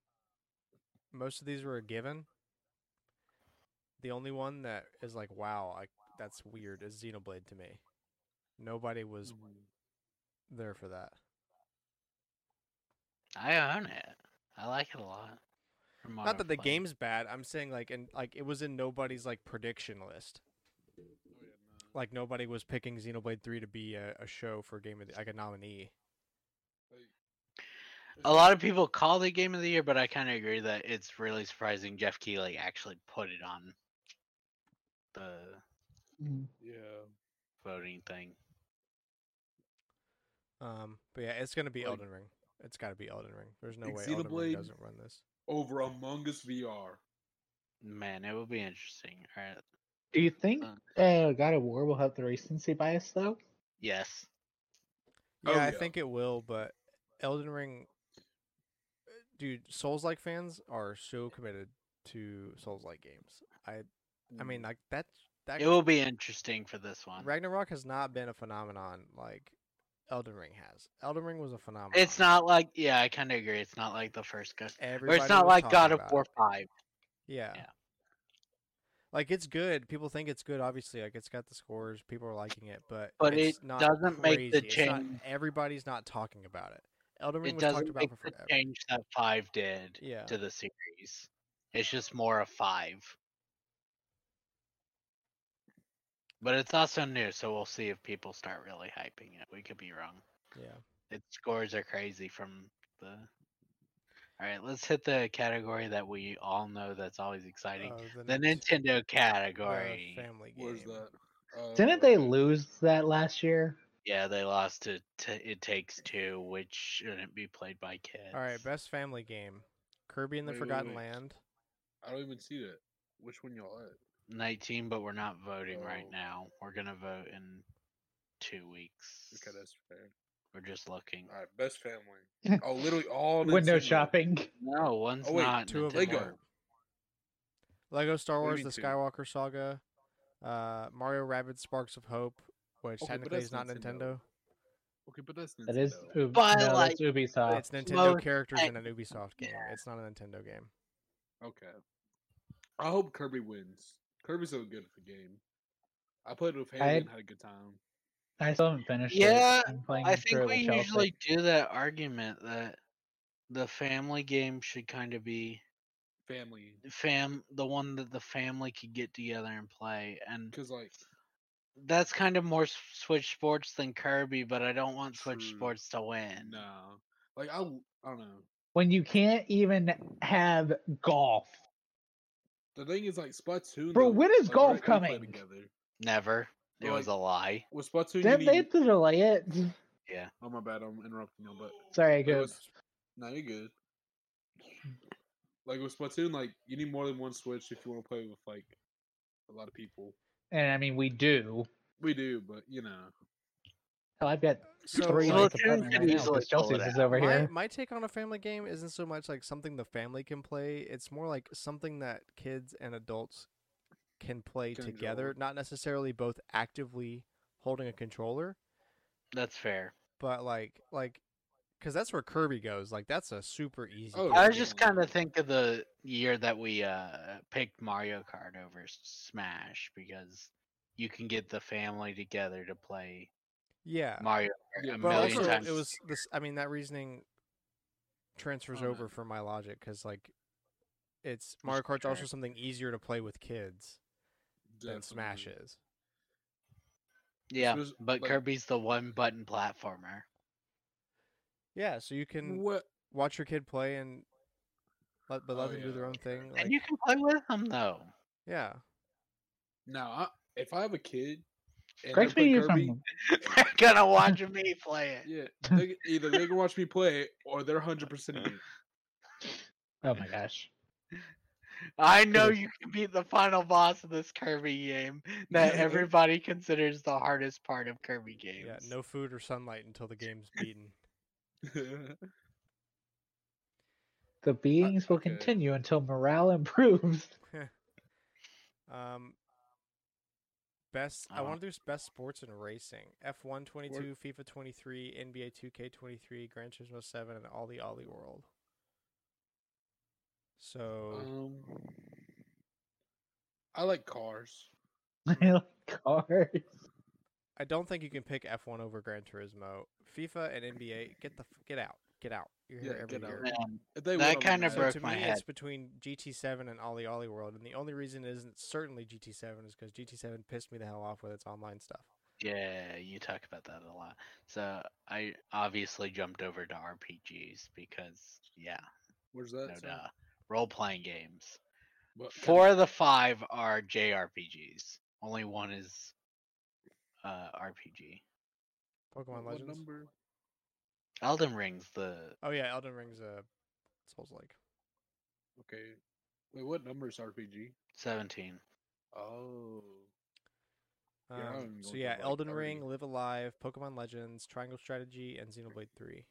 Speaker 1: most of these were a given. The only one that is like, wow, I, that's weird, is Xenoblade to me. Nobody was
Speaker 5: Oh,
Speaker 1: there for that.
Speaker 2: I own it. I like it a lot. from what
Speaker 1: Not
Speaker 2: I've
Speaker 1: that the
Speaker 2: played.
Speaker 1: game's bad. I'm saying like and like it was in nobody's like prediction list. Like nobody was picking Xenoblade Three to be a, a show for game of the, like a nominee.
Speaker 2: A lot of people call the game of the year, but I kind of agree that it's really surprising Jeff Keighley actually put it on the
Speaker 5: Yeah.
Speaker 2: voting thing.
Speaker 1: Um, but yeah, it's gonna be
Speaker 5: Like-
Speaker 1: Elden Ring. It's got to be Elden Ring. There's no way Elden Ring
Speaker 5: Xenoblade-
Speaker 1: doesn't run this.
Speaker 5: Over Among Us VR.
Speaker 2: Man, it would be interesting. All right.
Speaker 3: Do you think uh, God of War will have the recency bias though?
Speaker 2: Yes.
Speaker 1: Yeah,
Speaker 5: Oh,
Speaker 1: I
Speaker 5: yeah.
Speaker 1: think it will, but Elden Ring, dude, Souls like fans are so committed to Souls like games. I, I
Speaker 5: Mm.
Speaker 1: mean, like that that
Speaker 2: It will be interesting for this one.
Speaker 1: Ragnarok has not been a phenomenon like Elden Ring has. Elden Ring was a phenomenon.
Speaker 2: It's not like, yeah, I kind of agree. It's not like the first go. Or
Speaker 1: Everybody
Speaker 2: it's not
Speaker 1: was
Speaker 2: like God
Speaker 1: talking
Speaker 2: of
Speaker 1: about
Speaker 2: War
Speaker 1: it.
Speaker 2: 5.
Speaker 1: Yeah.
Speaker 2: Yeah.
Speaker 1: Like it's good. People think it's good. Obviously, like it's got the scores. People are liking it, but
Speaker 2: But
Speaker 1: it's
Speaker 2: it
Speaker 1: not
Speaker 2: doesn't make the
Speaker 1: crazy. It's not-
Speaker 2: change-
Speaker 1: everybody's not talking about it. Elden Ring
Speaker 2: It
Speaker 1: was talked
Speaker 2: doesn't
Speaker 1: about
Speaker 2: make
Speaker 1: for
Speaker 2: the
Speaker 1: forever.
Speaker 2: change that 5 did
Speaker 1: Yeah.
Speaker 2: to the series. It's just more a 5. But it's also new, so we'll see if people start really hyping it. We could be wrong.
Speaker 1: Yeah.
Speaker 2: Its scores are crazy from the All right, let's hit the category that we all know that's always exciting.
Speaker 5: Oh,
Speaker 1: Uh,
Speaker 2: the
Speaker 1: next-
Speaker 2: Nintendo
Speaker 1: the
Speaker 2: category.
Speaker 1: family game.
Speaker 5: Where's that? Uh,
Speaker 3: Didn't they lose that last year?
Speaker 2: Yeah, they lost to t- It Takes Two, which shouldn't be played by kids.
Speaker 1: All right, best family game. Kirby and the
Speaker 5: Wait, wait,
Speaker 1: Forgotten
Speaker 5: wait.
Speaker 1: Land.
Speaker 5: I don't even see that. Which one y'all at?
Speaker 2: 19, but we're not voting right
Speaker 5: Oh.
Speaker 2: now. We're going to vote in two weeks.
Speaker 5: Okay, that's fair.
Speaker 2: We're just looking.
Speaker 5: All right, best family. Oh, literally all
Speaker 3: Window
Speaker 5: Nintendo.
Speaker 3: shopping.
Speaker 2: No, one's
Speaker 5: Oh, wait,
Speaker 2: not.
Speaker 1: two of
Speaker 2: Nintendo.
Speaker 1: them
Speaker 5: Lego.
Speaker 1: are. Lego Star
Speaker 5: What do
Speaker 1: Wars:
Speaker 5: you
Speaker 1: The
Speaker 5: mean two?
Speaker 1: Skywalker Saga. Uh, Mario Rabbids Sparks of Hope, which
Speaker 5: Okay, but
Speaker 1: technically
Speaker 5: that's
Speaker 1: is not
Speaker 5: Nintendo.
Speaker 1: Nintendo.
Speaker 5: Okay, but that's Nintendo.
Speaker 3: That is Ub-
Speaker 2: But,
Speaker 3: no,
Speaker 2: like,
Speaker 3: that's Ubisoft.
Speaker 1: It's Nintendo
Speaker 2: Well,
Speaker 1: characters
Speaker 2: I-
Speaker 1: in an Ubisoft game.
Speaker 2: yeah.
Speaker 1: It's not a Nintendo game.
Speaker 5: Okay. I hope Kirby wins. Kirby's so good at the game. I played with Haley
Speaker 3: I-
Speaker 5: and had a good time.
Speaker 3: I still haven't finished
Speaker 2: Yeah,
Speaker 3: it. I'm playing
Speaker 2: I
Speaker 3: through
Speaker 2: think we
Speaker 3: with Chelsea.
Speaker 2: usually do that argument that the family game should kind of be
Speaker 5: Family.
Speaker 2: fam the one that the family could get together and play and
Speaker 5: Because, like,
Speaker 2: that's kind of more s- switch sports than kirby but i don't want switch
Speaker 5: True.
Speaker 2: sports to win
Speaker 5: Hmm. no. Like, I, w- I don't know.
Speaker 3: when you can't even have golf.
Speaker 5: The thing is, like, Splatoon.
Speaker 3: Bro,
Speaker 5: though,
Speaker 3: when is
Speaker 5: like,
Speaker 3: golf
Speaker 5: we play
Speaker 3: coming?
Speaker 5: Together.
Speaker 2: never it
Speaker 5: Well,
Speaker 2: was a lie
Speaker 5: With Splatoon, you
Speaker 3: Didn't they
Speaker 5: need...
Speaker 3: have to delay it?
Speaker 5: Oh, my bad. I'm interrupting you, but.
Speaker 3: Sorry,
Speaker 5: Like,
Speaker 3: good.
Speaker 5: with- No, you're good. Like, with Splatoon, like, you need more than one Switch if you want to play with, like, a lot of people.
Speaker 3: And I mean, we do.
Speaker 5: We do, but, you know.
Speaker 3: Hell, I've got
Speaker 1: So,
Speaker 3: three
Speaker 1: like,
Speaker 3: nights of
Speaker 2: Splatoon
Speaker 3: fun
Speaker 2: could
Speaker 3: right now 'cause
Speaker 2: easily pull
Speaker 3: Chelsea's
Speaker 2: it
Speaker 3: is
Speaker 2: out.
Speaker 3: over
Speaker 1: my,
Speaker 3: here.
Speaker 1: my take on a family game isn't so much like something the family can play it's more like something that kids and adults can play
Speaker 5: Can
Speaker 1: together
Speaker 5: enjoy.
Speaker 1: not necessarily both actively holding a controller
Speaker 2: that's fair
Speaker 1: but like like because that's where kirby goes like that's a super easy
Speaker 5: Oh,
Speaker 1: game.
Speaker 2: i was just
Speaker 5: definitely.
Speaker 2: kind of think of the year that we uh picked mario kart over smash because you can get the family together to play
Speaker 1: Uh, yeah
Speaker 2: mario Kart
Speaker 5: Yeah,
Speaker 2: a
Speaker 5: but
Speaker 1: but
Speaker 2: million
Speaker 1: also
Speaker 2: times
Speaker 1: it was this i mean that reasoning transfers
Speaker 2: Mm-hmm.
Speaker 5: Oh, no.
Speaker 1: over for my logic because like it's mario kart's also
Speaker 2: Sure.
Speaker 1: something easier to play with kids than smash
Speaker 5: definitely.
Speaker 1: is
Speaker 2: yeah
Speaker 5: was,
Speaker 2: but
Speaker 5: like-
Speaker 2: kirby's the one button platformer
Speaker 1: yeah so you can
Speaker 5: What?
Speaker 1: watch your kid play and let but let
Speaker 5: Oh,
Speaker 1: them do their
Speaker 5: yeah,
Speaker 1: own thing. Like,
Speaker 2: and you can play with them though
Speaker 1: yeah,
Speaker 5: Now, I, if I have a kid, and
Speaker 3: Correct
Speaker 5: they
Speaker 3: me
Speaker 5: play
Speaker 3: if
Speaker 5: Kirby,
Speaker 3: I'm
Speaker 2: they're gonna watch me play it
Speaker 5: yeah, they, can- either they can watch me play it, or they're hundred percent in it.
Speaker 3: Oh my gosh.
Speaker 2: I know
Speaker 3: is-
Speaker 2: you can beat the final boss of this Kirby game that everybody considers the hardest part of Kirby games.
Speaker 1: yeah. No food or sunlight until the game's beaten.
Speaker 3: The beatings will
Speaker 5: okay.
Speaker 3: continue until morale improves.
Speaker 1: Um, best. I
Speaker 2: Uh-huh.
Speaker 1: want to do s- best sports and racing. F one twenty two, FIFA twenty three, NBA two K twenty three, Gran Turismo seven, and Ollie Ollie World. So
Speaker 5: um, I like cars.
Speaker 3: Cars.
Speaker 1: I don't think you can pick F one over Gran Turismo. FIFA and NBA, get the f- get out, get out. You're here
Speaker 5: Yeah,
Speaker 1: every
Speaker 5: get
Speaker 1: year.
Speaker 5: out. If they
Speaker 2: That
Speaker 5: win, I'm
Speaker 2: kinda
Speaker 5: mad.
Speaker 1: So
Speaker 2: broke
Speaker 1: to
Speaker 2: my
Speaker 1: me,
Speaker 2: head.
Speaker 1: it's between GT7 and Ollie Ollie World, and the only reason it isn't certainly GT7 is because GT7 pissed me the hell off with its online stuff.
Speaker 2: Yeah, you talk about that a lot. So I obviously jumped over to RPGs because yeah,
Speaker 5: Where's that?
Speaker 2: no
Speaker 5: sorry?
Speaker 2: duh. Role playing games.
Speaker 5: What kind
Speaker 2: Four of the five are JRPGs. Only one is uh RPG.
Speaker 1: Pokemon
Speaker 5: what
Speaker 1: Legends.
Speaker 5: number?
Speaker 2: Elden Ring's the
Speaker 1: Oh yeah, Elden Ring's a Souls like.
Speaker 5: Okay. Wait, what number is RPG?
Speaker 2: seventeen.
Speaker 5: Oh, Yeah, I don't
Speaker 1: Um,
Speaker 5: even know
Speaker 1: so
Speaker 5: what
Speaker 1: yeah,
Speaker 5: they're like
Speaker 1: Elden
Speaker 5: already.
Speaker 1: Ring, Live Alive, Pokemon Legends, Triangle Strategy, and Xenoblade Three.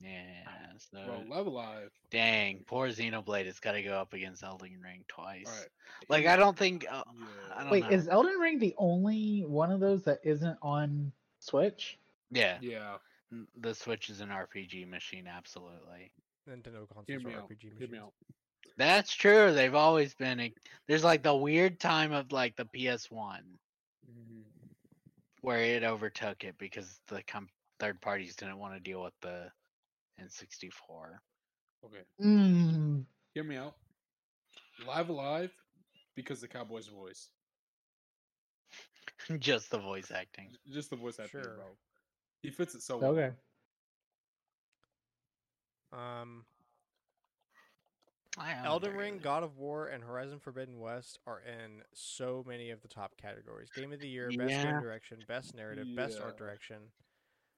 Speaker 2: Yeah. So
Speaker 5: well, level live.
Speaker 2: Dang, poor Xenoblade has got to go up against Elden Ring twice.
Speaker 5: All right.
Speaker 2: Like I don't think uh,
Speaker 5: Yeah.
Speaker 2: I don't
Speaker 3: Wait,
Speaker 2: know.
Speaker 3: is Elden Ring the only one of those that isn't on Switch?
Speaker 2: yeah,
Speaker 5: Yeah.
Speaker 2: n- the Switch is an RPG machine absolutely.
Speaker 1: Nintendo
Speaker 5: Hear
Speaker 1: consoles are
Speaker 5: me out.
Speaker 1: RPG
Speaker 5: Hear me
Speaker 1: machines.
Speaker 5: out.
Speaker 2: That's true. They've always been a, there's like the weird time of like the PS1
Speaker 5: Mhm.
Speaker 2: where it overtook it because the com- third parties didn't want to deal with the N64.
Speaker 5: Okay.
Speaker 3: Mm,
Speaker 5: Hear me out. Live alive because the Cowboys' voice.
Speaker 2: Just the voice acting.
Speaker 5: J- Just the voice actor,
Speaker 1: Sure.
Speaker 4: Mm,
Speaker 5: bro. He fits it so well.
Speaker 3: okay.
Speaker 1: Um,
Speaker 2: I am
Speaker 1: Elden
Speaker 2: very
Speaker 1: Ring,
Speaker 2: good.
Speaker 1: God of War, and Horizon Forbidden West are in so many of the top categories: Game of the Year, Best
Speaker 2: Yeah.
Speaker 1: Game Direction, Best Narrative, Best Art
Speaker 5: Yeah.
Speaker 1: Direction.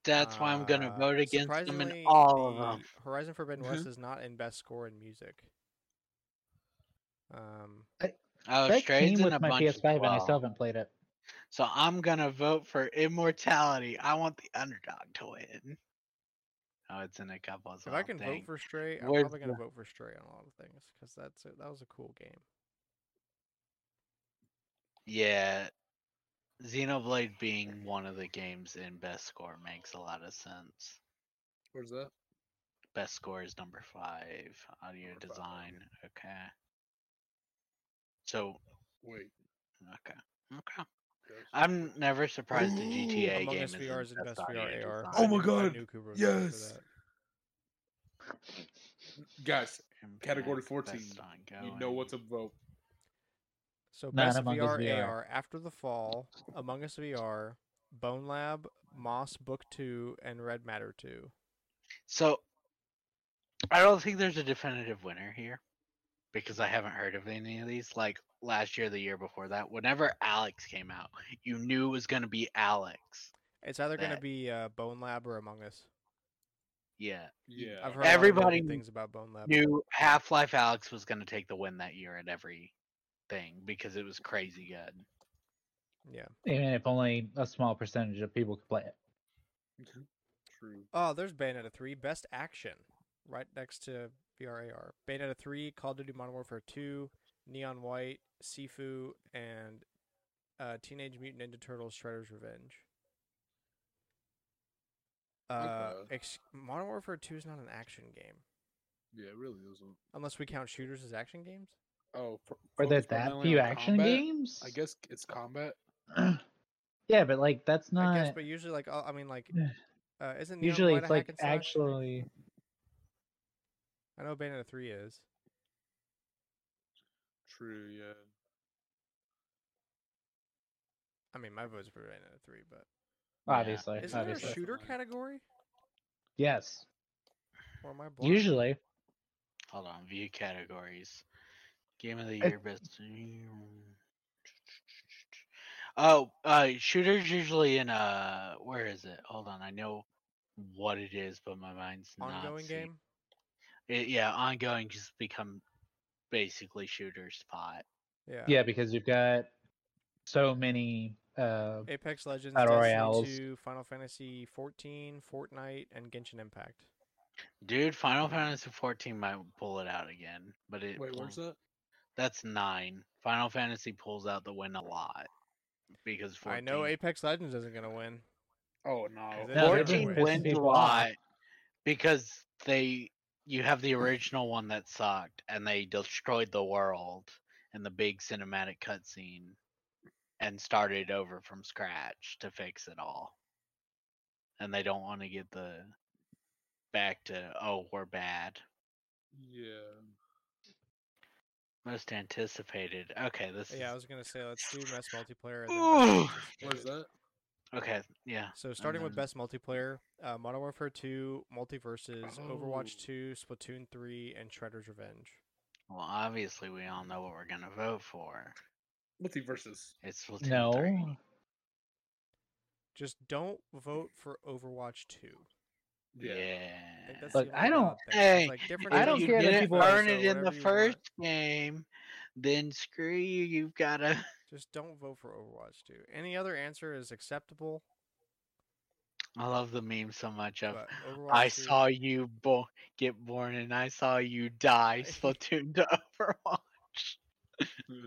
Speaker 2: That's why I'm gonna
Speaker 1: Uh,
Speaker 2: vote against them
Speaker 1: surprisingly,
Speaker 2: in all of
Speaker 1: the
Speaker 2: them. Mm-hmm.
Speaker 1: Horizon Forbidden West is not in Best Score in Music. Um,
Speaker 2: Oh,
Speaker 4: that
Speaker 2: Stray's
Speaker 4: came
Speaker 2: in
Speaker 4: with
Speaker 2: a
Speaker 4: my
Speaker 2: bunch as
Speaker 4: PS5 and I
Speaker 2: well.
Speaker 4: still haven't played it.
Speaker 2: So I'm gonna vote for immortality. I want the underdog to win. Oh, it's in a couple as
Speaker 1: if
Speaker 2: well.
Speaker 1: I can
Speaker 2: dang.
Speaker 1: vote for Stray, I'm
Speaker 2: Where's
Speaker 1: probably gonna vote for Stray on a lot of things because that's a, that was a cool game.
Speaker 2: Yeah. Xenoblade being one of the games in best score makes a lot of sense.
Speaker 5: Where's that?
Speaker 2: Best score is number five. Audio
Speaker 5: Number five.
Speaker 2: design. Okay. So
Speaker 5: Wait.
Speaker 2: okay. Okay.
Speaker 5: that's-
Speaker 2: I'm never surprised the
Speaker 5: Ooh,
Speaker 2: GTA
Speaker 1: Among
Speaker 2: game
Speaker 1: Us
Speaker 2: is
Speaker 1: VR is
Speaker 2: in
Speaker 1: in Best
Speaker 2: audio
Speaker 1: VR AR.
Speaker 2: design.
Speaker 5: Oh my
Speaker 1: I knew- I
Speaker 5: God,
Speaker 1: knew Cooper was gonna vote for
Speaker 5: yes.
Speaker 1: that.
Speaker 5: Guys,
Speaker 2: Impact,
Speaker 5: Category
Speaker 2: best
Speaker 5: 14, you know
Speaker 2: ongoing.
Speaker 5: what to vote.
Speaker 1: So
Speaker 4: Not
Speaker 1: best
Speaker 4: Among Us
Speaker 1: VR,
Speaker 4: VR.
Speaker 1: AR after the fall, Among Us VR, Bone Lab, Moss Book Two, and Red Matter Two.
Speaker 2: So I don't think there's a definitive winner here because I haven't heard of any of these. Like last year, the year before that, whenever Alex came out, you knew it was going to be Alex.
Speaker 1: It's either gonna
Speaker 2: That-
Speaker 1: be uh, Bone Lab or Among Us.
Speaker 2: Yeah.
Speaker 5: Yeah.
Speaker 1: I've heard a lot of really good
Speaker 2: Everybody
Speaker 1: things about Bone Lab.
Speaker 2: Knew Half Life Alex was going to take the win that year at every thing because it was crazy good.
Speaker 1: Yeah.
Speaker 4: Even if only a small percentage of people could play it.
Speaker 5: True.
Speaker 1: Oh, there's Bayonetta three, best action, right next to VRAR. Bayonetta three, Call of Duty Modern Warfare two, Neon White, Sifu, and uh, Teenage Mutant Ninja Turtles: Shredder's Revenge. Uh,
Speaker 5: Okay.
Speaker 1: ex- Modern Warfare two is not an action game,
Speaker 5: Yeah, it really isn't.
Speaker 1: unless we count shooters as action games.
Speaker 5: Oh, fo-
Speaker 4: Are there
Speaker 5: focus
Speaker 4: that
Speaker 5: primarily
Speaker 4: few
Speaker 5: on
Speaker 4: action
Speaker 5: combat?
Speaker 4: games?
Speaker 5: I guess it's combat.
Speaker 4: yeah, but like that's not.
Speaker 1: I guess, but usually, like, uh, I mean, like, uh, isn't Neon
Speaker 4: usually
Speaker 1: White
Speaker 4: it's
Speaker 1: a
Speaker 4: like
Speaker 1: hack and slash?
Speaker 4: actually.
Speaker 1: I know Bayonetta three is.
Speaker 5: True, yeah.
Speaker 1: I mean, my vote's for Bayonetta three, but
Speaker 2: Yeah.
Speaker 4: Obviously,
Speaker 1: isn't
Speaker 4: obviously.
Speaker 1: there a shooter
Speaker 5: Definitely.
Speaker 1: category?
Speaker 4: yes.
Speaker 1: Or am I blind?
Speaker 4: Usually,
Speaker 2: Hold on, view categories. Game of the
Speaker 4: I-
Speaker 2: year, best. Oh, uh, shooters usually in uh, where is it? Hold on, I know what it is, but my mind's not
Speaker 1: ongoing
Speaker 2: seeing-
Speaker 1: game.
Speaker 2: It- yeah, ongoing just become basically shooter spot.
Speaker 1: Yeah.
Speaker 4: yeah, because you've got so many. Uh,
Speaker 1: Apex Legends,
Speaker 4: Battle
Speaker 1: Destiny
Speaker 4: Royales.
Speaker 1: 2, Final Fantasy 14, Fortnite, and Genshin Impact.
Speaker 2: Dude, Final Fantasy 14 might pull it out again, but it
Speaker 5: Wait, where's
Speaker 2: pulls-
Speaker 5: that?
Speaker 2: That's nine. Final Fantasy pulls out the win a lot because 14,
Speaker 1: I know Apex Legends isn't gonna win.
Speaker 5: Oh,
Speaker 1: Is it-
Speaker 5: no.
Speaker 1: Yeah, they're
Speaker 2: 14
Speaker 1: pissing
Speaker 2: wins a
Speaker 4: people off.
Speaker 2: lot because they you have the original one that sucked and they destroyed the world in the big cinematic cutscene and started over from scratch to fix it all. And they don't want to get the back to oh we're bad.
Speaker 5: Yeah.
Speaker 2: Most anticipated. Okay, this
Speaker 1: Yeah, I
Speaker 2: is
Speaker 1: was gonna say let's do best multiplayer. And then
Speaker 2: Ooh.
Speaker 1: best anticipated.
Speaker 5: Where's that?
Speaker 2: okay. Yeah.
Speaker 1: So starting with
Speaker 2: Mhm.
Speaker 1: best multiplayer, uh, Modern Warfare 2, Multiverses, Overwatch
Speaker 5: Oh.
Speaker 1: 2, Splatoon 3, and Shredder's Revenge.
Speaker 2: Well, obviously we all know what we're gonna vote for.
Speaker 5: Multiverses.
Speaker 2: It's Splatoon three.
Speaker 4: no,
Speaker 1: Just don't vote for Overwatch 2.
Speaker 2: Yeah.
Speaker 1: I think that's
Speaker 4: Look,
Speaker 1: the only
Speaker 4: I don't-
Speaker 1: valid thing. It's
Speaker 2: hey,
Speaker 1: like different
Speaker 4: I
Speaker 1: games
Speaker 2: If
Speaker 4: don't
Speaker 2: you
Speaker 1: you
Speaker 4: care that
Speaker 1: can
Speaker 2: didn't
Speaker 4: people-
Speaker 1: play,
Speaker 2: earn
Speaker 1: so
Speaker 2: it in the
Speaker 1: whatever you want.
Speaker 2: first game. Then screw you. You've got to.
Speaker 1: Just don't vote for Overwatch 2. Any other answer is acceptable.
Speaker 2: I love the meme so much of.
Speaker 1: But Overwatch
Speaker 2: I
Speaker 1: 2
Speaker 2: saw you bo- get born and I saw you die. Splatoon to Overwatch.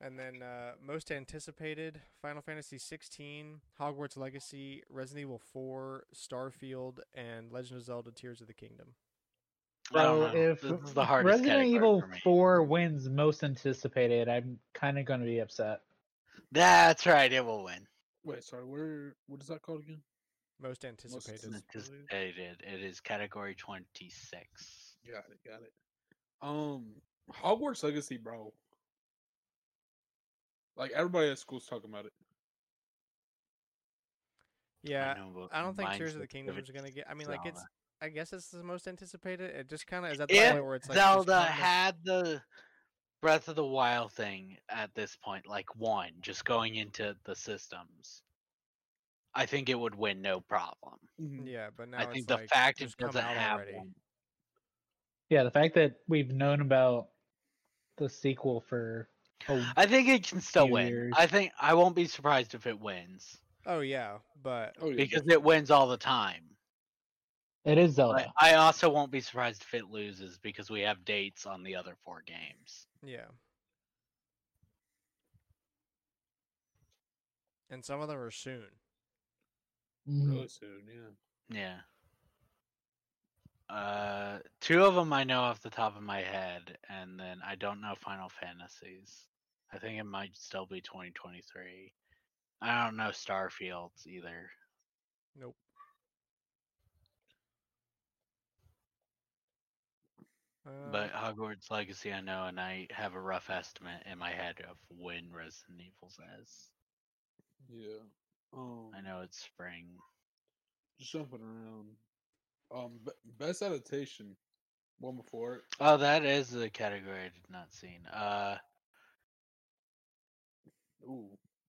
Speaker 1: And then uh, most anticipated Final Fantasy 16, Hogwarts Legacy, Resident Evil 4, Starfield, and Legend of Zelda Tears of the Kingdom.
Speaker 2: I don't
Speaker 4: so
Speaker 2: know,
Speaker 4: if
Speaker 2: this is the hardest
Speaker 4: Resident
Speaker 2: category
Speaker 4: Evil
Speaker 2: for me.
Speaker 4: Four wins most anticipated, I'm kind of going to be upset.
Speaker 2: That's right. It will win.
Speaker 5: Wait, sorry, where what is that called again?
Speaker 1: Most anticipated.
Speaker 5: anticipated.
Speaker 2: Anticipated. It is category twenty-six.
Speaker 5: Got it, got it. Um Hogwarts Legacy, bro. Like everybody at school's talking about it.
Speaker 1: yeah,
Speaker 2: know, but
Speaker 1: I don't think
Speaker 2: mine's
Speaker 1: Tears of the Kingdom
Speaker 2: specific
Speaker 1: is going to
Speaker 2: to
Speaker 1: get. I mean, like it's
Speaker 2: Zelda.
Speaker 1: I guess it's the most anticipated. It just kind of is at the
Speaker 2: If
Speaker 1: point where it's like just
Speaker 2: Zelda
Speaker 1: kinda-
Speaker 2: had the Breath of the Wild thing at this point, like one, just going into the systems, I think it would win no problem.
Speaker 1: Yeah, but now
Speaker 2: I
Speaker 1: it's
Speaker 2: think the
Speaker 1: like,
Speaker 2: fact it
Speaker 1: just come
Speaker 2: doesn't
Speaker 1: out
Speaker 2: have
Speaker 1: already.
Speaker 2: one.
Speaker 3: Yeah, the fact that we've known about the sequel for a
Speaker 2: I think it can still
Speaker 3: few
Speaker 2: win.
Speaker 3: years.
Speaker 2: I think I won't be surprised if it wins
Speaker 1: Oh yeah, but
Speaker 5: Oh, yeah.
Speaker 2: because it wins all the time.
Speaker 3: it is
Speaker 2: But
Speaker 3: Zelda.
Speaker 2: I also won't be surprised if it loses because we have dates on the other four games.
Speaker 1: yeah. And some of them are soon.
Speaker 2: Mm-hmm.
Speaker 3: Mhm.
Speaker 5: really soon. Yeah.
Speaker 2: Yeah. Uh, two of them I know off the top of my head, and then I don't know Final Fantasies. I think it might still be 2023. I don't know Starfields either.
Speaker 1: Nope. Uh,
Speaker 2: But Hogwarts Legacy, I know, and I have a rough estimate in my head of when Resident Evil is.
Speaker 5: Yeah. Um,
Speaker 2: I know it's spring.
Speaker 5: Just jumping around. Um, be- best adaptation. One before it.
Speaker 2: Oh, that is the category I did not see. Uh,
Speaker 5: Ooh,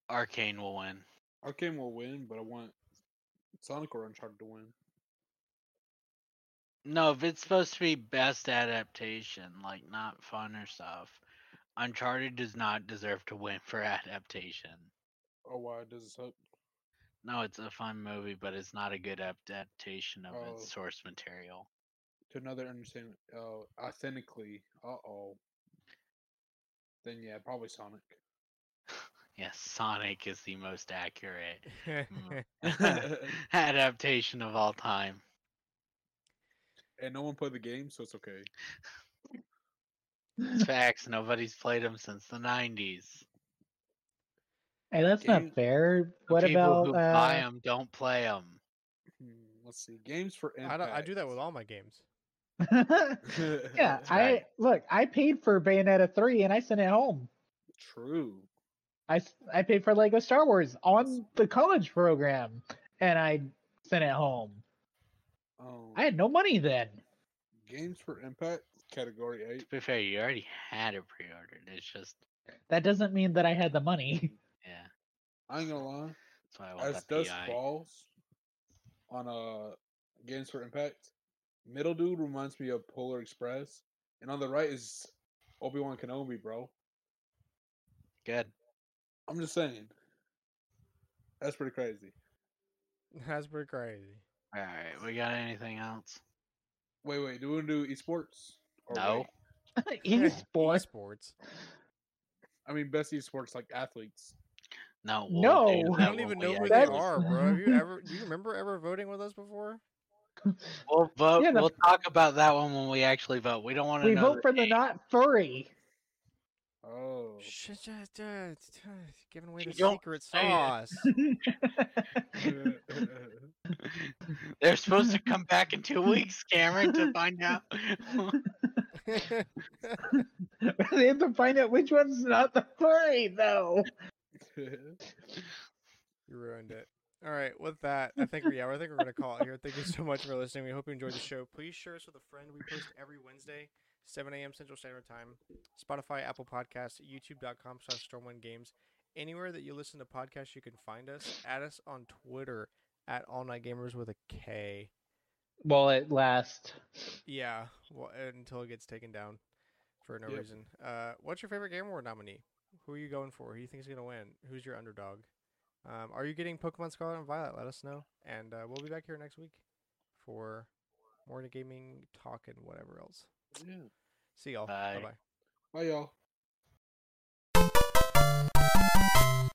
Speaker 2: Arcane will win.
Speaker 5: Arcane will win, but I want Sonic or Uncharted to win.
Speaker 2: No, if it's supposed to be best adaptation, like not fun or stuff, Uncharted does not deserve to win for adaptation.
Speaker 5: Oh, why does it suck?
Speaker 2: No, it's a fun movie, but it's not a good adaptation of
Speaker 5: Oh.
Speaker 2: its source material.
Speaker 5: to another understand uh authentically uh oh then yeah probably sonic
Speaker 2: Yes, Sonic is the most accurate
Speaker 5: Mm.
Speaker 2: adaptation of all time.
Speaker 5: and no one played the game so it's okay
Speaker 2: It's facts. Nobody's played them since the 90s.
Speaker 3: Hey, that's
Speaker 5: Games-
Speaker 3: not fair.
Speaker 2: The
Speaker 3: What
Speaker 2: people
Speaker 3: about
Speaker 2: who buy
Speaker 3: uh,
Speaker 2: them don't play them?
Speaker 5: Hmm, let's see games for
Speaker 1: I,
Speaker 5: impact.
Speaker 1: don't, I do that with all my games.
Speaker 3: uh, Yeah,
Speaker 2: That's
Speaker 3: I
Speaker 2: right.
Speaker 3: look, I paid for Bayonetta 3 and I sent it home.
Speaker 5: true
Speaker 3: I, s- I paid for Lego Star Wars on the college program and I sent it home.
Speaker 5: um
Speaker 3: I had no money then.
Speaker 5: games for impact category eight
Speaker 2: To be fair, you already had it pre ordered. It's just,
Speaker 3: That doesn't mean that I had the money.
Speaker 2: yeah.
Speaker 5: i ain't gonna lie
Speaker 1: Oh,
Speaker 2: That's why I
Speaker 5: as
Speaker 2: want that
Speaker 5: dust
Speaker 2: PI.
Speaker 5: falls on uh games for impact middle dude reminds me of polar express and on the right is obi-wan kenobi bro
Speaker 2: Good.
Speaker 5: i'm just saying that's pretty crazy
Speaker 1: That's pretty crazy.
Speaker 2: All right, we got anything else?
Speaker 5: Wait, wait. Do we want to do esports?
Speaker 2: No.
Speaker 5: wait?
Speaker 3: Esports.
Speaker 1: Sports.
Speaker 5: I mean, best esports like athletes.
Speaker 2: No. we'll do
Speaker 3: No.
Speaker 1: I
Speaker 2: that
Speaker 1: don't
Speaker 2: when
Speaker 1: even
Speaker 2: we
Speaker 1: know who
Speaker 2: actually-
Speaker 1: they
Speaker 3: That's-
Speaker 1: are, bro. Have you ever? Do you remember ever voting with us before?
Speaker 2: We'll vote.
Speaker 3: Yeah, the-
Speaker 2: We'll talk about that one when we actually vote. We don't want to.
Speaker 3: We vote for the not furry.
Speaker 5: Oh,
Speaker 1: Shit, yeah, yeah, it's, uh, giving away
Speaker 2: You
Speaker 1: the
Speaker 2: don't
Speaker 1: secret
Speaker 2: say it.
Speaker 1: sauce.
Speaker 2: They're supposed to come back in two weeks, Cameron, to find out.
Speaker 3: they have to find out which one's not the furry though.
Speaker 1: You ruined it. All right, with that, I think we yeah, I think we're gonna call it here. Thank you so much for listening. We hope you enjoyed the show. Please share us with a friend. We post every Wednesday, 7 a.m. Central Standard Time. Spotify, Apple Podcasts, YouTube.com slash Stormwind Games. Anywhere that you listen to podcasts, you can find us. Add us on Twitter at All Night Gamers with a K.
Speaker 3: Well, at last,
Speaker 1: Yeah, well, until it gets taken down for no
Speaker 5: Yep.
Speaker 1: reason. Uh, what's your favorite Game Award nominee? Who are you going for? Who you think is going to win? Who's your underdog? Um, are you getting Pokemon Scarlet and Violet? Let us know. And uh, we'll be back here next week for more gaming talk and whatever else.
Speaker 5: yeah.
Speaker 1: See y'all.
Speaker 2: Bye.
Speaker 1: bye.
Speaker 5: Bye, y'all.